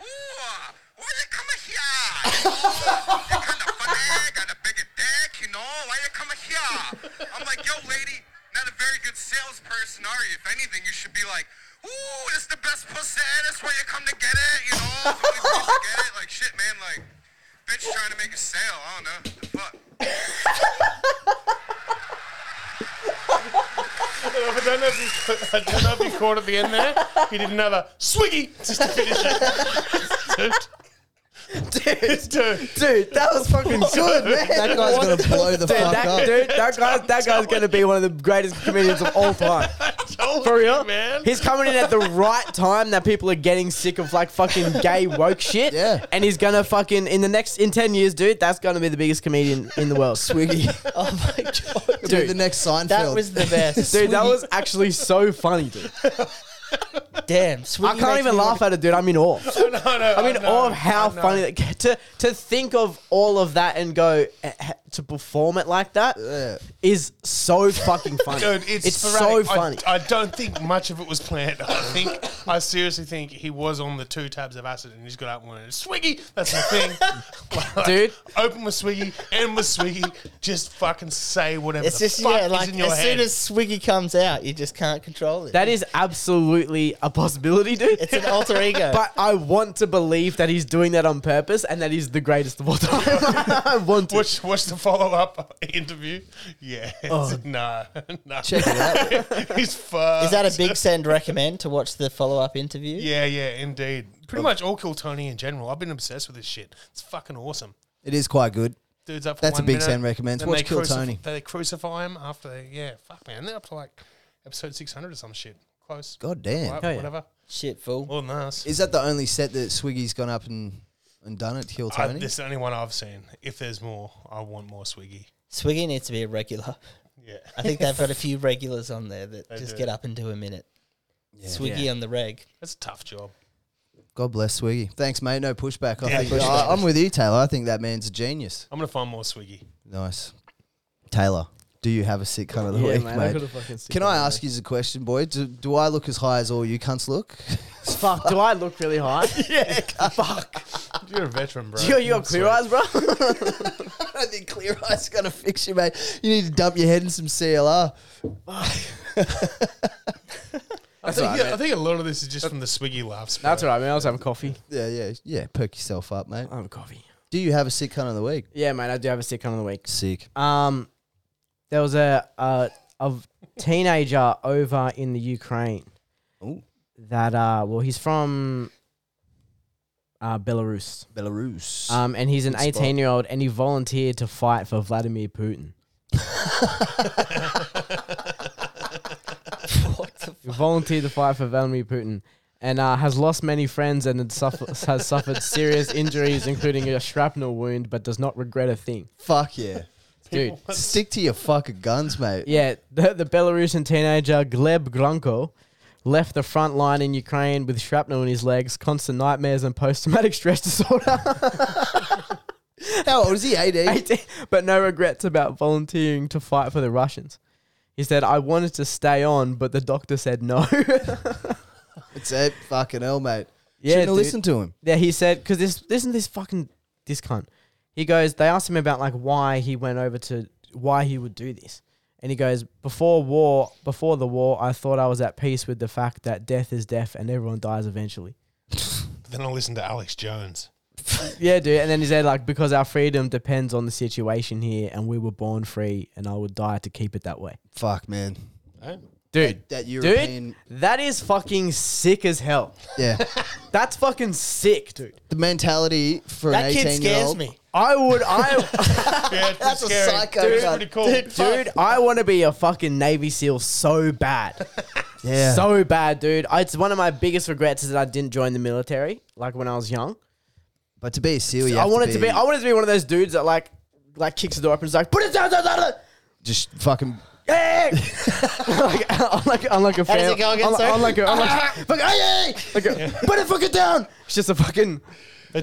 [SPEAKER 8] Ooh, why you come here? You know, you're kind of funny, got a bigger dick, you know, why you come here? I'm like, yo, lady, not a very good salesperson, are you? If anything, you should be like, ooh, this is the best pussy, that's where you come to get it, you know? It's always good to get it. Like, shit, man, like, bitch trying to make a sale, I don't know, the fuck.
[SPEAKER 6] I don't know if you, I don't know if you caught at the end there. He did another swiggy just to finish it. Dude, dude,
[SPEAKER 5] Dude, that was fucking good, man.
[SPEAKER 4] That guy's going to blow the
[SPEAKER 5] Dude,
[SPEAKER 4] fuck
[SPEAKER 5] that,
[SPEAKER 4] up.
[SPEAKER 5] dude, that guy's that guy's gonna be one of the greatest comedians of all time.
[SPEAKER 6] hell?
[SPEAKER 5] For real?
[SPEAKER 6] Man.
[SPEAKER 5] He's coming in at the right time that people are getting sick of like fucking gay woke shit.
[SPEAKER 4] Yeah.
[SPEAKER 5] And he's gonna fucking in the next in ten years, dude, that's gonna be the biggest comedian in the world.
[SPEAKER 4] Twiggy.
[SPEAKER 1] Oh my god,
[SPEAKER 4] Dude, the next Seinfeld.
[SPEAKER 1] that was the best.
[SPEAKER 5] Dude, that was actually so funny, dude.
[SPEAKER 1] damn.
[SPEAKER 5] I can't even laugh at it, dude. I'm in awe.
[SPEAKER 6] I know, I know,
[SPEAKER 5] I'm in
[SPEAKER 6] know,
[SPEAKER 5] awe of how
[SPEAKER 6] I know.
[SPEAKER 5] funny that, to to think of all of that and go eh, eh, to perform it like that is so fucking funny.
[SPEAKER 6] Dude, it's,
[SPEAKER 5] so
[SPEAKER 6] sporadic. I-
[SPEAKER 5] funny.
[SPEAKER 6] I, don't think much of it was planned. I think I seriously think he was on the two tabs of acid and he just got out and went, Swiggy, that's the thing. Like,
[SPEAKER 5] Dude.
[SPEAKER 6] Open with Swiggy, end with Swiggy, just fucking say whatever
[SPEAKER 1] It's
[SPEAKER 6] the
[SPEAKER 1] just
[SPEAKER 6] fuck
[SPEAKER 1] yeah,
[SPEAKER 6] is
[SPEAKER 1] like
[SPEAKER 6] in your
[SPEAKER 1] as
[SPEAKER 6] head.
[SPEAKER 1] soon as Swiggy comes out, you just can't control it.
[SPEAKER 5] that is absolutely a possibility, dude.
[SPEAKER 1] it's an alter ego.
[SPEAKER 5] But I want to believe that he's doing that on purpose and that he's the greatest of all time. I want to.
[SPEAKER 6] Watch, watch the follow up interview. Yeah.
[SPEAKER 1] Oh.
[SPEAKER 6] it's- No. No.
[SPEAKER 4] Check it out.
[SPEAKER 6] He's fucked.
[SPEAKER 1] is that
[SPEAKER 5] uh,
[SPEAKER 1] a big send recommend to watch the follow up interview?
[SPEAKER 6] Yeah, yeah, indeed.
[SPEAKER 1] Oh.
[SPEAKER 6] Pretty much all Kill Tony in general. I've been obsessed with this shit. It's fucking awesome.
[SPEAKER 4] It is quite good.
[SPEAKER 6] Dudes up for
[SPEAKER 4] That's a
[SPEAKER 6] one
[SPEAKER 4] big
[SPEAKER 6] minute,
[SPEAKER 4] Sam recommends.
[SPEAKER 6] then
[SPEAKER 4] Watch
[SPEAKER 6] they
[SPEAKER 4] Kill
[SPEAKER 6] crucif-
[SPEAKER 4] Tony.
[SPEAKER 6] They crucify him after they, yeah, fuck man. They're up to like episode 600 or some shit. Close.
[SPEAKER 4] God damn.
[SPEAKER 6] Like,
[SPEAKER 5] Hell yeah.
[SPEAKER 6] Whatever.
[SPEAKER 1] Shit, fool.
[SPEAKER 6] More than us.
[SPEAKER 4] Is that the only set that Swiggy's gone up and, and done at Kill
[SPEAKER 6] I,
[SPEAKER 4] Tony?
[SPEAKER 6] this is the only one I've seen. If there's more, I want more Swiggy.
[SPEAKER 1] Swiggy needs to be a regular.
[SPEAKER 6] Yeah.
[SPEAKER 1] I think they've got a few regulars on there that just
[SPEAKER 6] do.
[SPEAKER 1] get up and do a minute. Swiggy on the reg.
[SPEAKER 6] That's a tough job.
[SPEAKER 4] God bless Swiggy. Thanks, mate. No pushback. I
[SPEAKER 6] Yeah,
[SPEAKER 4] think,
[SPEAKER 6] pushback.
[SPEAKER 4] I, I'm with you, Taylor. I think that man's a genius.
[SPEAKER 6] I'm going to find more Swiggy.
[SPEAKER 4] Nice. Taylor, do you have a sick cunt of the week, mate? Can I ask you a question, boy? Do, do I look as high as all you cunts look?
[SPEAKER 5] Fuck, do I look really high?
[SPEAKER 4] yeah.
[SPEAKER 6] You're a veteran, bro.
[SPEAKER 5] you, you got clear eyes, bro?
[SPEAKER 4] I don't think clear eyes going to fix you, mate. You need to dump your head in some CLR.
[SPEAKER 6] I think, I think a lot of this is just from the Swiggy laughs. Bro.
[SPEAKER 5] That's all right, man. I was having coffee.
[SPEAKER 4] Yeah, yeah, yeah. Perk yourself up, mate.
[SPEAKER 5] I'm coffee.
[SPEAKER 4] Do you have a sick cunt of the week?
[SPEAKER 5] Yeah, man, I do have a sick one of the week.
[SPEAKER 4] Sick.
[SPEAKER 5] Um, there was a, a, a teenager over in the Ukraine
[SPEAKER 4] Ooh.
[SPEAKER 5] that, uh, well, he's from uh, Belarus.
[SPEAKER 4] Belarus.
[SPEAKER 5] Um, and he's an
[SPEAKER 4] spot.
[SPEAKER 5] 18 year old and he volunteered to fight for Vladimir Putin. He volunteered to fight for Vladimir Putin and uh, has lost many friends and had suffer- has suffered serious injuries, including a shrapnel wound, but does not regret a thing.
[SPEAKER 4] Fuck yeah.
[SPEAKER 5] Dude.
[SPEAKER 4] Stick to your fucking guns, mate.
[SPEAKER 5] Yeah, the, the Belarusian teenager Gleb Gronko left the front line in Ukraine with shrapnel in his legs, constant nightmares, and post traumatic stress disorder.
[SPEAKER 4] How old is he? 18?
[SPEAKER 5] 18, but no regrets about volunteering to fight for the Russians. He said, I wanted to stay on, but the doctor said no.
[SPEAKER 4] It's it. Fucking hell, mate.
[SPEAKER 5] Yeah,
[SPEAKER 4] Shouldn't have
[SPEAKER 5] dude.
[SPEAKER 4] listened to him.
[SPEAKER 5] yeah, he said, because this, isn't this fucking, this cunt. He goes, they asked him about like why he went over to, why he would do this. And he goes, before war, before the war, I thought I was at peace with the fact that death is death and everyone dies eventually.
[SPEAKER 6] Then I listen to Alex Jones.
[SPEAKER 5] Yeah, dude. And then he said, like, because our freedom depends on the situation here and we were born free and I would die to keep it that way.
[SPEAKER 4] Fuck, man.
[SPEAKER 5] Dude,
[SPEAKER 4] That European.
[SPEAKER 5] Dude, that is fucking sick as hell.
[SPEAKER 4] Yeah.
[SPEAKER 5] That's fucking sick, dude.
[SPEAKER 4] the mentality for
[SPEAKER 1] That
[SPEAKER 4] an
[SPEAKER 1] kid
[SPEAKER 4] 18 year
[SPEAKER 1] scares
[SPEAKER 4] old.
[SPEAKER 1] me.
[SPEAKER 5] I would, I,
[SPEAKER 6] Yeah, it's
[SPEAKER 4] That's a
[SPEAKER 6] scary.
[SPEAKER 4] psycho
[SPEAKER 6] Dude, it's
[SPEAKER 4] cunt.
[SPEAKER 6] pretty cool.
[SPEAKER 5] dude, I want to be a fucking Navy SEAL so bad,
[SPEAKER 4] Yeah.
[SPEAKER 5] so bad, dude. I- It's one of my biggest regrets is that I didn't join the military, like when I was young.
[SPEAKER 4] but to be a seal, you
[SPEAKER 5] I
[SPEAKER 4] have
[SPEAKER 5] wanted
[SPEAKER 4] to,
[SPEAKER 5] to be, I wanted to be one of those dudes that like, like kicks the door up and is like, put it down, down, down, down."
[SPEAKER 4] just fucking.
[SPEAKER 5] Hey! like, I'm like, I'm like a fan.
[SPEAKER 1] does it go again,
[SPEAKER 5] I'm, like-
[SPEAKER 1] sir?
[SPEAKER 5] I'm like a, I'm like, fuck, hey, hey! Like a, put it fucking down. It's just a fucking.
[SPEAKER 6] They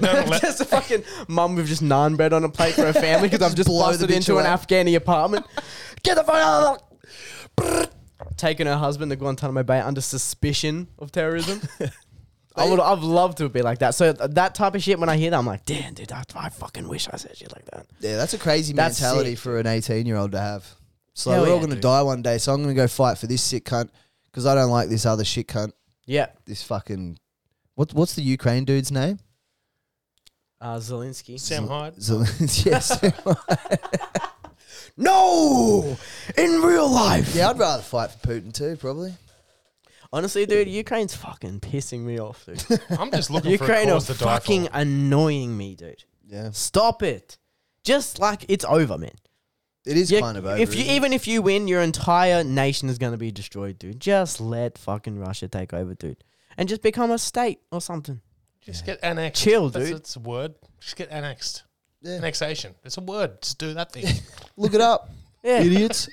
[SPEAKER 6] don't let,
[SPEAKER 5] just a fucking mum with just naan bread on a plate for her family because I've just
[SPEAKER 4] blow the
[SPEAKER 5] busted
[SPEAKER 4] bitch
[SPEAKER 5] into an
[SPEAKER 4] away.
[SPEAKER 5] Afghani apartment. Get the fuck out of the- Taking her husband to Guantanamo Bay under suspicion of terrorism. I would, I've loved to be like that. So th- that type of shit, when I hear that, I'm like, damn, dude, I, I fucking wish I said shit like that.
[SPEAKER 4] Yeah, that's a crazy
[SPEAKER 5] That's
[SPEAKER 4] mentality
[SPEAKER 5] sick.
[SPEAKER 4] for an 18 year old to have. So
[SPEAKER 5] Hell
[SPEAKER 4] we're all
[SPEAKER 5] yeah,
[SPEAKER 4] going to
[SPEAKER 5] dude.
[SPEAKER 4] die one day, so I'm going to go fight for this sick cunt because I don't like this other shit cunt.
[SPEAKER 5] Yeah,
[SPEAKER 4] This fucking. What, what's the Ukraine dude's name?
[SPEAKER 5] uh, Zelensky.
[SPEAKER 6] Sam Hyde.
[SPEAKER 4] Zelensky. yes.
[SPEAKER 5] No, in real life.
[SPEAKER 4] yeah, I'd rather fight for Putin too, probably.
[SPEAKER 5] Honestly, dude, Ukraine's fucking pissing me off, dude.
[SPEAKER 6] I'm just looking
[SPEAKER 5] Ukraine
[SPEAKER 6] for a
[SPEAKER 5] are
[SPEAKER 6] cause to die for.
[SPEAKER 5] fucking annoying me, dude.
[SPEAKER 4] Yeah.
[SPEAKER 5] Stop it. Just like it's over, man.
[SPEAKER 4] It is
[SPEAKER 5] Yeah,
[SPEAKER 4] kind of over.
[SPEAKER 5] If you
[SPEAKER 4] isn't it?
[SPEAKER 5] even if you win, your entire nation is going to be destroyed, dude. Just let fucking Russia take over, dude, and just become a state or something.
[SPEAKER 6] Just get annexed.
[SPEAKER 5] Chill,
[SPEAKER 6] That's,
[SPEAKER 5] dude.
[SPEAKER 6] It's a word. Just get annexed. Annexation. It's a word. Just do that thing.
[SPEAKER 4] look it up,
[SPEAKER 5] Yeah.
[SPEAKER 4] idiots.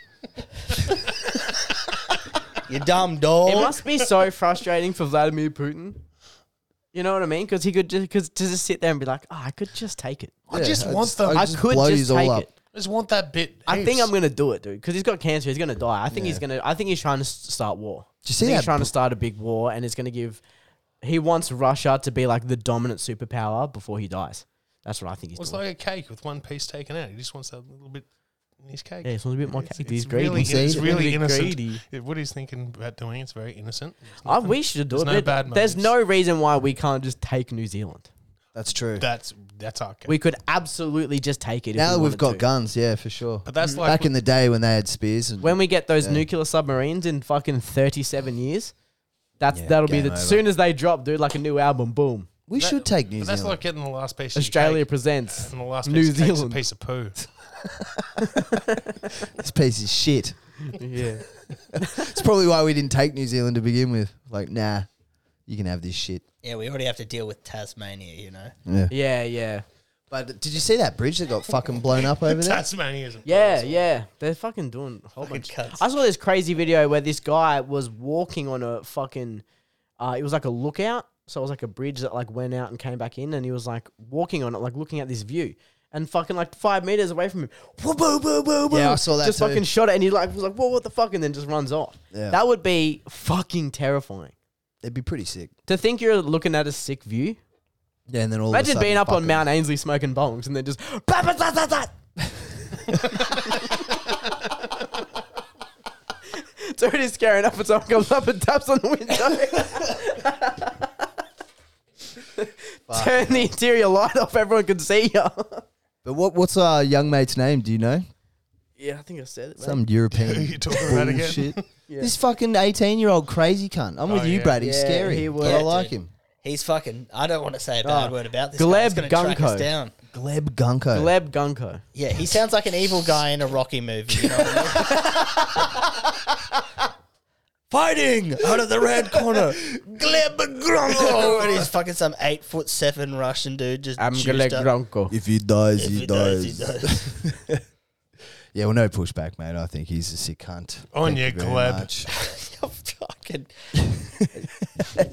[SPEAKER 1] You dumb dog.
[SPEAKER 5] It must be so frustrating for Vladimir Putin. You know what I mean? Because he could just because to just sit there and be like, oh, I could just take it.
[SPEAKER 6] I just
[SPEAKER 4] I
[SPEAKER 6] want
[SPEAKER 4] just-
[SPEAKER 6] them.
[SPEAKER 4] I
[SPEAKER 6] I,
[SPEAKER 5] I
[SPEAKER 4] just
[SPEAKER 5] could
[SPEAKER 4] blow
[SPEAKER 5] just
[SPEAKER 4] these all
[SPEAKER 5] take
[SPEAKER 4] up.
[SPEAKER 5] it.
[SPEAKER 6] just want that bit.
[SPEAKER 5] I think
[SPEAKER 6] heaps.
[SPEAKER 5] I'm gonna do it, dude. Because he's got cancer. He's gonna die. I think he's gonna. I think he's trying to s- start war.
[SPEAKER 4] Did you see
[SPEAKER 5] I think
[SPEAKER 4] that
[SPEAKER 5] he's trying
[SPEAKER 4] bu-
[SPEAKER 5] to start a big war, and it's gonna give. He wants Russia to be like the dominant superpower before he dies. That's what I think he's
[SPEAKER 6] Well, It's
[SPEAKER 5] doing.
[SPEAKER 6] like a cake with one piece taken out. He just wants that little bit in his cake.
[SPEAKER 5] yeah, he's a little bit more
[SPEAKER 6] It's-
[SPEAKER 5] caked.
[SPEAKER 6] it's
[SPEAKER 5] He's greedy.
[SPEAKER 6] Really, it's really
[SPEAKER 5] He's
[SPEAKER 6] innocent.
[SPEAKER 5] greedy.
[SPEAKER 6] Yeah, What he's thinking about doing, it's very innocent. There's
[SPEAKER 5] I
[SPEAKER 6] nothing-
[SPEAKER 5] we should do
[SPEAKER 6] there's
[SPEAKER 5] it.
[SPEAKER 6] no
[SPEAKER 5] There-
[SPEAKER 6] bad
[SPEAKER 5] There's
[SPEAKER 6] motives.
[SPEAKER 5] no reason why we can't just take New Zealand.
[SPEAKER 4] That's true.
[SPEAKER 6] That's that's our cake.
[SPEAKER 5] We could absolutely just take it.
[SPEAKER 4] now
[SPEAKER 5] if
[SPEAKER 4] that
[SPEAKER 5] we
[SPEAKER 4] we've
[SPEAKER 5] wanted
[SPEAKER 4] got
[SPEAKER 5] to.
[SPEAKER 4] guns, yeah, for sure.
[SPEAKER 6] but that's like
[SPEAKER 4] Back in the day when they had spears and
[SPEAKER 5] when we get those nuclear submarines in fucking 37 years, that's
[SPEAKER 4] Yeah,
[SPEAKER 5] that'll be
[SPEAKER 4] game
[SPEAKER 5] the
[SPEAKER 4] over.
[SPEAKER 5] soon as they drop, dude, like a new album, boom.
[SPEAKER 4] we
[SPEAKER 6] that-
[SPEAKER 4] should take New
[SPEAKER 6] But that's
[SPEAKER 4] Zealand.
[SPEAKER 6] like getting the last piece.
[SPEAKER 5] Australia
[SPEAKER 6] of your cake,
[SPEAKER 5] presents
[SPEAKER 6] and the last
[SPEAKER 5] New
[SPEAKER 6] piece of cake's a
[SPEAKER 5] Zealand.
[SPEAKER 6] piece of poo.
[SPEAKER 4] this piece is shit.
[SPEAKER 5] yeah.
[SPEAKER 4] It's probably why we didn't take New Zealand to begin with. Like, nah, you can have this shit.
[SPEAKER 1] yeah, we already have to deal with Tasmania, you know.
[SPEAKER 5] Yeah, yeah.
[SPEAKER 4] But did you see that bridge that got fucking blown up over there?
[SPEAKER 6] Tasmanianism.
[SPEAKER 5] Yeah, yeah. They're fucking doing a whole bunch.
[SPEAKER 1] cunts.
[SPEAKER 5] I saw this crazy video where this guy was walking on a fucking uh it was like a lookout. So it was like a bridge that like went out and came back in and he was like walking on it, like looking at this view. And fucking like five meters away from him. Whoa, whoa, whoa, whoa, whoa,
[SPEAKER 4] Yeah, I saw that
[SPEAKER 5] Just
[SPEAKER 4] too.
[SPEAKER 5] fucking shot it and he like was like, Whoa, what the fuck? And then just runs off.
[SPEAKER 4] Yeah.
[SPEAKER 5] That would be fucking terrifying.
[SPEAKER 4] It'd be pretty sick.
[SPEAKER 5] To think you're looking at a sick view.
[SPEAKER 4] Yeah, and then all of a
[SPEAKER 5] Imagine
[SPEAKER 4] sudden
[SPEAKER 5] being up on
[SPEAKER 4] fucking-
[SPEAKER 5] Mount Ainsley smoking bongs and then just It's already scary enough when someone comes up and taps on the window. Turn the interior light off, everyone can see you.
[SPEAKER 4] But what what's our young mate's name? Do you know?
[SPEAKER 5] yeah, I think I said it. mate.
[SPEAKER 4] Some European.
[SPEAKER 6] you talking about again?
[SPEAKER 4] bullshit. This fucking eighteen-year-old crazy cunt. I'm with
[SPEAKER 6] Oh,
[SPEAKER 4] you,
[SPEAKER 6] yeah.
[SPEAKER 4] Brad. He's
[SPEAKER 5] Yeah,
[SPEAKER 4] scary,
[SPEAKER 5] he
[SPEAKER 4] but I
[SPEAKER 5] was.
[SPEAKER 4] like him.
[SPEAKER 1] He's fucking. I don't want to say a bad
[SPEAKER 5] Oh,
[SPEAKER 1] word about this.
[SPEAKER 5] Gleb
[SPEAKER 1] guy. It's gonna track
[SPEAKER 5] Gunko.
[SPEAKER 1] us down.
[SPEAKER 4] Gleb Gunko.
[SPEAKER 5] Gleb Gunko.
[SPEAKER 1] Yeah, he sounds like an evil guy in a Rocky movie. You know what I mean? Fighting out of the red corner, Gleb Grunko, Oh, and he's fucking some eight foot seven Russian dude. Just juiced up.
[SPEAKER 5] Grunko.
[SPEAKER 4] If he dies,
[SPEAKER 1] If he dies, he dies.
[SPEAKER 4] Yeah, well, no pushback, mate. I think he's a sick cunt.
[SPEAKER 6] On
[SPEAKER 4] Thank
[SPEAKER 6] ya,
[SPEAKER 4] very
[SPEAKER 6] Gleb.
[SPEAKER 4] much.
[SPEAKER 1] You're fucking,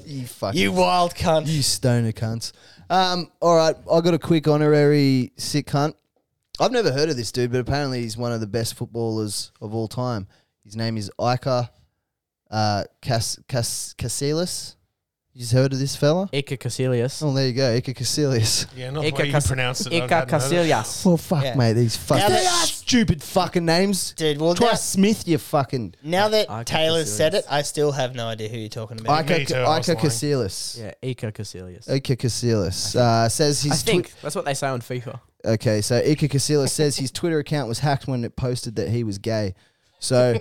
[SPEAKER 4] you fucking,
[SPEAKER 1] you
[SPEAKER 4] you,
[SPEAKER 1] wild cunt.
[SPEAKER 4] stoner cunts. Um, all right, I got a quick honorary sick cunt. I've never heard of this dude, but apparently he's one of the best footballers of all time. His name is Iker uh, Cas- Cas- Casillas. You heard of this fella?
[SPEAKER 5] Ica Casilius.
[SPEAKER 4] Oh, there you go, Iker Casillas.
[SPEAKER 6] Yeah, not the way
[SPEAKER 5] Ica
[SPEAKER 6] you
[SPEAKER 5] Cas-
[SPEAKER 6] pronounce it.
[SPEAKER 5] Ica
[SPEAKER 6] I hadn't heard it.
[SPEAKER 5] Casilius.
[SPEAKER 4] Well, fuck,
[SPEAKER 1] Yeah.
[SPEAKER 4] mate, these fucking
[SPEAKER 1] that-
[SPEAKER 4] stupid fucking names.
[SPEAKER 1] Dude, well,
[SPEAKER 4] Try
[SPEAKER 1] now-
[SPEAKER 4] Smith, you fucking
[SPEAKER 1] Now that
[SPEAKER 5] I- I get the
[SPEAKER 1] Taylor said it,
[SPEAKER 5] feelings.
[SPEAKER 1] I still have no idea who you're talking about.
[SPEAKER 4] Iker,
[SPEAKER 6] too, I was
[SPEAKER 4] Iker
[SPEAKER 6] lying.
[SPEAKER 4] Casillas.
[SPEAKER 5] Yeah, Ica Casilius.
[SPEAKER 4] Iker Casillas uh, says his
[SPEAKER 5] I
[SPEAKER 4] twi-
[SPEAKER 5] think that's what they say on FIFA.
[SPEAKER 4] Okay, so Ika Casilla says his Twitter account was hacked when it posted that he was gay. So,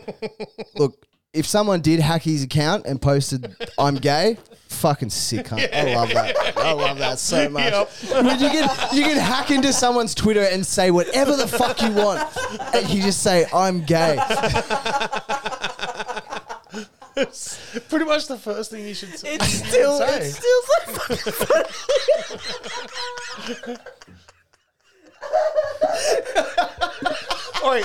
[SPEAKER 4] look, if someone did hack his account and posted "I'm gay," fucking sick, cunt. I love that. I love that so much.
[SPEAKER 6] Yep.
[SPEAKER 4] But you can you can hack into someone's Twitter and say whatever the fuck you want, and you just say "I'm gay."
[SPEAKER 6] Pretty much the first thing you should say.
[SPEAKER 5] still,
[SPEAKER 6] Sorry.
[SPEAKER 5] it's still so fucking
[SPEAKER 6] Oi.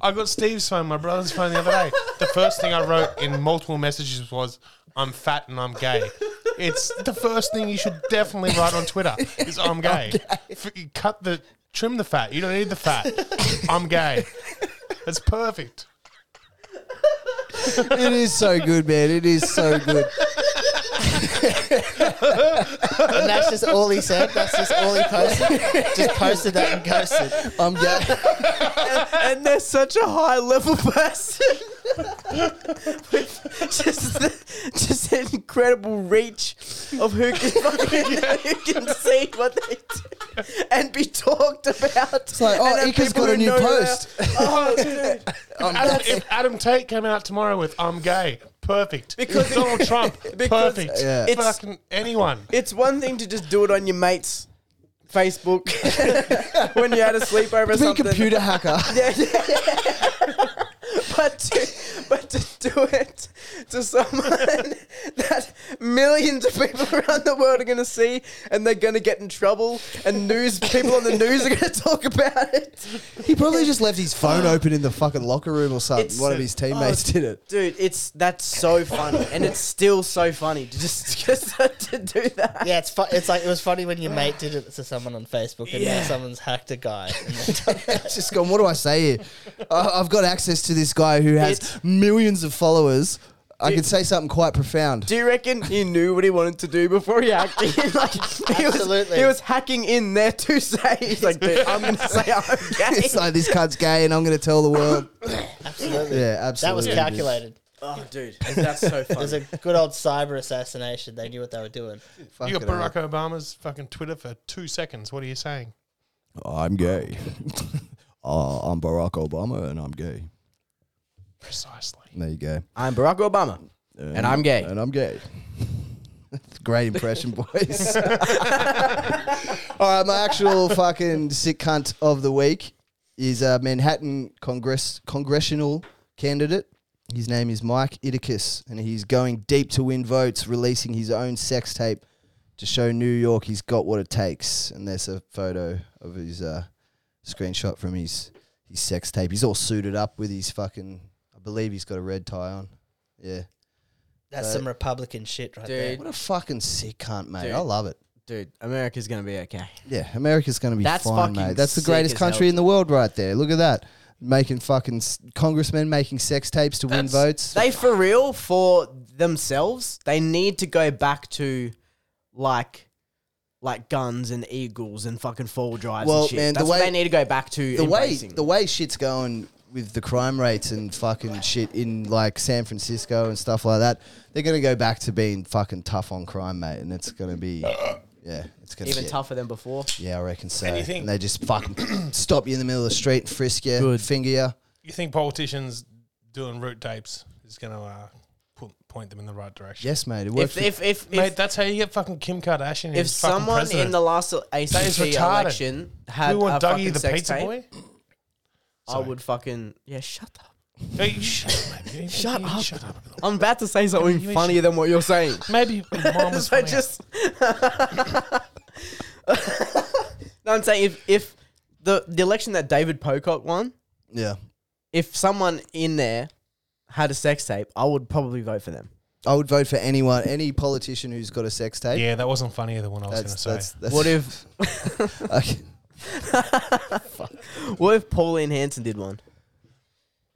[SPEAKER 6] I got Steve's phone, my brother's phone the other day. The first thing I wrote in multiple messages was, I'm fat and I'm gay. It's the first thing you should definitely write on Twitter is I'm gay. F- you cut the trim the fat. You don't need the fat. I'm gay. That's perfect.
[SPEAKER 4] It is so good, man. It is so good.
[SPEAKER 1] And that's just all he said. That's just all he posted. just posted that and ghosted.
[SPEAKER 4] I'm gay.
[SPEAKER 5] and they're such a high level person. With just, the- just an incredible reach of who can, fucking, who can see what they do and be talked about. It's
[SPEAKER 4] like, oh, Ika's got a new post.
[SPEAKER 5] Oh, dude.
[SPEAKER 6] Adam, if Adam Tate came out tomorrow with I'm gay, perfect.
[SPEAKER 5] Because-
[SPEAKER 6] Donald Trump,
[SPEAKER 5] because
[SPEAKER 6] perfect.
[SPEAKER 4] Yeah.
[SPEAKER 5] it's-
[SPEAKER 6] Fucking anyone.
[SPEAKER 5] It's one thing to just do it on your mates Facebook when you had a sleepover or
[SPEAKER 4] Be a
[SPEAKER 5] something.
[SPEAKER 4] computer hacker.
[SPEAKER 5] Yeah, yeah, yeah. but to, but to do it to someone that millions of people around the world are going to see, and they're going to get in trouble, and news people on the news are going to talk about it.
[SPEAKER 4] He probably just left his phone open in the fucking locker room or something.
[SPEAKER 5] It's-
[SPEAKER 4] One of his teammates
[SPEAKER 5] Oh,
[SPEAKER 4] did it.
[SPEAKER 5] dude. It's that's so funny, and it's still so funny to just, just to do that.
[SPEAKER 9] Yeah, it's fu- it's like it was funny when your mate did it to someone on Facebook, and now
[SPEAKER 5] Yeah.
[SPEAKER 9] someone's hacked a guy. And
[SPEAKER 4] just gone. What do I say here? I, I've got access to this guy who has millions of followers. I could say something quite profound.
[SPEAKER 5] Do you reckon he knew what he wanted to do before he hacked it? like, he
[SPEAKER 9] Absolutely.
[SPEAKER 5] Was, he was hacking in there to say, he's like, dude, I'm going to say I'm gay.
[SPEAKER 4] it's like this cunt's gay, and I'm going to tell the world.
[SPEAKER 9] absolutely,
[SPEAKER 4] Yeah,
[SPEAKER 9] that was
[SPEAKER 4] absolutely.
[SPEAKER 9] calculated.
[SPEAKER 5] oh, dude, that's so
[SPEAKER 9] It was a
[SPEAKER 5] funny.
[SPEAKER 9] good old cyber assassination. They knew what they were doing.
[SPEAKER 4] Fuck
[SPEAKER 6] You
[SPEAKER 4] it,
[SPEAKER 6] got Barack Obama's fucking Twitter for two seconds. What are you saying?
[SPEAKER 4] I'm gay. oh, I'm Barack Obama, and I'm gay.
[SPEAKER 6] Precisely.
[SPEAKER 4] There you go.
[SPEAKER 5] I'm Barack Obama. And I'm gay.
[SPEAKER 4] And I'm gay. Great impression, boys. All right, my actual fucking sick cunt of the week is a Manhattan Congress congressional candidate. His name is Mike Iticus, and he's going deep to win votes, releasing his own sex tape to show New York he's got what it takes. And there's a photo of his uh, screenshot from his his sex tape. He's all suited up with his fucking. I believe he's got a red tie on. Yeah.
[SPEAKER 9] That's
[SPEAKER 4] So-
[SPEAKER 9] some Republican shit right there.
[SPEAKER 5] Dude,
[SPEAKER 4] What a fucking sick cunt, mate.
[SPEAKER 5] Dude.
[SPEAKER 4] I love it.
[SPEAKER 5] dude, America's going to be okay.
[SPEAKER 4] Yeah, America's going to be
[SPEAKER 5] That's
[SPEAKER 4] fine,
[SPEAKER 5] fucking
[SPEAKER 4] mate. That's the
[SPEAKER 5] sick
[SPEAKER 4] greatest
[SPEAKER 5] as hell,
[SPEAKER 4] country in
[SPEAKER 5] dude.
[SPEAKER 4] the world right there. Look at that. Making fucking s- congressmen making sex tapes to win votes.
[SPEAKER 5] They, for real, for themselves, they need to go back to like. Like guns and eagles and fucking four drives
[SPEAKER 4] Well,
[SPEAKER 5] and shit.
[SPEAKER 4] man, the
[SPEAKER 5] That's what
[SPEAKER 4] way-
[SPEAKER 5] they need to go back to.
[SPEAKER 4] the way
[SPEAKER 5] embracing.
[SPEAKER 4] the way shit's going with the crime rates and fucking shit in like San Francisco and stuff like that, they're going to go back to being fucking tough on crime, mate. And it's going to be yeah, it's going to
[SPEAKER 5] even
[SPEAKER 4] be
[SPEAKER 5] tougher than before.
[SPEAKER 4] Yeah, I reckon so.
[SPEAKER 6] And you think-
[SPEAKER 4] and they just fucking stop you in the middle of the street, frisk you, finger you.
[SPEAKER 6] You think politicians doing root tapes is going to uh, put, point them in the right direction?
[SPEAKER 4] Yes, mate. It worked.
[SPEAKER 5] If
[SPEAKER 4] for-
[SPEAKER 5] if if
[SPEAKER 6] Mate,
[SPEAKER 5] if,
[SPEAKER 6] that's how you get fucking Kim Kardashian.
[SPEAKER 5] if someone in the last ACT
[SPEAKER 6] retarded.
[SPEAKER 5] election had
[SPEAKER 6] we
[SPEAKER 5] a
[SPEAKER 6] want
[SPEAKER 5] fucking
[SPEAKER 6] Dougie the
[SPEAKER 5] sex
[SPEAKER 6] pizza
[SPEAKER 5] tape,
[SPEAKER 6] boy.
[SPEAKER 5] I would fucking yeah. Shut up.
[SPEAKER 6] Hey, shut up, mate. You-
[SPEAKER 5] Shut
[SPEAKER 6] you
[SPEAKER 5] up.
[SPEAKER 6] Shut up.
[SPEAKER 5] I'm about to say something
[SPEAKER 6] You ain't
[SPEAKER 5] funnier than what you're saying.
[SPEAKER 6] Maybe mom was
[SPEAKER 5] so
[SPEAKER 6] funny.
[SPEAKER 5] just no, I'm saying if if the the election that David Pocock won,
[SPEAKER 4] yeah.
[SPEAKER 5] if someone in there had a sex tape, I would probably vote for them.
[SPEAKER 4] I would vote for anyone, any politician who's got a sex tape.
[SPEAKER 6] Yeah, that wasn't funnier than what I was going to
[SPEAKER 4] That's,
[SPEAKER 6] say.
[SPEAKER 4] that's, that's
[SPEAKER 5] What if
[SPEAKER 4] Okay.
[SPEAKER 5] what if Pauline Hanson did one?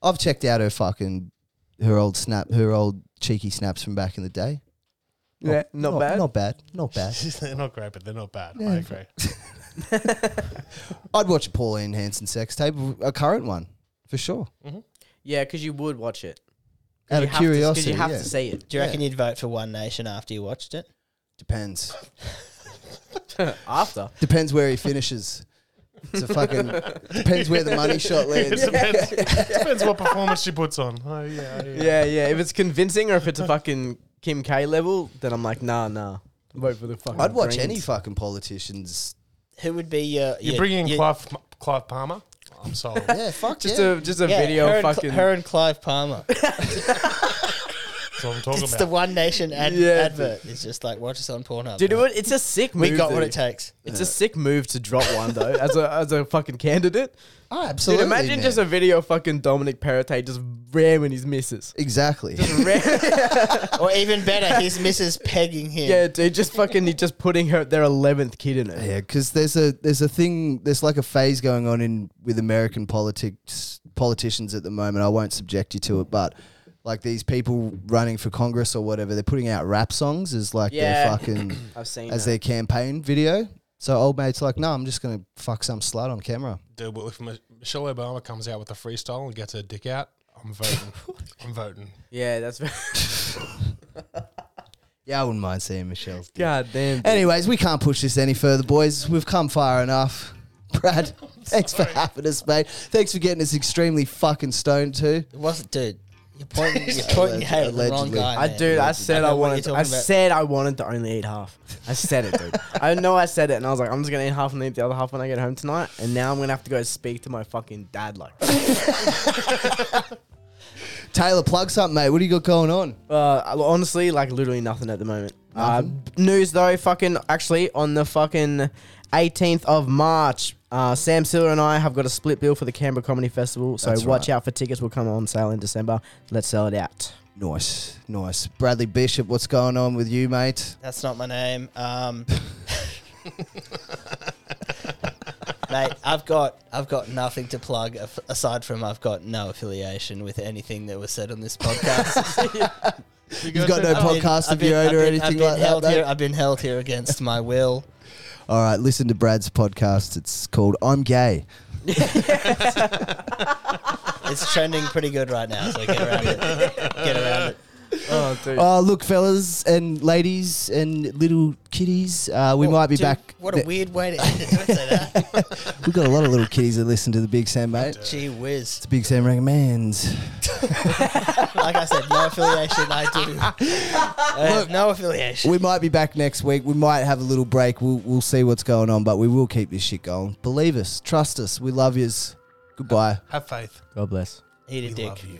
[SPEAKER 4] I've checked out her fucking her old snap, her old cheeky snaps from back in the day.
[SPEAKER 5] Yeah, not, bad.
[SPEAKER 4] Not bad. Not bad.
[SPEAKER 6] they're not great, but they're not bad. I agree.
[SPEAKER 4] I'd watch a Pauline Hanson sex tape, a current one for sure.
[SPEAKER 5] Yeah, because you would watch it.
[SPEAKER 4] Out of
[SPEAKER 5] You have to- 'cause
[SPEAKER 4] curiosity,
[SPEAKER 5] you have
[SPEAKER 4] yeah.
[SPEAKER 5] to see it.
[SPEAKER 9] Do you reckon you'd vote for One Nation after you watched it?
[SPEAKER 4] depends.
[SPEAKER 5] After
[SPEAKER 4] Depends where he finishes. It's a fucking depends where the money shot
[SPEAKER 6] It
[SPEAKER 4] lands.
[SPEAKER 6] depends, depends what performance she puts on. Oh, yeah, yeah.
[SPEAKER 5] Yeah, yeah. If it's convincing or if it's a fucking Kim K level, then I'm like, nah, nah. Vote for the fucking.
[SPEAKER 4] I'd watch
[SPEAKER 5] Greens.
[SPEAKER 4] any fucking politicians.
[SPEAKER 9] Who would be your?
[SPEAKER 6] You
[SPEAKER 9] your-
[SPEAKER 6] bring in
[SPEAKER 9] your-
[SPEAKER 6] Clive, Clive Palmer. I'm sold.
[SPEAKER 4] Yeah, fuck
[SPEAKER 5] Just
[SPEAKER 4] yeah.
[SPEAKER 5] a just a
[SPEAKER 9] yeah,
[SPEAKER 5] video
[SPEAKER 9] her and
[SPEAKER 5] of
[SPEAKER 9] Cl-
[SPEAKER 5] fucking.
[SPEAKER 9] her and Clive Palmer.
[SPEAKER 6] That's what I'm talking
[SPEAKER 9] it's the
[SPEAKER 6] about.
[SPEAKER 9] One Nation ad-
[SPEAKER 5] Yeah.
[SPEAKER 9] advert. It's just like watch us on Pornhub.
[SPEAKER 5] Dude, it- it's a sick move.
[SPEAKER 9] we got what
[SPEAKER 5] dude.
[SPEAKER 9] it takes.
[SPEAKER 5] It's a sick move to drop one though, as a as a fucking candidate.
[SPEAKER 4] oh,
[SPEAKER 5] Dude,
[SPEAKER 4] absolutely.
[SPEAKER 5] imagine
[SPEAKER 4] man.
[SPEAKER 5] just a video of fucking Dominic Perrottet just ramming his misses.
[SPEAKER 4] exactly.
[SPEAKER 9] Or even better, his missus pegging him.
[SPEAKER 5] yeah, dude, just fucking just putting her their eleventh kid in it.
[SPEAKER 4] Yeah, because there's a there's a thing there's like a phase going on in with American politics politicians at the moment. I won't subject you to it, but like these people running for Congress or whatever, they're putting out rap songs as like their
[SPEAKER 5] Yeah.
[SPEAKER 4] fucking
[SPEAKER 5] I've seen
[SPEAKER 4] as
[SPEAKER 5] that.
[SPEAKER 4] their campaign video. So old mate's like, no, I'm just gonna fuck some slut on camera.
[SPEAKER 6] Dude, but if Mi- Michelle Obama comes out with a freestyle and gets her dick out, I'm voting. I'm voting.
[SPEAKER 5] Yeah, that's very
[SPEAKER 4] Yeah, I wouldn't mind seeing Michelle's. dick.
[SPEAKER 5] God damn. dude.
[SPEAKER 4] Anyways, we can't push this any further, boys. We've come far enough. Brad, thanks for having us, mate. Thanks for getting us extremely fucking stoned too.
[SPEAKER 9] It wasn't, dude.
[SPEAKER 1] You're pointing, you're
[SPEAKER 4] Alleg-
[SPEAKER 1] pointing your head at the wrong
[SPEAKER 4] allegedly.
[SPEAKER 1] guy.
[SPEAKER 5] I
[SPEAKER 1] man.
[SPEAKER 5] dude, I
[SPEAKER 1] Allegedly.
[SPEAKER 5] said I,
[SPEAKER 1] know what
[SPEAKER 5] wanted. To,
[SPEAKER 1] you're
[SPEAKER 5] I
[SPEAKER 1] talking about.
[SPEAKER 5] said I wanted to only eat half. I said it, dude. I know I said it, and I was like, I'm just gonna eat half and leave the other half when I get home tonight. And now I'm gonna have to go speak to my fucking dad. Like,
[SPEAKER 4] Taylor, plug something, mate. What do you got going on?
[SPEAKER 5] uh, honestly, like literally nothing at the moment. Uh, news though, fucking actually on the fucking 18th of March, uh, Sam Siller and I have got a split bill for the Canberra Comedy Festival. So
[SPEAKER 4] That's
[SPEAKER 5] watch
[SPEAKER 4] right.
[SPEAKER 5] out for tickets. Will come on sale in December. Let's sell it out.
[SPEAKER 4] Nice, nice. Bradley Bishop, what's going on with you, mate?
[SPEAKER 1] That's not my name. Um, mate, I've got I've got nothing to plug af- aside from I've got no affiliation with anything that was said on this podcast.
[SPEAKER 4] You've got no
[SPEAKER 1] I've been-
[SPEAKER 4] podcast
[SPEAKER 1] I've
[SPEAKER 4] of your
[SPEAKER 1] been- I've
[SPEAKER 4] own or
[SPEAKER 1] been-
[SPEAKER 4] anything
[SPEAKER 1] I've been
[SPEAKER 4] like that,
[SPEAKER 1] held
[SPEAKER 4] mate?
[SPEAKER 1] Here, I've been held here against my will.
[SPEAKER 4] All right, listen to Brad's podcast. It's called I'm Gay.
[SPEAKER 1] It's trending pretty good right now, so get around it. Get around it.
[SPEAKER 5] Oh, dude.
[SPEAKER 4] Uh, look, fellas and ladies and little kiddies, uh, we might be
[SPEAKER 1] Dude,
[SPEAKER 4] back.
[SPEAKER 1] What a weird way to end it. Don't say that.
[SPEAKER 4] We've got a lot of little kiddies that listen to the Big Sam, mate.
[SPEAKER 1] Gee whiz.
[SPEAKER 4] It's Big Sam recommends.
[SPEAKER 1] Like I said, no affiliation. I do. I have no affiliation.
[SPEAKER 4] We might be back next week. We might have a little break. We'll, we'll see what's going on, but we will keep this shit going. Believe us. Trust us. We love yous. Goodbye.
[SPEAKER 6] Have faith.
[SPEAKER 5] God bless.
[SPEAKER 1] Eat a
[SPEAKER 6] We
[SPEAKER 1] dick.
[SPEAKER 6] love you.